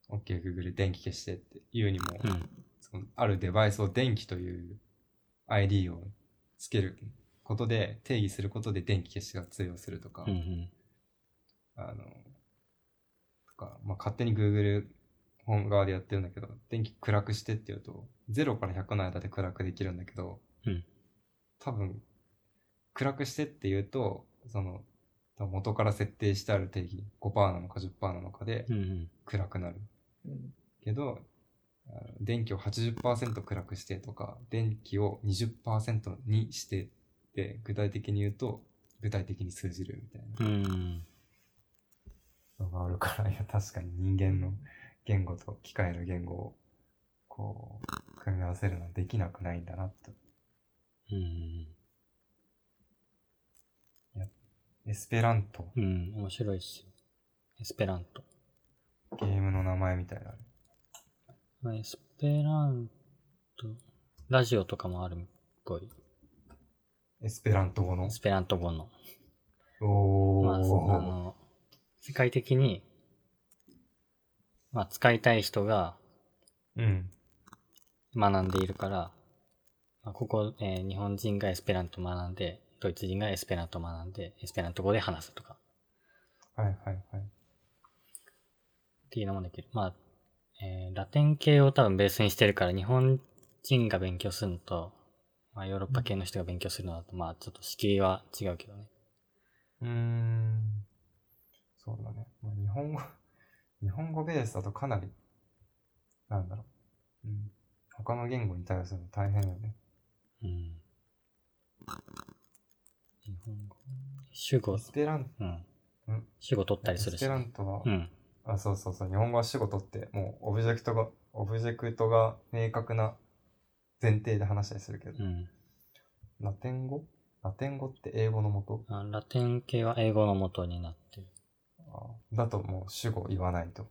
Speaker 1: ー、OK, Google 電気消してって言うにも、
Speaker 2: うん。
Speaker 1: そのあるデバイスを電気という ID をつけることで、定義することで電気消しが通用するとか、
Speaker 2: うんうん。
Speaker 1: あの、とか、まあ、勝手に Google ホーム側でやってるんだけど、電気暗くしてって言うと、0から100の間で暗くできるんだけど、
Speaker 2: うん
Speaker 1: 多分、暗くしてって言うと、その、多分元から設定してある定義、5%なのか10%なのかで
Speaker 2: うんうん。
Speaker 1: 暗くなる。
Speaker 3: うん
Speaker 1: けど、あの電気を80%暗くしてとか、電気を20%にしてって、具体的に言うと、具体的に通じるみたいな。
Speaker 2: うん。
Speaker 1: のがあるから、いや、確かに人間の言語と機械の言語を、こう、組み合わせるのはできなくないんだなと。
Speaker 2: うん。
Speaker 1: エスペラント、
Speaker 2: うん。面白いっすよ。エスペラント。
Speaker 1: ゲームの名前みたいな。
Speaker 2: まあエスペラント、ラジオとかもあるっぽい。
Speaker 1: エスペラント語の
Speaker 2: エス。ペラント語の。
Speaker 1: お
Speaker 2: まあ、あ
Speaker 1: ー。
Speaker 2: の、世界的に、まあ、使いたい人が
Speaker 1: うん。
Speaker 2: 学んでいるから、まあ、ここ、えー日本人がエスペラントを学んで、ドイツ人がエスペラントを学んで、エスペラント語で話すとか、
Speaker 1: はいはいはい。
Speaker 2: っていうのもできる。まあ、えーラテン系を多分ベースにしてるから、日本人が勉強するのと、まあ、ヨーロッパ系の人が勉強するのだと、まあ、ちょっと敷居は違うけどね。
Speaker 1: うーん。そうだね。まあ、日本語、 日本語ベースだとかなり、なんだろう。うん。他の言語に対応するの大変よね。
Speaker 2: うん。日本語。主語
Speaker 1: エ、スペラン
Speaker 2: うん。主語取ったりす
Speaker 1: エ
Speaker 2: る
Speaker 1: ス
Speaker 2: し
Speaker 1: ペ
Speaker 2: ね、
Speaker 1: ラントは、
Speaker 2: うん。
Speaker 1: あ、そうそうそう、日本語は主語取って、もうオブジェクトが、オブジェクトが明確な前提で話したりするけど、
Speaker 2: うん。
Speaker 1: ラテン語ラテン語って英語の元
Speaker 2: あラテン系は英語の元になってる。
Speaker 1: あだともう主語言わないと。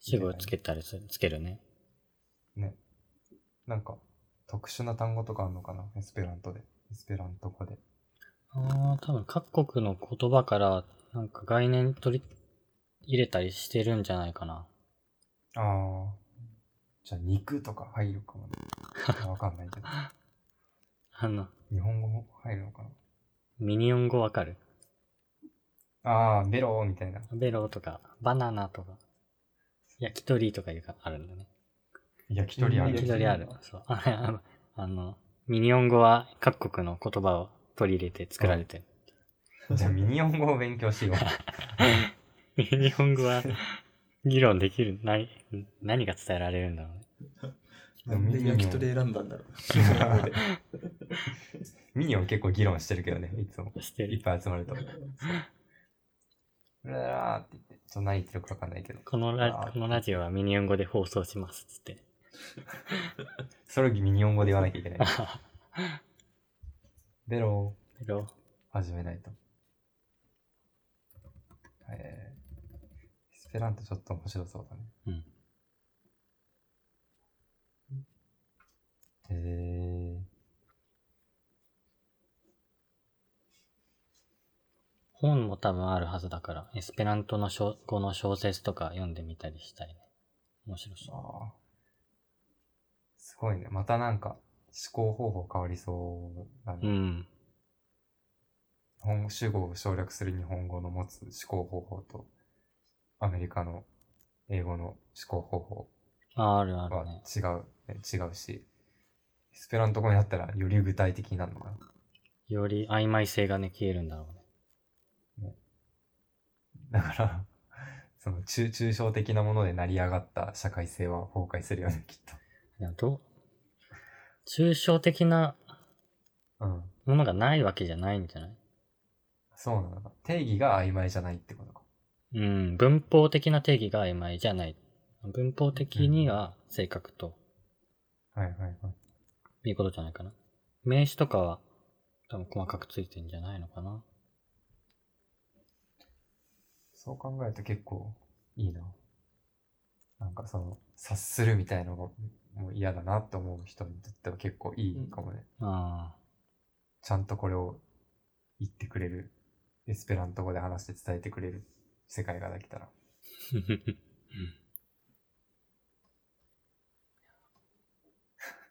Speaker 2: 主語をつけたりする、つけるね。
Speaker 1: なんか、特殊な単語とかあるのかなエスペラントで。エスペラント語で。
Speaker 2: ああ、多分各国の言葉からなんか概念取り入れたりしてるんじゃないかな。
Speaker 1: ああ。じゃあ、肉とか入るかもね。わかんないけど。
Speaker 2: あの、
Speaker 1: 日本語も入るのか
Speaker 2: ミニオン語わかる
Speaker 1: なああ、ベローみたいな。
Speaker 2: ベロとか、バナナとか、焼き鳥とかいうかあるんだね。
Speaker 1: 焼き鳥あ
Speaker 2: 焼き
Speaker 1: る。
Speaker 2: 鳥ある。そう。あれ、あの、あのミニオン語は各国の言葉を取り入れて作られてる。
Speaker 1: じゃあ、ミニオン語を勉強しよう。
Speaker 2: ミニオン語 は議論できる、何、何が伝えられるんだろうね。
Speaker 3: なんで焼き鳥選んだんだろう。
Speaker 1: ミニオン結構議論してるけどね、いつも。
Speaker 2: して
Speaker 1: いっ
Speaker 2: る。
Speaker 1: ぱい集まると。そううららーって言って、ちょっと何言ってるかわかんないけど。
Speaker 2: この
Speaker 1: あ
Speaker 2: ラ
Speaker 1: ー
Speaker 2: このラジオはミニオン語で放送しますっつって。
Speaker 1: それをミニオン語で言わなきゃいけない。ベロ
Speaker 2: ベロ
Speaker 1: を始めないと。えー、エスペラントちょっと面白そうだね。
Speaker 2: うん。
Speaker 1: え
Speaker 2: 本も多分あるはずだから、エスペラントの小語の小説とか読んでみたりしたいね。面白
Speaker 1: ー、
Speaker 2: そう。
Speaker 1: あーすごいね。またなんか思考方法変わりそうだね。
Speaker 2: うん。
Speaker 1: 日本主語を省略する日本語の持つ思考方法と、アメリカの英語の思考方法
Speaker 2: ああるあ
Speaker 1: は
Speaker 2: るね。
Speaker 1: 違う、ね違うし、エスペラント語になったらより具体的になるのかな。
Speaker 2: より曖昧性がね、消えるんだろうね。
Speaker 1: だから、その中、抽象的なもので成り上がった社会性は崩壊するよね、きっ
Speaker 2: でもどう、抽象的な
Speaker 1: と。うん。
Speaker 2: ものがないわけじゃないんじゃない
Speaker 1: そうなのか。定義が曖昧じゃないってことか。
Speaker 2: うん。文法的な定義が曖昧じゃない。文法的には正確と
Speaker 1: はいはいはい。
Speaker 2: いうことじゃないかな。名詞とかは多分細かくついてんじゃないのかな。
Speaker 1: そう考えると結構いいな。なんかその、察するみたいのがもう嫌だなと思う人にとっては結構いいかもね。
Speaker 2: ああ。
Speaker 1: ちゃんとこれを言ってくれる。エスペラント語で話して伝えてくれる世界ができたら。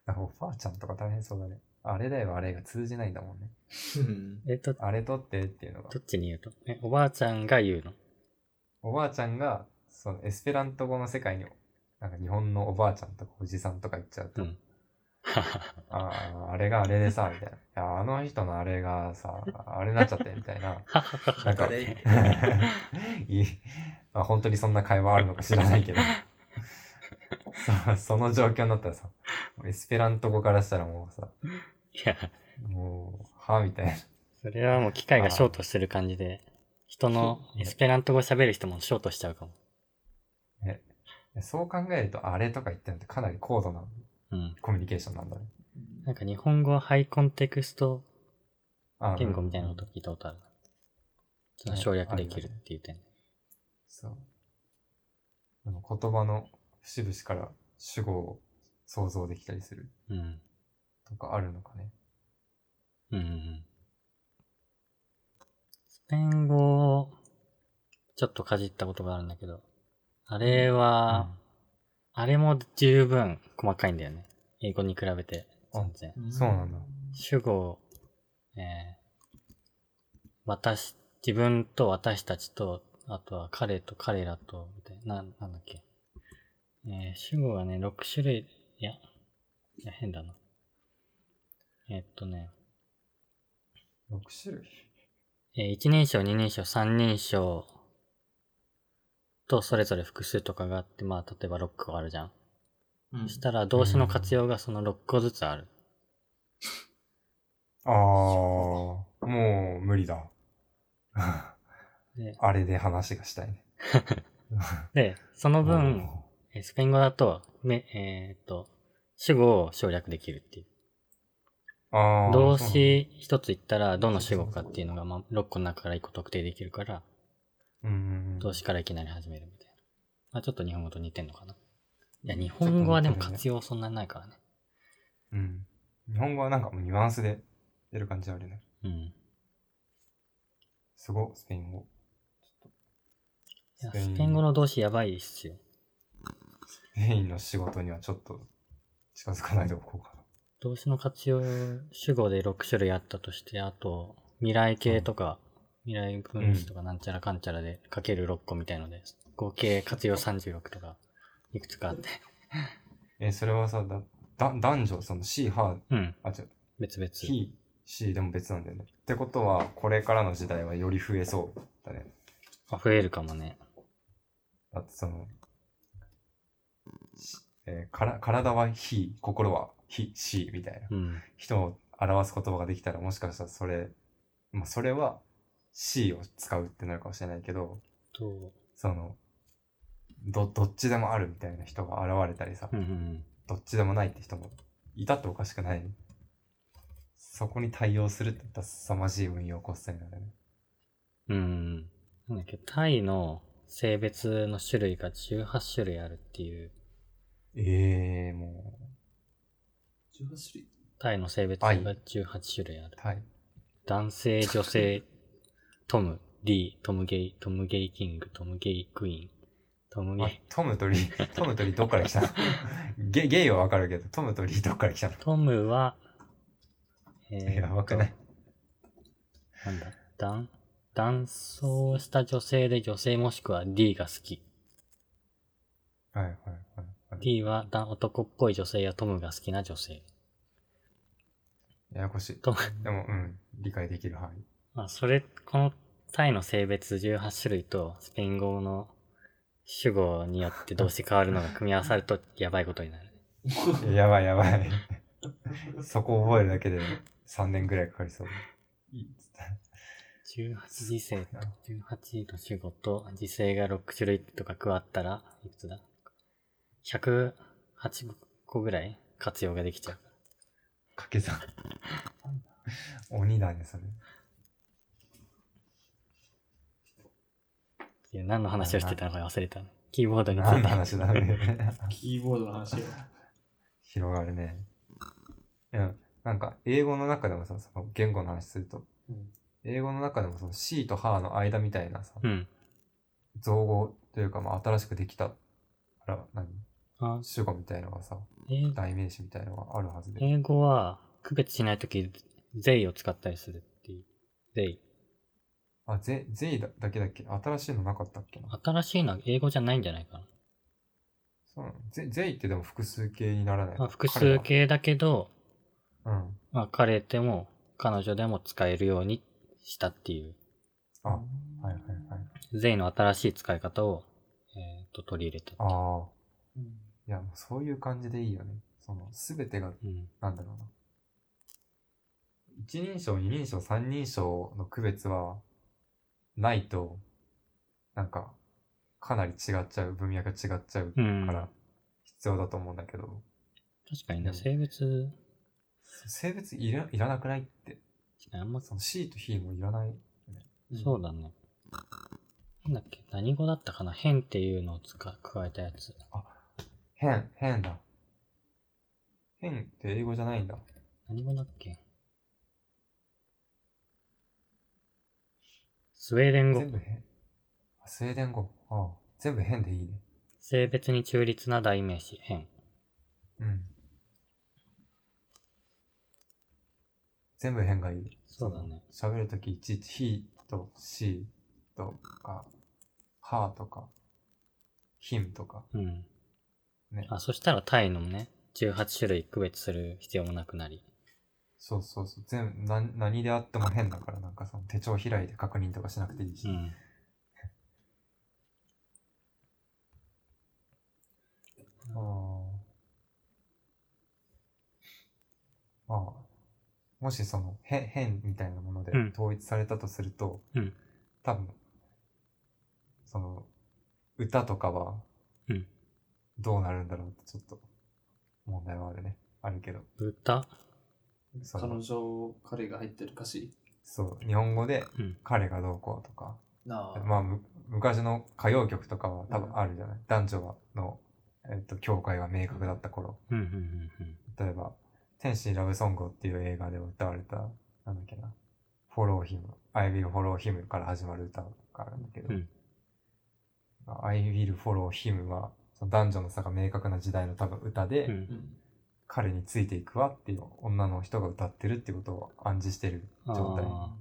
Speaker 1: なんかおばあちゃんとか大変そうだね。あれだよ、あれが通じないんだもんね。
Speaker 3: うん
Speaker 2: えっと、
Speaker 1: あれ取ってっていうのが
Speaker 2: ど。っちに言うとえ、おばあちゃんが言うの
Speaker 1: おばあちゃんが、そのエスペラント語の世界に、なんか日本のおばあちゃんとかおじさんとか行っちゃうと、
Speaker 2: うん
Speaker 1: ああ、あれがあれでさ、みたいな。いや、あの人のあれがさ、あれになっちゃって、みたいな。 なんか
Speaker 3: あれ、
Speaker 1: いいまあ、本当にそんな会話あるのか知らないけど。そその状況になったらさ、エスペラント語からしたらもうさ、
Speaker 2: いや、
Speaker 1: もう、はみたいな。
Speaker 2: それはもう機械がショートしてる感じで、人の
Speaker 1: そう
Speaker 2: エスペラント語喋る人もショートしちゃうかも。
Speaker 1: そう考えると、あれとか言ってるのってかなり高度な
Speaker 2: うん。
Speaker 1: コミュニケーションなんだね。
Speaker 2: なんか日本語はハイコンテクスト
Speaker 1: あ
Speaker 2: 言語みたいなこと聞いたことある。その省略できるっていう点。
Speaker 1: そう。でも言葉の節々から主語を想像できたりする
Speaker 2: うん。
Speaker 1: とかあるのかね。
Speaker 2: うんうんうん。スペイン語をちょっとかじったことがあるんだけど、あれは、あれも十分細かいんだよね。英語に比べて全然。
Speaker 1: そうなんだ。
Speaker 2: 主語を、えー私、自分と私たちと、あとは彼と彼らと、みたいな、ななんだっけ。えー主語がね、6種類、いや、いや、変だな。えーっとね、
Speaker 1: 6種類
Speaker 2: えー一人称、二人称、三人称とそれぞれ複数とかがあって、まあ、例えば6個あるじゃん。
Speaker 3: うん
Speaker 2: そしたら動詞の活用がその6個ずつある。
Speaker 1: ああ、もう無理だ。
Speaker 2: で、
Speaker 1: あれで話がしたいね。
Speaker 2: でその
Speaker 1: う
Speaker 2: 分
Speaker 1: ん、
Speaker 2: えースペイン語だと、めえーっと、主語を省略できるっていう。
Speaker 1: ああ。
Speaker 2: 動
Speaker 1: そうなんだ
Speaker 2: 詞一つ言ったら、どの主語かっていうのが、まあ、6個の中から1個特定できるから、
Speaker 1: うんうんうん。
Speaker 2: 動詞からいきなり始めるみたいな。まあ、ちょっと日本語と似てんのかな。いや、日本語はでも活用そんなにないからね。
Speaker 1: うん。日本語はなんかもうニュアンスで出る感じあるよね。
Speaker 2: うん。
Speaker 1: すごい、スペイン語。
Speaker 2: い
Speaker 1: ちょ
Speaker 2: や
Speaker 1: っと
Speaker 2: スペイン語の動詞やばいっすよ。
Speaker 1: スペインの仕事にはちょっと近づかないでおこうかな。
Speaker 2: 動詞の活用、主語で6種類あったとして、あと、未来形とか、未来分詞とかなんちゃらかんちゃらでかける6個みたいので、合計活用36とか、いくつかあって。
Speaker 1: え、それはさ、だ、だ男女、その C、ハ
Speaker 2: うん、
Speaker 1: あ、違う、
Speaker 2: 別々。
Speaker 1: He、C でも別なんだよね。ってことは、これからの時代はより増えそうだね。
Speaker 2: あ増えるかもね。
Speaker 1: だってその、しえーから体は He、心は He、C みたいな。
Speaker 2: うん。
Speaker 1: 人を表す言葉ができたらもしかしたらそれ、まあ、それは C を使うってなるかもしれないけど、
Speaker 2: と、
Speaker 1: その、ど、どっちでもあるみたいな人が現れたりさ、
Speaker 2: うんうんうん。
Speaker 1: どっちでもないって人もいたっておかしくない。そこに対応するって言ったら凄まじい運用コストになるね。
Speaker 2: うん。なんだっけ、タイの性別の種類が18種類あるっていう、
Speaker 1: ええー、も
Speaker 3: 18種類。
Speaker 2: タイの性別が18種類あ
Speaker 1: う、
Speaker 2: る。
Speaker 1: タイ。
Speaker 2: 男性、女性、トム、D、トムゲイ、トムゲイキング、トムゲイクイーン、トムゲ
Speaker 1: あ
Speaker 2: イ、、
Speaker 1: トムとリ ー、トムとリーどっから来たの ゲゲイはわかるけど、トムとリーどっから来たの
Speaker 2: トムは、えーっと
Speaker 1: やばくない。
Speaker 2: なんだ、男、男装した女性で女性もしくは D が好き。
Speaker 1: はいはいはい、はい。
Speaker 2: D は男男っぽい女性やトムが好きな女性。
Speaker 1: ややこしい。
Speaker 2: トム、
Speaker 1: でも、うん、理解できる範囲。
Speaker 2: まあ、それ、このタイの性別18種類とスペイン語の主語によって動詞変わるのが組み合わさるとやばいことになる。
Speaker 1: い ややばいやばい。そこ覚えるだけで3年ぐらいかかりそう。
Speaker 2: 18時制と18の主語と時制が6種類とか加わったら、いくつだ ?108 個ぐらい活用ができちゃう。
Speaker 1: かけ算。 鬼だね、それ。
Speaker 2: っていう何の話をしてたのか忘れたね。キーボードにつ
Speaker 1: 何の
Speaker 2: いて。
Speaker 1: 話だね。
Speaker 3: キーボードの話を。
Speaker 1: 広がるね。いや、なんか英語の中でもさ、その言語の話すると、
Speaker 3: うん
Speaker 1: 英語の中でもその C と H の間みたいなさ、
Speaker 2: うん。
Speaker 1: 造語というか、まあ、新しくできた、あら、何
Speaker 2: あ
Speaker 1: 主語みたいのがさ、
Speaker 2: 英
Speaker 1: 代名詞みたいのがあるはずで。
Speaker 2: 英語は区別しないとき、税を使ったりするっていう。税。
Speaker 1: あ、ぜ、ぜいだだけだっけ新しいのなかったっけな
Speaker 2: 新しいのは英語じゃないんじゃないか
Speaker 1: そうなのぜ、ぜいってでも複数形にならない
Speaker 2: な。
Speaker 1: の。
Speaker 2: あ複数形だけど、
Speaker 1: 彼は。うん。
Speaker 2: まあ、彼でも彼女でも使えるようにしたっていう。
Speaker 1: あ、はいはいはい。
Speaker 2: 税の新しい使い方を、えっと取り入れた。
Speaker 1: ああ。
Speaker 3: うん
Speaker 1: いや、そういう感じでいいよね。その、すべてが、
Speaker 2: うん。
Speaker 1: なんだろうな。一人称、二人称、三人称の区別は、ないと、なんか、かなり違っちゃう、文脈が違っちゃう
Speaker 2: う
Speaker 1: か
Speaker 2: ん。
Speaker 1: ら、必要だと思うんだけど、
Speaker 2: 確かに
Speaker 1: で
Speaker 2: ね、
Speaker 1: も
Speaker 2: 性別、
Speaker 1: 性別いらいらなくないって。
Speaker 2: 確かにあんま、
Speaker 1: その C と He もいらない。
Speaker 2: そうだね。なんだっけ、何語だったかな変っていうのを使う、加えたやつ。
Speaker 1: 変、変だ。変って英語じゃないんだ。
Speaker 2: 何語だっけスウェーデン語
Speaker 1: 全。部変。あスウェーデン語。ああ全部変でいいね。
Speaker 2: 性別に中立な代名詞、変。
Speaker 1: うん。全部変がいい。
Speaker 2: そうだね。
Speaker 1: 喋るときいちいち He と She とか、Her とか、Him とか。
Speaker 2: うん。
Speaker 1: ね
Speaker 2: あ、そしたらタイのね、18種類区別する必要もなくなり。
Speaker 1: そうそうそう。全部、な何であっても変だから、なんかその手帳開いて確認とかしなくていいし。
Speaker 2: うん。
Speaker 1: ああ。まあ、もしその、へ変みたいなもので
Speaker 2: うん
Speaker 1: 統一されたとすると、
Speaker 2: うん
Speaker 1: 多分、その、歌とかは
Speaker 2: うん、
Speaker 1: どうなるんだろうってちょっと、問題はあるね。あるけど。
Speaker 2: 歌
Speaker 1: そう
Speaker 3: 彼女、彼が入ってる歌詞。
Speaker 1: そう、日本語で
Speaker 2: うん。
Speaker 1: 彼がどうこうとか、
Speaker 3: なあ。
Speaker 1: まあ、む昔の歌謡曲とかは多
Speaker 3: うん
Speaker 1: 分あるじゃない。男女はの、えっと、境界が明確だった頃。
Speaker 2: うん、うん、うん、
Speaker 1: 例えば、天使にラブソングをっていう映画で歌われた、なんだっけな、フォローヒム、I will follow him から始まる歌があるんだけど、
Speaker 2: うん
Speaker 1: まあ I will follow him は、その男女の差が明確な時代の多分歌で、
Speaker 2: うん。う。
Speaker 3: うんん。
Speaker 1: 彼についていくわっていう女の人が歌ってるってことを暗示してる状態。
Speaker 2: あ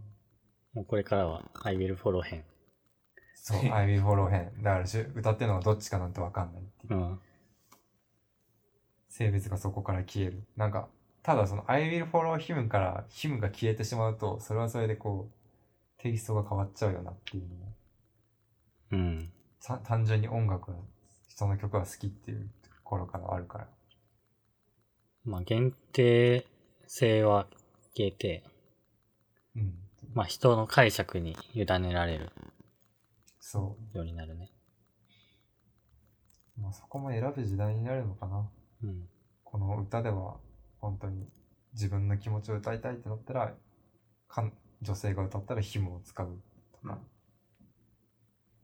Speaker 2: もうこれからは、I will follow 編。
Speaker 1: そう、I will follow him。だからし歌ってるのはどっちかなんてわかんないっていう
Speaker 2: う。ん。
Speaker 1: 性別がそこから消える。なんか、ただその I will follow him から him が消えてしまうと、それはそれでこう、テイストが変わっちゃうよなっていうのも。
Speaker 2: うん。
Speaker 1: さ単純に音楽は、人の曲が好きっていうところからあるから。
Speaker 2: まあ、限定性は消えて、
Speaker 1: うん。
Speaker 2: まあ、人の解釈に委ねられる
Speaker 1: そ
Speaker 2: ようになるね。
Speaker 1: う。まあそこも選ぶ時代になるのかな。
Speaker 2: うん。
Speaker 1: この歌では、本当に自分の気持ちを歌いたいってなったら、かん女性が歌ったら him を使うとか、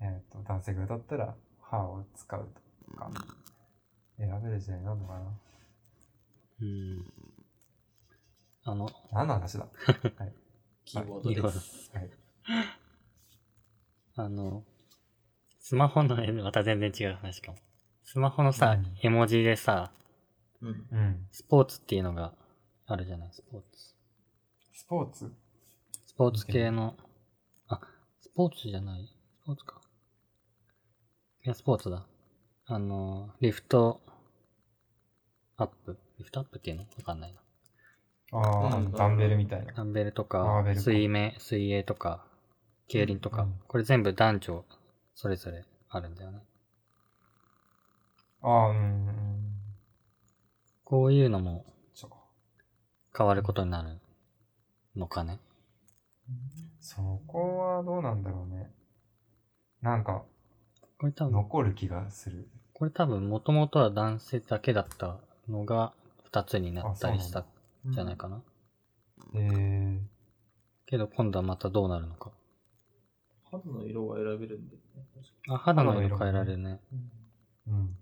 Speaker 1: えっ、と、男性が歌ったら、歯を使うとか、選べる時代になるのかな。
Speaker 2: うん。あの、
Speaker 1: 何の話だはい。
Speaker 3: キーワードです。
Speaker 1: はい。
Speaker 2: あの、スマホの絵、また全然違う話かも。スマホのさ、
Speaker 1: うん
Speaker 2: 絵文字でさ、
Speaker 3: うん。
Speaker 1: うん。
Speaker 2: スポーツっていうのがあるじゃない、スポーツ。
Speaker 1: スポーツ
Speaker 2: スポーツ系の、あ、スポーツじゃないスポーツか。いや、スポーツだ。あの、リフトアップ。リフトアップっていうのわかんないな。
Speaker 1: ああ、
Speaker 3: うん
Speaker 1: ダンベルみたいな。
Speaker 2: ダンベルと
Speaker 1: あ
Speaker 2: か
Speaker 1: ーベル、か
Speaker 2: 水泳、水泳とか、競輪とか、
Speaker 1: うん
Speaker 2: これ全部男女それぞれあるんだよね。
Speaker 1: ああ、うん、うん。
Speaker 2: こういうのも
Speaker 1: ちょ
Speaker 2: 変わることになるのかね。
Speaker 1: そこはどうなんだろうね。なんか、
Speaker 2: これ多分、
Speaker 1: 残る気がする。
Speaker 2: これ多分もともとは男性だけだったのが2つになったりしたんじゃないかな。
Speaker 1: えー、
Speaker 2: けど今度はまたどうなるのか。
Speaker 3: 肌の色が選べるんで、ね。
Speaker 2: あ、肌の
Speaker 1: 肌の
Speaker 2: 色
Speaker 1: 色
Speaker 2: 変えられるね。
Speaker 1: うん。ど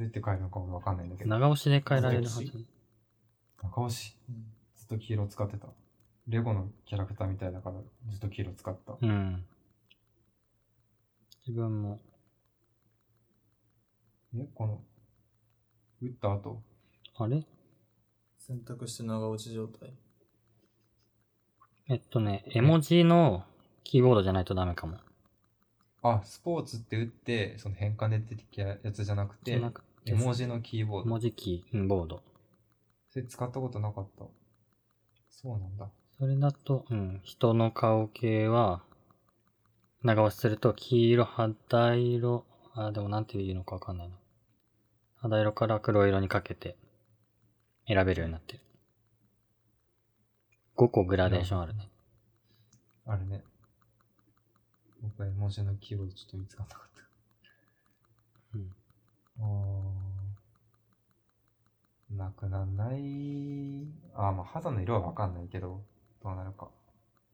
Speaker 1: うやって変えるのか俺わかんないんだけど。
Speaker 2: 長押しで変えられるはず。
Speaker 1: 中押し。ずっと黄色使ってた。レゴのキャラクターみたいだから、ずっと黄色使った。
Speaker 2: うん。自分も、
Speaker 1: え、この、打った後、
Speaker 2: あれ
Speaker 3: 選択して長落ち状態。
Speaker 2: えっとね、絵文字のキーボードじゃないとダメかも。
Speaker 1: あ、スポーツって打って、その変換で出てきたやつじゃなく
Speaker 2: じゃ
Speaker 1: て、
Speaker 2: なくて
Speaker 1: 絵文字のキーボ
Speaker 2: 絵
Speaker 1: ード。
Speaker 2: 文字キーボード。
Speaker 1: それ使ったことなかった。そうなんだ。
Speaker 2: それだと、うん、人の顔系は、長押しすると、黄色、肌色、あ、でもなんていうのかわかんないな。肌色から黒色にかけて、選べるようになってる。5個グラデーションあるね。
Speaker 1: あれね。僕は絵文字のキーボードちょっと見つからなかった。
Speaker 2: うん。
Speaker 1: あーなくなんない。あー、まあ肌の色はわかんないけど、どうなるか。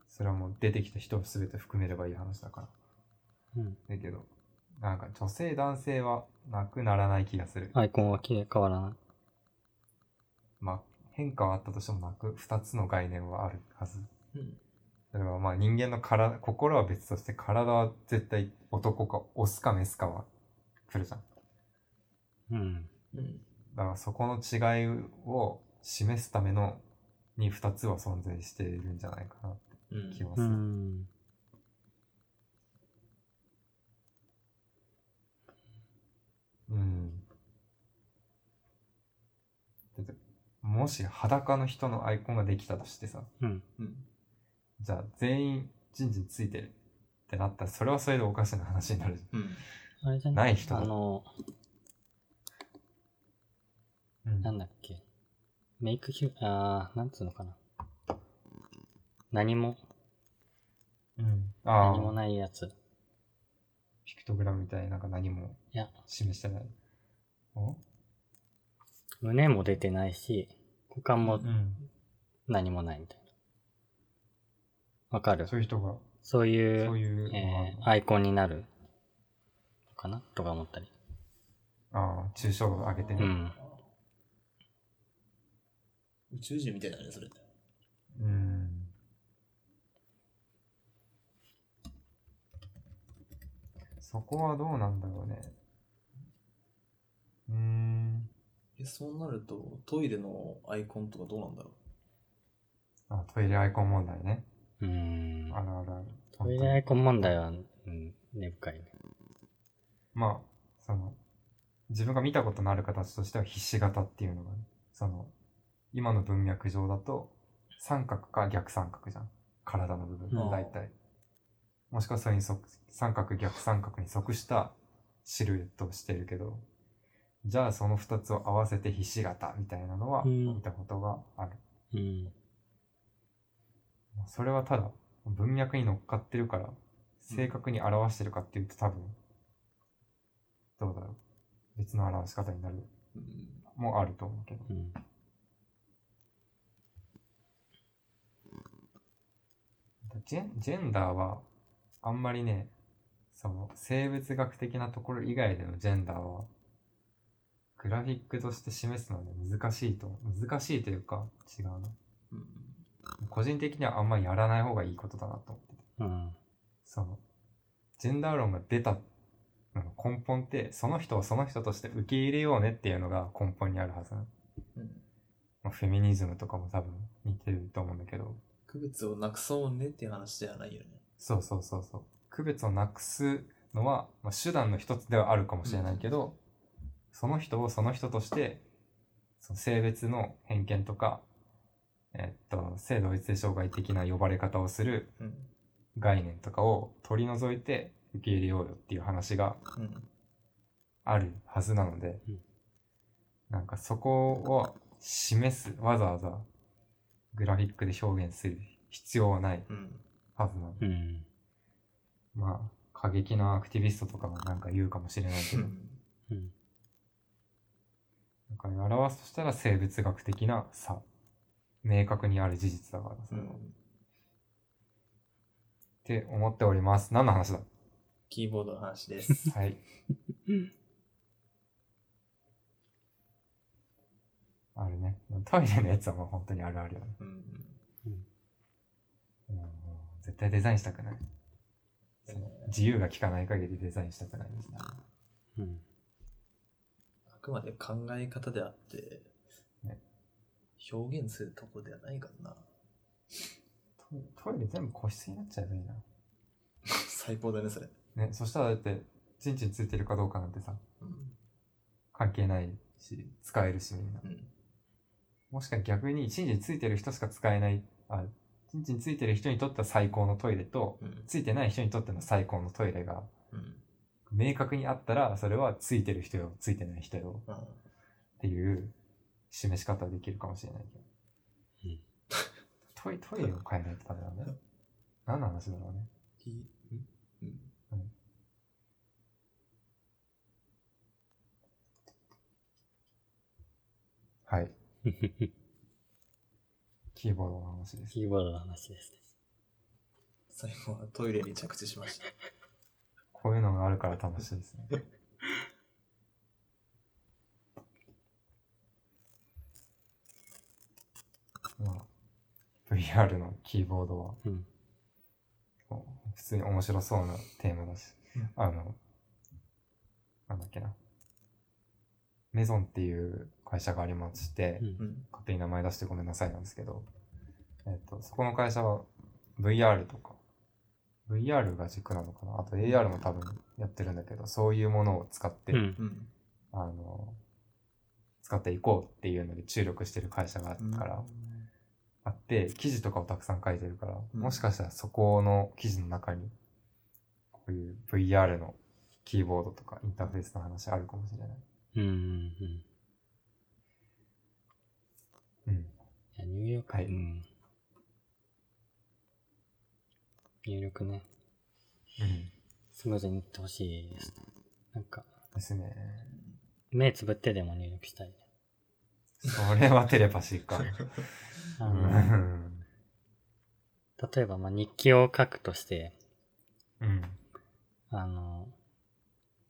Speaker 1: それはもう出てきた人を全て含めればいい話だから。
Speaker 2: うん。
Speaker 1: だけど、なんか女性男性はなくならない気がする。
Speaker 2: アイコンは消え変わらない。
Speaker 1: まあ変化はあったとしてもなく、二つの概念はあるはず。
Speaker 3: うん。
Speaker 1: それはまあ人間の体、心は別として体は絶対男かオスかメスかは来るじゃん。
Speaker 2: うん。
Speaker 3: うん。
Speaker 1: だからそこの違いを示すためのに2つは存在しているんじゃないかなって
Speaker 3: うん
Speaker 1: 気はす
Speaker 2: う
Speaker 1: る。
Speaker 2: ん。
Speaker 1: うんだってもし裸の人のアイコンができたとしてさ、
Speaker 2: うん。
Speaker 3: うん。
Speaker 1: じゃあ全員人ンジンついてるってなったらそれはそれでおかしな話になるじ
Speaker 3: うん。
Speaker 2: あれじゃ
Speaker 1: ない人だ
Speaker 2: あの、
Speaker 1: ゃん。うん
Speaker 2: なんだっけ。メイクヒュー、あー、なんつうのかな。何も、
Speaker 1: うん、あ
Speaker 2: 何も
Speaker 1: あ、
Speaker 2: ないやつ。
Speaker 1: ピクトグラムみたいな、なんか何も
Speaker 2: いや、
Speaker 1: 示してない。お
Speaker 2: 胸も出てないし、股間も
Speaker 1: うん。
Speaker 2: 何もないみたいな。わかる
Speaker 1: そういう人が、
Speaker 2: そういう、
Speaker 1: そういうのがある
Speaker 2: え
Speaker 1: の
Speaker 2: ーアイコンになるのかなとか思ったり。
Speaker 1: ああ、抽象度を上げて
Speaker 2: う
Speaker 1: ね。
Speaker 2: ん。
Speaker 5: 宇宙人みたいだね、それ。
Speaker 1: うん。そこはどうなんだろうね。うーん。
Speaker 3: え、そうなると、トイレのアイコンとかどうなんだろ
Speaker 1: あ、トイレアイコン問題ね。
Speaker 2: うん。
Speaker 1: あるあるある。
Speaker 2: トイレアイコン問題は、うん、根深いね。
Speaker 1: まあ、その、自分が見たことのある形としてはひし形っていうのがね、その、今の文脈上だと、三角か逆三角じゃん。体の部分、
Speaker 2: うん
Speaker 1: 大体。もしくはそれに即、三角逆三角に即したシルエットをしてるけど、じゃあその二つを合わせてひし形みたいなのは
Speaker 2: うん
Speaker 1: 見たことがある。
Speaker 2: うん。
Speaker 1: まあそれはただ、文脈に乗っかってるから、正確に表してるかっていうと多分、どうだろう。別の表し方になる
Speaker 3: ううん。
Speaker 1: もあると思うけど。
Speaker 2: うん。
Speaker 1: ジェンジェンダーは、あんまりね、その生物学的なところ以外でのジェンダーは、グラフィックとして示すのはね、難しいと、難しいというか、違うな。
Speaker 3: うん。
Speaker 1: 個人的にはあんまりやらない方がいいことだなと思ってて。
Speaker 2: うん。
Speaker 1: その、ジェンダー論が出たのの根本って、その人をその人として受け入れようねっていうのが根本にあるはずなの。
Speaker 3: うん
Speaker 1: まあフェミニズムとかも多分似てると思うんだけど、
Speaker 3: 区別をなくそうねっていう話ではないよね。
Speaker 1: そうそうそうそう。区別をなくすのは、まあ、手段の一つではあるかもしれないけど、その人をその人として、その性別の偏見とか、えっと、性同一性障害的な呼ばれ方をする
Speaker 3: うん。
Speaker 1: 概念とかを取り除いて受け入れようよっていう話が
Speaker 3: うん。
Speaker 1: あるはずなので、
Speaker 2: うん
Speaker 1: なんかそこを示す、わざわざグラフィックで表現する必要はない
Speaker 3: うん。
Speaker 1: はずなの。
Speaker 2: うん。
Speaker 1: まあ、過激なアクティビストとかがなんか言うかもしれないけ ど、
Speaker 2: うん。
Speaker 1: なんか表すとしたら生物学的な差。明確にある事実だからさ、
Speaker 3: う
Speaker 1: っ
Speaker 3: ん。
Speaker 1: て思っております。何の話だ
Speaker 3: キーボードの話です。
Speaker 1: はい。あるね。トイレのやつはもう本当にあるあるよね。
Speaker 3: うん。
Speaker 1: うん絶対デザインしたくない。その自由が利かない限りデザインしたくないですね。
Speaker 2: うん。
Speaker 3: あくまで考え方であって
Speaker 1: ね、
Speaker 3: 表現するとこではないからな。
Speaker 1: トトイレ全部個室になっちゃえばいいな。
Speaker 3: 最高だね、それ。
Speaker 1: ね、そしたらだって、チンチンついてるかどうかなんてさ、
Speaker 3: うん。
Speaker 1: 関係ないし、使えるしみんな
Speaker 3: う。ん。
Speaker 1: もしか逆に、チンチンついてる人しか使えない、あ、チンチンついてる人にとっては最高のトイレと、
Speaker 3: うん。
Speaker 1: ついてない人にとっての最高のトイレが、
Speaker 3: うん。
Speaker 1: 明確にあったら、それはついてる人よ、ついてない人よ、
Speaker 3: うん
Speaker 1: っていう示し方はできるかもしれないけど。
Speaker 2: うん
Speaker 1: トイトイレを変えないとダメだ ね。何の話だろうね。
Speaker 3: きんうん
Speaker 1: はい。キーボードの話です。
Speaker 2: キーボードの話ですね。
Speaker 3: 最後はトイレに着地しました。
Speaker 1: こういうのがあるから楽しいですね。 まあ、VR のキーボードは
Speaker 2: うん。
Speaker 1: こう普通に面白そうなテーマだし
Speaker 3: うん、
Speaker 1: あの、なんだっけな。メゾンっていう会社がありまして、
Speaker 2: うん
Speaker 3: うん。
Speaker 1: 勝手に名前出してごめんなさいなんですけど、えっ、と、そこの会社は VR とか、VR が軸なのかなあと AR も多分やってるんだけど、そういうものを使って、
Speaker 2: うん。
Speaker 3: うん。
Speaker 1: あの、使っていこうっていうので注力してる会社があるから、あって、記事とかをたくさん書いてるから、
Speaker 3: うん
Speaker 1: もしかしたらそこの記事の中に、こういう VR のキーボードとかインターフェースの話あるかもしれない。
Speaker 2: うん。う
Speaker 1: う
Speaker 2: ん。
Speaker 1: ん。
Speaker 2: いや、入力、
Speaker 1: はい
Speaker 2: うん。入力ね。
Speaker 1: うん。
Speaker 2: スムーズにいってほしいです。なんか、
Speaker 1: ですね。
Speaker 2: 目つぶってでも入力したい。
Speaker 1: それはテレパシーか。
Speaker 2: あ
Speaker 1: う
Speaker 2: の
Speaker 1: ん。
Speaker 2: 例えば、まあ、日記を書くとして、
Speaker 1: うん。
Speaker 2: あの、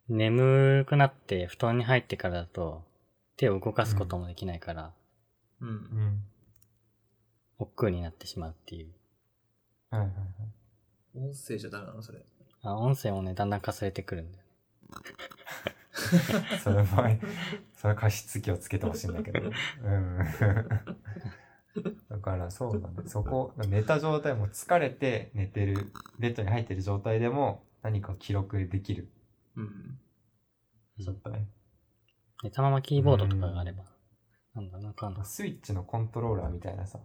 Speaker 2: 眠くなって布団に入ってからだと、手を動かすこともできないから、
Speaker 6: う。
Speaker 1: うんん。
Speaker 2: 億劫になってしまうっていう。
Speaker 1: はいはいはい。
Speaker 3: 音声じゃダメなのそれ。
Speaker 2: あ音声もね、だんだんかすれてくるんだよ。
Speaker 1: それは、それは加湿器をつけてほしいんだけど。うん。だからそうだね。そこ、寝た状態も疲れて寝てる、ベッドに入ってる状態でも何か記録できる
Speaker 6: うん。
Speaker 1: 状態。
Speaker 2: 寝たままキーボードとかがあれば、なんだ、なんかあの、
Speaker 1: スイッチのコントローラーみたいなさ、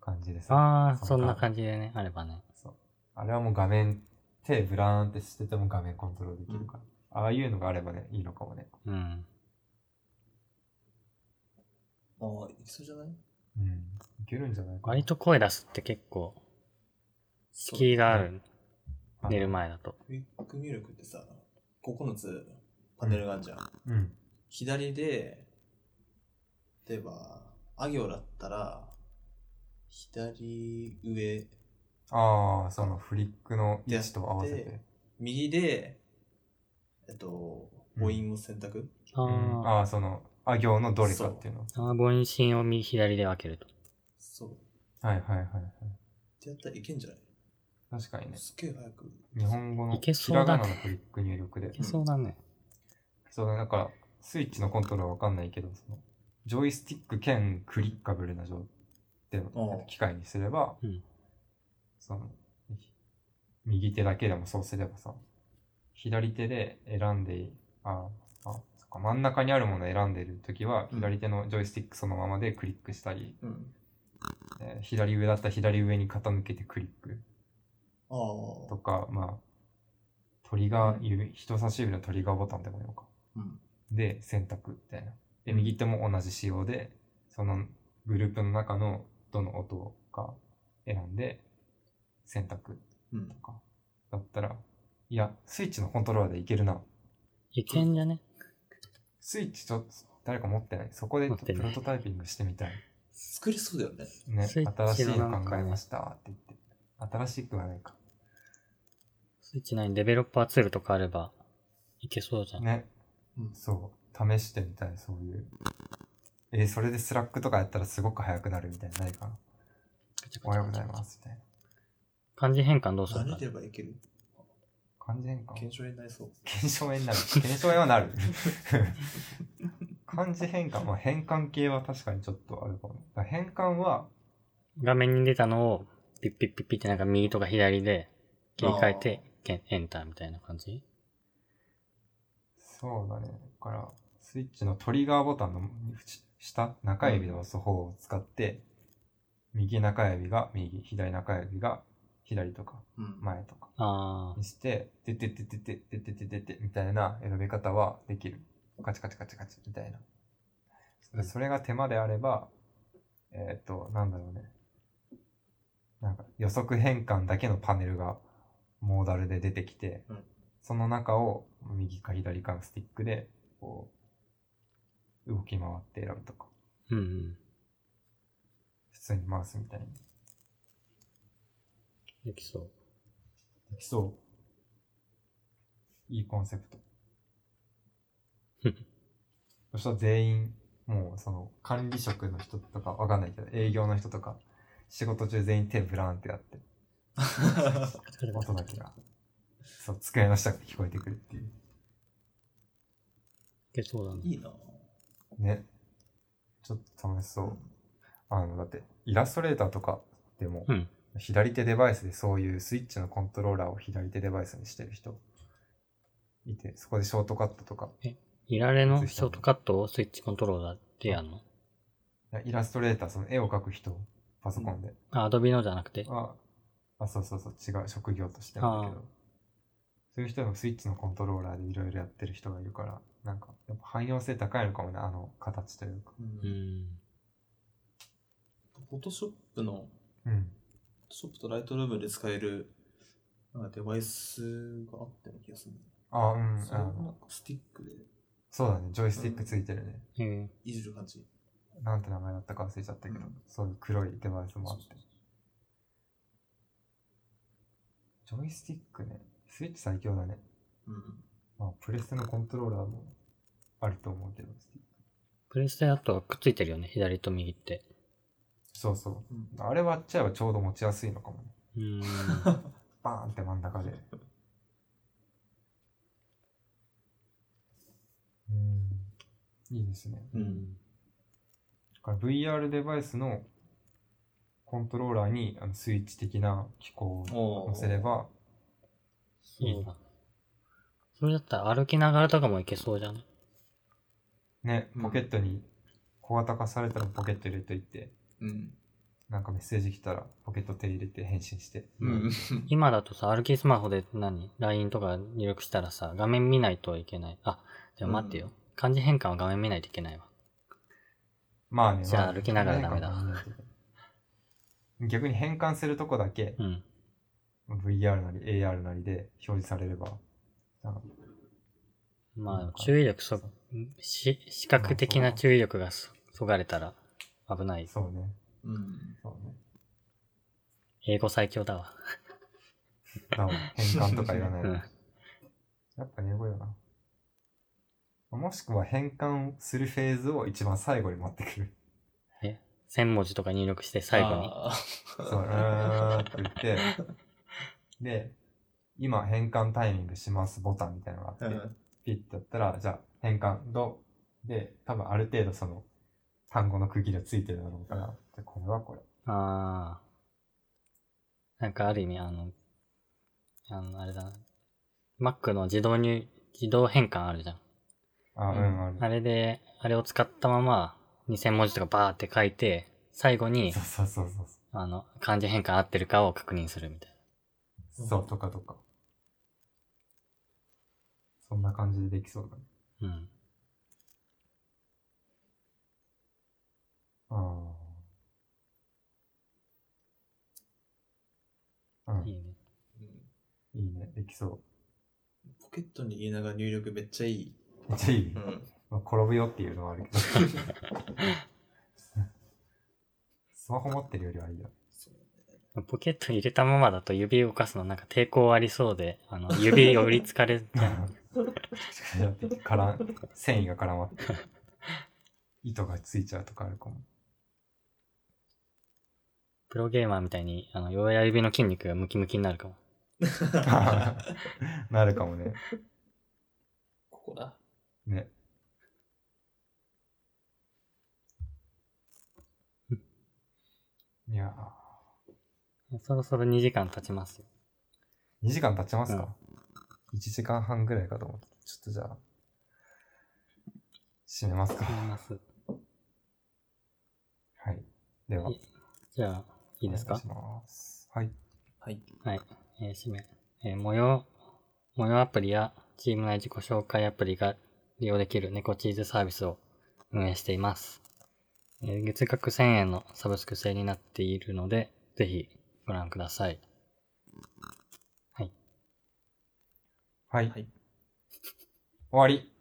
Speaker 1: 感じでさ。
Speaker 2: ああ、
Speaker 1: そ
Speaker 2: そ
Speaker 1: ん
Speaker 2: ん
Speaker 1: な
Speaker 2: な感じでね、あればね。
Speaker 1: そうあれはもう画面、手ブラーンってしてても画面コントロールできるから。ああいうのがあればね、いいのかもね。
Speaker 2: うん。
Speaker 3: ああ、いきそうじゃない
Speaker 1: うん。いけるんじゃないかな
Speaker 2: 割と声出すって結構、敷居がある。
Speaker 1: あ
Speaker 2: 寝る前だと。
Speaker 3: クイック入力ってさ、9つパネルがあるじゃん。
Speaker 1: うん。
Speaker 3: 左で、例えば、あ行だったら、左上、
Speaker 1: ああ、そのフリックの位置と合わせ
Speaker 3: やって
Speaker 1: て。
Speaker 3: 右で、えっと、母音を選択、
Speaker 2: あー、
Speaker 1: うんああ、その、あ行のどれかっていうの。
Speaker 2: あー、母音心を右左で分けると。
Speaker 3: そう。っ
Speaker 1: はいはいはいはい。
Speaker 3: てやったらいけんじゃない
Speaker 1: 確かにね。
Speaker 3: すっげえ早く。
Speaker 1: 日本語の
Speaker 2: いけ
Speaker 1: ひ
Speaker 2: そ
Speaker 1: ら
Speaker 2: うだ
Speaker 1: が
Speaker 2: ね
Speaker 1: なのクリック入力で
Speaker 2: い。けそうだね。
Speaker 1: そうだ、だから、スイッチのコントロールはわかんないけど、その、ジョイスティック兼クリッカブルな状態
Speaker 3: お
Speaker 1: の
Speaker 3: う
Speaker 1: 機械にすれば、
Speaker 2: うん
Speaker 1: その、右手だけでもそうすればさ、左手で選んでい、ああ、そっか、真ん中にあるものを選んでるときは、
Speaker 3: うん
Speaker 1: 左手のジョイスティックそのままでクリックしたり、
Speaker 6: うん。
Speaker 1: えー左上だったら左上に傾けてクリック
Speaker 3: ああ
Speaker 1: と。か、まあ、トリガー、指人差し指のトリガーボタンでもいいのか。
Speaker 3: うん
Speaker 1: で、選択みたいな。で、
Speaker 3: うん
Speaker 1: 右手も同じ仕様で、そのグループの中のどの音か選んで、選択
Speaker 3: うん
Speaker 1: と。か。だったら、いや、スイッチのコントローラーでいけるな。
Speaker 2: いけんじゃね
Speaker 1: スイッチちょっと、誰か持ってない。そこでちょっと
Speaker 2: 持って
Speaker 1: プ
Speaker 2: な
Speaker 1: ロ
Speaker 2: い
Speaker 1: トタイピングしてみたい。
Speaker 3: 作れそうだよね。
Speaker 1: ね、
Speaker 2: スイッチの
Speaker 1: 新しいの
Speaker 2: なん
Speaker 1: 考
Speaker 2: かね
Speaker 1: えましたって言って。新しくはないか。
Speaker 2: スイッチ内にデベロッパーツールとかあれば、いけそうじゃん。
Speaker 1: ね、
Speaker 3: うん
Speaker 1: そう試してみたいそういうえーそれでスラックとかやったらすごく速くなるみたいなのないかな
Speaker 2: ガチャ
Speaker 1: お
Speaker 2: ガ
Speaker 1: は
Speaker 2: チ
Speaker 1: よ
Speaker 2: ャ
Speaker 1: う
Speaker 2: ガ
Speaker 1: ございま
Speaker 2: チャ
Speaker 1: すみたいな
Speaker 2: 漢字変換どうする
Speaker 3: 慣れ
Speaker 2: か
Speaker 3: て。ればいける。
Speaker 1: 完全か
Speaker 3: 検証になりそう。
Speaker 1: 検証炎になる検証炎はなる漢字変換まあ変換系は確かにちょっとあるかもだから変換は
Speaker 2: 画面に出たのを、ピッピッピッピってなんか右とか左で切り替えて、けんエンターみたいな感じ
Speaker 1: そうだねだからスイッチのトリガーボタンの縁下中指で押す方を使って、右中指が右左中指が左とか
Speaker 3: うん。
Speaker 1: 前とか
Speaker 2: ああ
Speaker 1: に、して、ててててててててててみたいな選び方はできる。カチカチカチカチみたいな。でそれが手間であれば、えっ、と、なんだろうね。なんか予測変換だけのパネルがモーダルで出てきて、
Speaker 3: うん
Speaker 1: その中を右か左かのスティックで、こう、動き回って選ぶとか、
Speaker 2: うんうん。
Speaker 1: 普通にマウスみたいに。
Speaker 2: できそう。
Speaker 1: できそう。いいコンセプト。そしたら全員、もうその管理職の人とかわかんないけど、営業の人とか、仕事中全員手ブラーンってやって、音だけが、そう、机の下から聞こえてくるっていう。
Speaker 2: いけそうだね。
Speaker 3: いいな。
Speaker 1: ね。ちょっと楽しそう。あの、だって、イラストレーターとかでも、
Speaker 2: うん
Speaker 1: 左手デバイスでそういうスイッチのコントローラーを左手デバイスにしてる人、いて、そこでショートカットとか、
Speaker 2: いられのショートカットをスイッチコントローラーでやんの
Speaker 1: いやイラストレーター、その絵を描く人、パソコンで。
Speaker 2: あ、アドビのじゃなくて。
Speaker 1: あ、あ、そうそうそう、違う、職業としてなんだけど。
Speaker 2: あ
Speaker 1: そういう人でもスイッチのコントローラーでいろいろやってる人がいるから、なんか、やっぱ汎用性高いのかもね、あの形というか。
Speaker 3: う。
Speaker 2: うんん。
Speaker 3: フォトショップの、
Speaker 1: うん。
Speaker 3: フォトショップとライトルームで使える、なんかデバイスがあったような気がするんだよ
Speaker 1: あ、うん、
Speaker 3: それもな
Speaker 1: あ
Speaker 3: んかスティックで
Speaker 1: そうだね、ジョイスティックついてるね。
Speaker 2: へえ
Speaker 3: いじる感じ。
Speaker 1: なんて名前だったか忘れちゃったけど、
Speaker 3: うん
Speaker 1: そういう黒いデバイスもあって
Speaker 3: そう。
Speaker 1: ジョイスティックね、スイッチ最強だね。
Speaker 3: うん。
Speaker 1: まあ、プレステのコントローラーもあると思うけど、スティック
Speaker 2: プレステだとくっついてるよね、左と右って。
Speaker 1: そうそ
Speaker 3: うん
Speaker 1: う。あれ割っちゃえばちょうど持ちやすいのかもね。
Speaker 2: うーん。
Speaker 1: バーンって真ん中で。うん。いいですね。
Speaker 3: うん。
Speaker 1: だから VR デバイスのコントローラーにあのスイッチ的な機構を
Speaker 7: おー
Speaker 1: 載せれば、
Speaker 2: いいな。それだったら歩きながらとかもいけそうじゃん。
Speaker 1: ね
Speaker 3: う、ん
Speaker 1: ポケットに小型化されたらポケット入れといて、
Speaker 3: うん。
Speaker 1: なんかメッセージ来たらポケット手入れて返信して。
Speaker 3: うん。
Speaker 2: 今だとさ、歩きスマホで何 ?LINE とか入力したらさ、画面見ないといけない。あ、でも待ってよ。漢字変換は画面見ないといけないわ。
Speaker 1: まあね、
Speaker 2: じゃあ
Speaker 1: ま
Speaker 2: 歩きながらダメだ
Speaker 1: 変換も逆に変換するとこだけ
Speaker 2: うん。
Speaker 1: VR なり AR なりで表示されれば、なんか
Speaker 2: ま
Speaker 1: なん
Speaker 2: あ、
Speaker 1: か
Speaker 2: 注意力そ、し、視覚的な注意力がそそがれたら危ない。
Speaker 1: そうね、
Speaker 3: うん。
Speaker 1: そうね。
Speaker 2: 英語最強だわ。
Speaker 1: なお、変換とかいらない。
Speaker 2: うん
Speaker 1: やっぱ英語よな。もしくは変換するフェーズを一番最後に持ってくる。
Speaker 2: 1000文字とか入力して最後に。
Speaker 7: あ
Speaker 1: そう、うーんって言って、で、今変換タイミングしますボタンみたいなのがあっ て、ピッとやったら、じゃあ変換、どうで、多分ある程度その単語の区切りがついてるだろうから、でこれはこれ。
Speaker 2: ああ。なんかある意味、あの、あの、あれだな。Mac の自動入、自動変換あるじゃん。
Speaker 1: あ、うん、
Speaker 7: うん
Speaker 1: ある。
Speaker 2: あれで、あれを使ったまま、2000文字とかバーって書いて、最後に
Speaker 1: そ、うそうそうそう
Speaker 2: あの、漢字変換合ってるかを確認するみたい
Speaker 1: そう。そう、とかとか。そんな感じでできそうだね。
Speaker 2: な。うん。
Speaker 1: ああ。うん
Speaker 2: いい、ね。
Speaker 1: いいね、できそう。
Speaker 3: ポケットに入れながら入力めっちゃいい。
Speaker 1: めっちゃいいね。
Speaker 3: ん。
Speaker 1: まあ、転ぶよっていうのはあるけど。スマホ持ってるよりはいいよ。
Speaker 2: ポケットに入れたままだと指動かすのなんか抵抗ありそうで、あの、指より疲れちゃ
Speaker 1: だ
Speaker 2: う。
Speaker 1: って絡ん繊維が絡まって糸がついちゃうとかあるかも。
Speaker 2: プロゲーマーみたいに、あの、親指の筋肉がムキムキになるかも。
Speaker 1: なるかもね。
Speaker 7: ここだ。
Speaker 1: ね。いや
Speaker 2: そろそろ2時間経ちますよ。
Speaker 1: ー、2時間経ちますか、?1 時間半ぐらいかと思って。ちょっとじゃあ、閉めますか
Speaker 2: 思。います。
Speaker 1: はい。では、
Speaker 2: いじゃあ、いいです
Speaker 1: お
Speaker 2: か
Speaker 1: 願いしますはい。
Speaker 3: はい。
Speaker 2: はい。えー、締め。えー模様、模様アプリやチーム内自己紹介アプリが利用できる猫チーズサービスを運営しています。えー月額1000円のサブスク制になっているので、ぜひご覧ください。
Speaker 1: はい。
Speaker 3: はい
Speaker 1: 終わり。